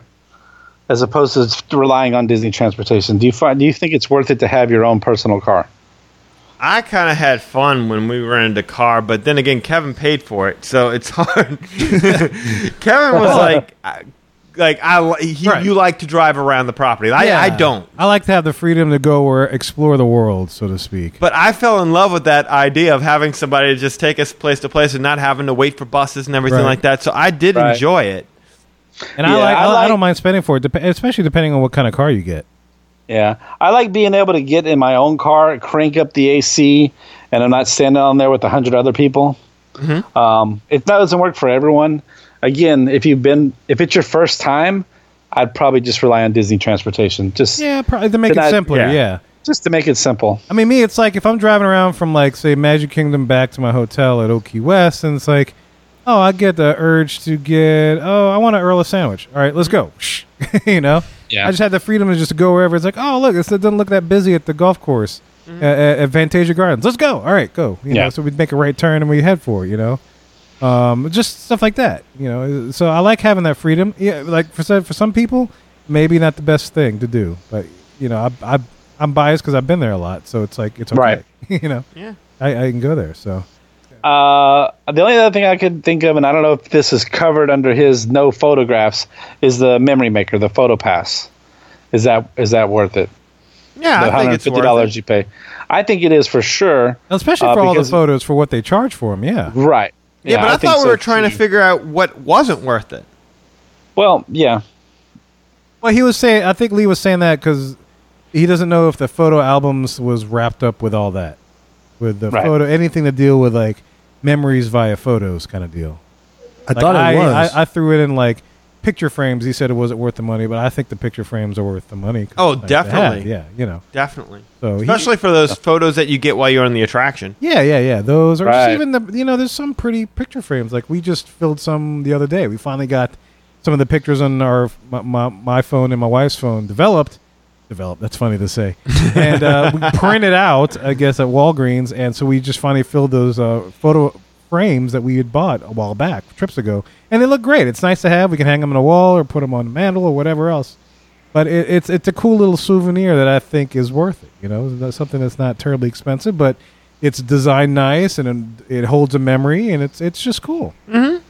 Speaker 8: as opposed to relying on Disney transportation? Do you find do you think it's worth it to have your own personal car?
Speaker 5: I kind of had fun when we rented a car, but then again, Kevin paid for it, so it's hard. Kevin was like, I- like I, li- he,
Speaker 4: Right.
Speaker 5: you like to drive around the property. I, I don't,
Speaker 4: I like to have the freedom to go where explore the world, so to speak.
Speaker 5: but I fell in love with that idea of having somebody to just take us place to place and not having to wait for buses and everything
Speaker 4: Right.
Speaker 5: like that. So I did
Speaker 8: Right.
Speaker 5: enjoy it.
Speaker 4: And I,
Speaker 8: Yeah,
Speaker 4: like,
Speaker 8: I
Speaker 4: I, I
Speaker 8: like-
Speaker 4: don't mind spending for it, dep- especially depending on what kind of car you get.
Speaker 8: Yeah, I like being able to get in my own car, crank up the AC, and I'm not standing on there with a hundred other people.
Speaker 5: Mm-hmm.
Speaker 8: Um, it doesn't work for everyone. Again, if you've been, if it's your first time, I'd probably just rely on Disney transportation, just
Speaker 4: Yeah, probably to make
Speaker 8: Then
Speaker 4: it
Speaker 8: I-
Speaker 4: simpler.
Speaker 5: yeah.
Speaker 4: yeah.
Speaker 8: just to make it simple.
Speaker 4: I mean, me, it's like if I'm driving around from like say Magic Kingdom back to my hotel at Oak Key West, and it's like, oh, I get the urge to get, oh, I want to Earl a sandwich. All right, let's go. Shh. you know,
Speaker 8: Yeah.
Speaker 4: I just had the freedom to just go wherever. It's like, oh, look, it's, it doesn't look that busy at the golf course uh, at, at Fantasia Gardens. Let's go. All right, go. You
Speaker 8: Yeah.
Speaker 4: know, so we'd make a right turn and we head for it. You know. Um, just stuff like that, you know. So I like having that freedom. Yeah, like for some for some people, maybe not the best thing to do, but you know, I, I I'm biased because I've been there a lot, so it's like it's okay.
Speaker 8: Right.
Speaker 4: you know,
Speaker 5: Yeah.
Speaker 4: I, I can go there. So
Speaker 8: Uh, the only other thing I could think of, and I don't know if this is covered under his no photographs, is the memory maker, the photo pass. Is that is that worth it?
Speaker 5: Yeah,
Speaker 8: the
Speaker 5: I think it's worth
Speaker 8: dollars
Speaker 5: it.
Speaker 8: you pay. I think it is for sure.
Speaker 4: Especially
Speaker 8: uh,
Speaker 4: for all the
Speaker 8: because- Mm-hmm.
Speaker 4: photos for what they charge for them. Yeah.
Speaker 8: Right.
Speaker 5: Yeah, but I,
Speaker 8: think
Speaker 5: thought we
Speaker 8: so,
Speaker 5: were trying
Speaker 8: too.
Speaker 5: to figure out what wasn't worth it.
Speaker 8: Well, yeah.
Speaker 4: Well, he was saying. I think Lee was saying that because he doesn't know if the photo albums was wrapped up with all that, with the
Speaker 8: Right.
Speaker 4: photo, anything to deal with like memories via photos kind of deal.
Speaker 11: I
Speaker 4: Like,
Speaker 11: thought it
Speaker 4: I,
Speaker 11: was.
Speaker 4: I, I threw it in like picture frames. He said it wasn't worth the money, but I think the picture frames are worth the money. 'cause
Speaker 5: Oh,
Speaker 4: it's nice to have,
Speaker 5: definitely.
Speaker 4: Yeah, you know.
Speaker 5: Definitely.
Speaker 4: So he-
Speaker 5: Especially for those photos that you get while you're on the attraction.
Speaker 4: Yeah, yeah, yeah. Those are just
Speaker 8: Right.
Speaker 4: even the you know there's some pretty picture frames. Like we just filled some the other day. We finally got some of the pictures on our my, my, my phone and my wife's phone developed. Developed. That's funny to say. And uh, we printed out, I guess, at Walgreens, and so we just finally filled those uh, photo frames that we had bought a while back, trips ago, and they look great. It's nice to have. We can hang them on a wall or put them on a mantle or whatever else. But it, it's it's a cool little souvenir that I think is worth it. You know, That's something that's not terribly expensive, but it's designed nice and it holds a memory, and it's it's just cool. Mm-hmm.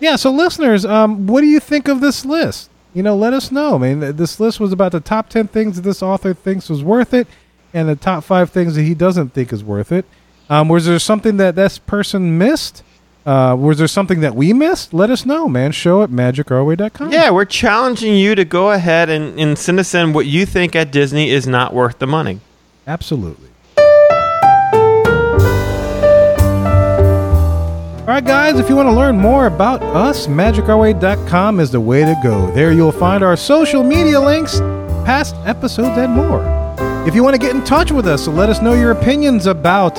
Speaker 4: Yeah. So, listeners, um, what do you think of this list? You know, let us know. I mean, th- this list was about the top ten things that this author thinks was worth it, and the top five things that he doesn't think is worth it. Um, was there something that this person missed? Uh, was there something that we missed? Let us know, man. Show at magicourway.com.
Speaker 5: Yeah, we're challenging you to go ahead and, and send us in what you think at Disney is not worth the money.
Speaker 4: Absolutely. All right, guys, if you want to learn more about us, magicourway.com is the way to go. There you'll find our social media links, past episodes, and more. If you want to get in touch with us, let us know your opinions about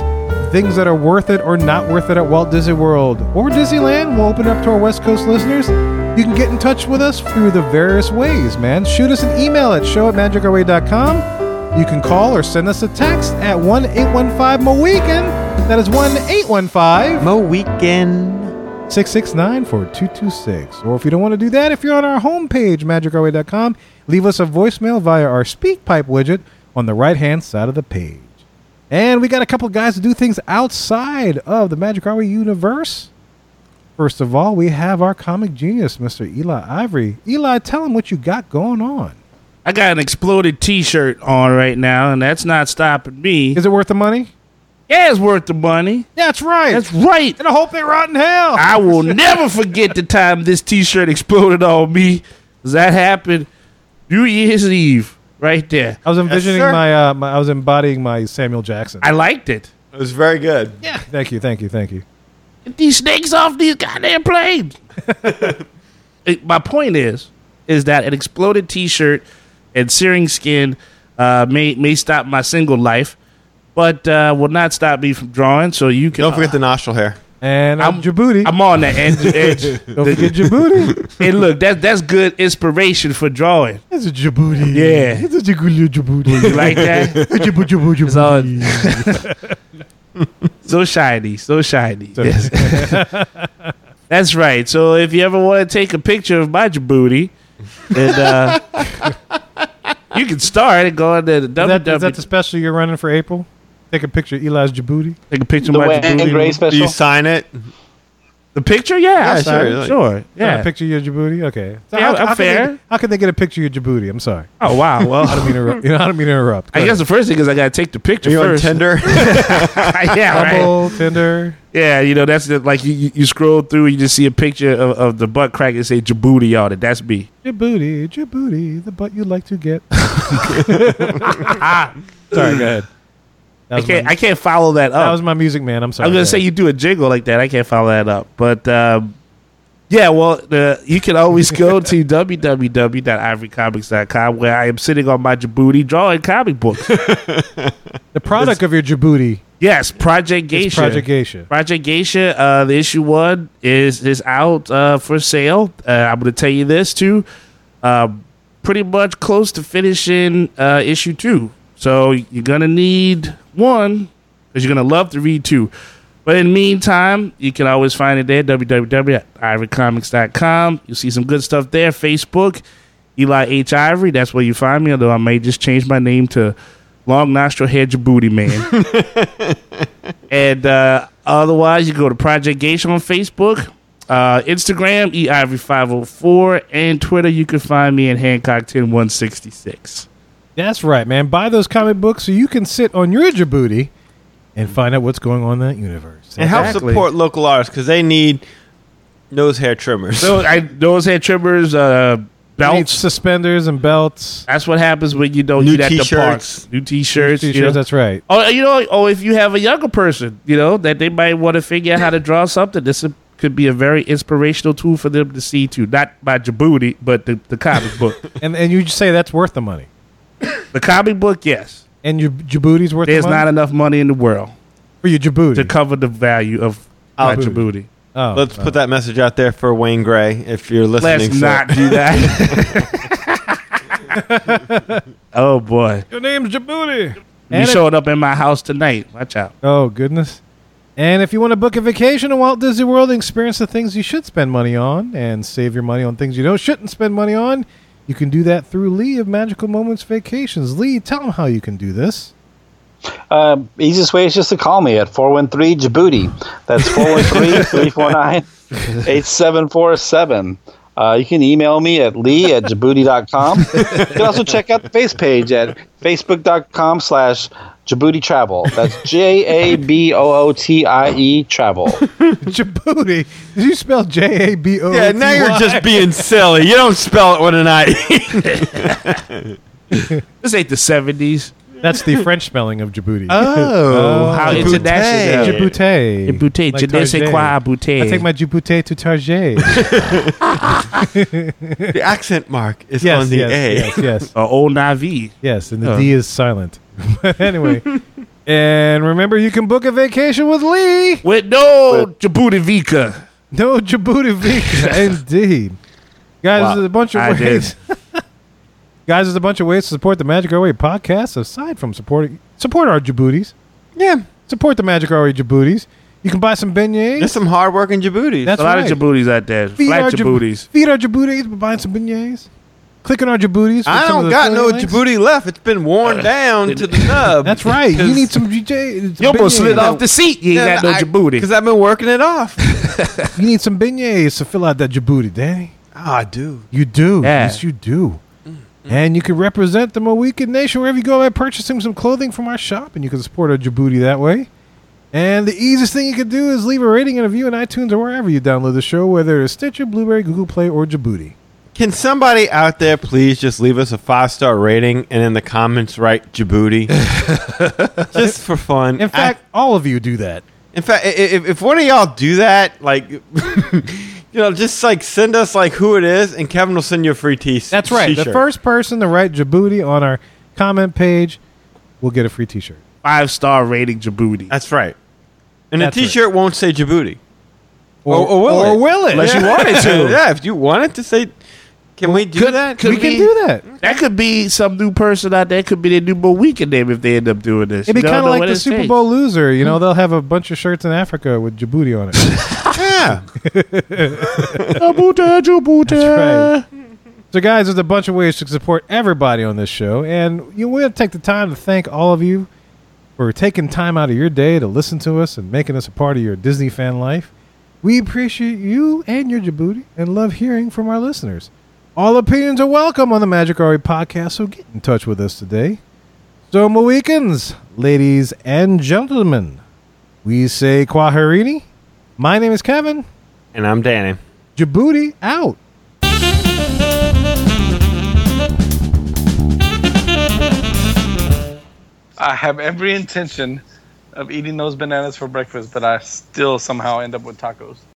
Speaker 4: things that are worth it or not worth it at Walt Disney World or Disneyland. We'll open it up to our West Coast listeners. You can get in touch with us through the various ways, man. Shoot us an email at show at magicourway.com. You can call or send us a text at 1 815 Moweekend. That is 1 815
Speaker 5: Mo Weekend.
Speaker 4: 669 4226. Or if you don't want to do that, if you're on our homepage, magicourway.com, leave us a voicemail via our SpeakPipe widget on the right hand side of the page. And we got a couple guys to do things outside of the Magic Hour universe. First of all, we have our comic genius, Mr. Eli Ivory. Eli, tell him what you got going on.
Speaker 6: I got an exploded T-shirt on right now, and that's not stopping me.
Speaker 4: Is it worth the money?
Speaker 6: Yeah, it's worth the money.
Speaker 4: That's right.
Speaker 6: That's right.
Speaker 4: and I hope they rot in hell.
Speaker 6: I will never forget the time this T-shirt exploded on me. 'Cause That happened New Year's Eve, right there.
Speaker 4: I was envisioning
Speaker 5: sir.
Speaker 4: my, uh, my, I was embodying my Samuel Jackson.
Speaker 6: I liked it.
Speaker 5: It was very good.
Speaker 4: thank you, thank you, thank you.
Speaker 6: Get these snakes off these goddamn planes. It- my point is, is that an exploded T-shirt and searing skin uh, may may stop my single life, but uh, will not stop me from drawing. So you can.
Speaker 5: Don't forget the nostril hair.
Speaker 4: And I'm,
Speaker 6: I'm-
Speaker 4: Djibouti.
Speaker 6: I'm on the edge. edge.
Speaker 4: Don't forget Djibouti.
Speaker 6: and look, that that's good inspiration for drawing.
Speaker 4: It's a Djibouti.
Speaker 6: Yeah.
Speaker 4: It's a Djibouti.
Speaker 6: You
Speaker 4: Djibouti.
Speaker 6: like that?
Speaker 4: Djibouti, Djibouti,
Speaker 6: It's all-
Speaker 4: Djibouti.
Speaker 6: so shiny, so shiny. Yes. that's right. So if you ever want to take a picture of my Djibouti, and uh, you can start and go on to the E,
Speaker 4: Is that, is
Speaker 6: www.
Speaker 4: that the special you're running for April? Take a picture of Eli's Djibouti.
Speaker 6: take a picture
Speaker 8: The
Speaker 6: of my
Speaker 8: Wayne
Speaker 6: Djibouti.
Speaker 8: Gray
Speaker 5: Do
Speaker 8: special.
Speaker 5: you sign it?
Speaker 6: The picture, yeah,
Speaker 5: Yeah,
Speaker 6: I'll sign
Speaker 5: sure,
Speaker 6: it,
Speaker 5: like-
Speaker 6: sure,
Speaker 4: Yeah.
Speaker 6: yeah.
Speaker 4: A picture of your Djibouti? Okay. So
Speaker 6: Yeah, I'm
Speaker 4: how,
Speaker 6: fair.
Speaker 4: Can they, how can they get a picture of your Djibouti? I'm sorry.
Speaker 6: oh wow,
Speaker 4: I don't
Speaker 6: well,
Speaker 4: mean to interrupt. You know, I don't mean to interrupt. Go
Speaker 6: I guess the first thing is I gotta take the picture
Speaker 5: Are you on
Speaker 6: first.
Speaker 5: Tinder?
Speaker 6: yeah,
Speaker 4: ahead.
Speaker 6: right.
Speaker 4: Bumble, Tinder.
Speaker 6: Yeah, you know that's the, like you, you- you scroll through, you just see a picture of, of the butt crack and say Djibouti on it. That's me.
Speaker 4: Djibouti, Djibouti, the butt you'd like to get. sorry, go ahead. That
Speaker 6: I
Speaker 4: was,
Speaker 6: can't
Speaker 4: my,
Speaker 6: I can't follow that up.
Speaker 4: that was my music man. I'm sorry.
Speaker 6: I'm
Speaker 4: go
Speaker 6: gonna
Speaker 4: ahead.
Speaker 6: say you do a jingle like that. I can't follow that up, but um, yeah. Well, the, you can always go to www.ivorycomics.com where I am sitting on my Djibouti drawing comic books.
Speaker 4: the product of your Djibouti
Speaker 6: yes, Project
Speaker 4: is
Speaker 6: Geisha.
Speaker 4: Project Geisha.
Speaker 6: Project Geisha, uh, the issue one is is out uh, for sale. Uh, I'm going to tell you this too. Uh, pretty much close to finishing uh, issue two, so you're gonna need one because you're gonna love to read two. But in the meantime, you can always find it there www.ivorycomics.com. You'll see some good stuff there. Facebook, Eli H Ivory. That's where you find me. Although I may just change my name to Long Nostril Hedge Booty Man. and uh, otherwise, you go to Project Geisha on Facebook, uh, Instagram, eivory504, and Twitter. You can find me at Hancock10166.
Speaker 4: That's right, man. Buy those comic books so you can sit on your Djibouti and find out what's going on in that universe.
Speaker 5: And help support local artists because they need nose hair trimmers.
Speaker 6: So I, those hair trimmers, uh, belts,
Speaker 4: suspenders, and belts.
Speaker 6: That's what happens when you don't
Speaker 5: New
Speaker 6: eat at the
Speaker 5: t-shirts.
Speaker 6: parks. New t-shirts. you
Speaker 4: T-shirts,
Speaker 6: know?
Speaker 4: that's right.
Speaker 6: Oh, you know, oh, if you have a younger person, you know that they might want to figure out how to draw something. This could be a very inspirational tool for them to see too. Not by Djibouti, but the, the comic book.
Speaker 4: And and you just say that's worth the money.
Speaker 6: the comic book, yes.
Speaker 4: And your Djibouti's worth
Speaker 6: There's
Speaker 4: the money
Speaker 6: not enough money in the world
Speaker 4: for your Djibouti.
Speaker 6: to cover the value of my
Speaker 5: Djibouti.
Speaker 6: Djibouti.
Speaker 4: oh,
Speaker 5: Let's
Speaker 4: oh.
Speaker 5: put that message out there for Wayne Gray if you're listening. sir.
Speaker 6: Let's not do that. oh boy,
Speaker 4: Your name's Djibouti.
Speaker 6: you showed up in my house tonight. Watch out.
Speaker 4: Oh goodness! And if you want to book a vacation to Walt Disney World and experience the things you should spend money on, and save your money on things you don't shouldn't spend money on, you can do that through Lee of Magical Moments Vacations. Lee, tell them how you can do this.
Speaker 8: Uh, easiest way is just to call me at 413 Djibouti. That's 413 349 8747. Uh, you can email me at lee at djibouti.com. you can also check out the face page at facebook.com slash Djibouti Travel. That's J A B O O T I E Travel.
Speaker 4: Djibouti. Did you spell J A B O?
Speaker 5: Yeah, now you're just being silly. You don't spell it with an I.
Speaker 6: This ain't the seventies.
Speaker 4: That's the French spelling of Djibouti.
Speaker 5: Oh,
Speaker 6: How international?
Speaker 4: Djibouti.
Speaker 6: Djibouti.
Speaker 4: Like
Speaker 6: Je ne sais
Speaker 4: Tarjay.
Speaker 6: quoi, Boutet.
Speaker 4: I take my Djibouti to Tarjay.
Speaker 5: The accent mark is
Speaker 4: yes,
Speaker 5: on the
Speaker 4: yes,
Speaker 5: A. Oh.
Speaker 4: yes, yes.
Speaker 6: uh, old Navi.
Speaker 4: Yes, and the D is silent. But anyway, and remember, you can book a vacation with Lee.
Speaker 6: With no Djibouti Vika.
Speaker 4: No Djibouti visa, indeed. Guys,
Speaker 6: Wow,
Speaker 4: there's a bunch of
Speaker 6: I did.
Speaker 4: ways. Guys, there's a bunch of ways to support the Magic Our Way podcast aside from supporting support our Djiboutis. Yeah, support the Magic Our Way Djiboutis. You can buy some beignets.
Speaker 5: There's some hard work in Djibouti.
Speaker 4: That's
Speaker 6: A lot
Speaker 4: right.
Speaker 6: of Djiboutis out there.
Speaker 4: feed
Speaker 6: Flat
Speaker 4: our Djib-
Speaker 6: Djiboutis.
Speaker 4: Feed our Djiboutis by buying some beignets. Click on our Djiboutis. for
Speaker 5: I
Speaker 4: some of
Speaker 5: don't
Speaker 4: the
Speaker 5: got no
Speaker 4: affiliate links.
Speaker 5: Djibouti left. It's been worn down to the nub.
Speaker 4: That's right. You need some DJ.
Speaker 6: You almost Oh, slid off the seat. You ain't got no
Speaker 5: Because
Speaker 6: Djibouti.
Speaker 5: I've been working it off.
Speaker 4: You need some beignets to fill out that Djibouti, Danny.
Speaker 5: Ah, I do.
Speaker 4: You do.
Speaker 6: Yeah.
Speaker 4: Yes, you do. And you can represent the Mohican Nation wherever you go by purchasing some clothing from our shop, and you can support our Djibouti that way. And the easiest thing you can do is leave a rating and a review on iTunes or wherever you download the show, whether it's Stitcher, Blueberry, Google Play, or Djibouti.
Speaker 5: Can somebody out there please just leave us a five star rating and in the comments write Djibouti? just for fun.
Speaker 4: In fact, all of you do that.
Speaker 5: I- in fact, i- i- if, if one of y'all do that, like, you know, just like send us like who it is, and Kevin will send you a free t.
Speaker 4: That's right.
Speaker 5: T-shirt.
Speaker 4: The first person to write Djibouti on our comment page will get a free t shirt.
Speaker 6: Five star rating Djibouti.
Speaker 5: That's right. And
Speaker 4: That's
Speaker 5: the
Speaker 4: right.
Speaker 5: T-shirt won't say Djibouti.
Speaker 4: Or,
Speaker 5: or will it?
Speaker 6: Unless you
Speaker 5: Yeah.
Speaker 6: wanted to.
Speaker 5: yeah, if you wanted to say, can we do
Speaker 6: could-
Speaker 5: that?
Speaker 6: could
Speaker 4: We can
Speaker 6: be-
Speaker 4: do that.
Speaker 6: That could be some new person out there. Could be their new Mohican name if they end up doing this.
Speaker 4: It'd be
Speaker 6: You don't
Speaker 4: kind of
Speaker 6: know
Speaker 4: like
Speaker 6: what
Speaker 4: the
Speaker 6: it Hmm?
Speaker 4: Super
Speaker 6: takes.
Speaker 4: Bowl loser. You know, they'll have a bunch of shirts in Africa with Djibouti on it.
Speaker 5: yeah.
Speaker 6: Djibouti, Djibouti.
Speaker 4: That's So, guys, there's a bunch of ways to support everybody on this show, and you know, we're going to take the time to thank all of you for taking time out of your day to listen to us and making us a part of your Disney fan life. We appreciate you and your Djibouti and love hearing from our listeners. All opinions are welcome on the Magic Ari podcast, so get in touch with us today. So, Mohicans, ladies and gentlemen, we say Kwaharini. My name is Kevin.
Speaker 5: And I'm Danny.
Speaker 4: Djibouti out.
Speaker 11: I have every intention of eating those bananas for breakfast, but I still somehow end up with tacos.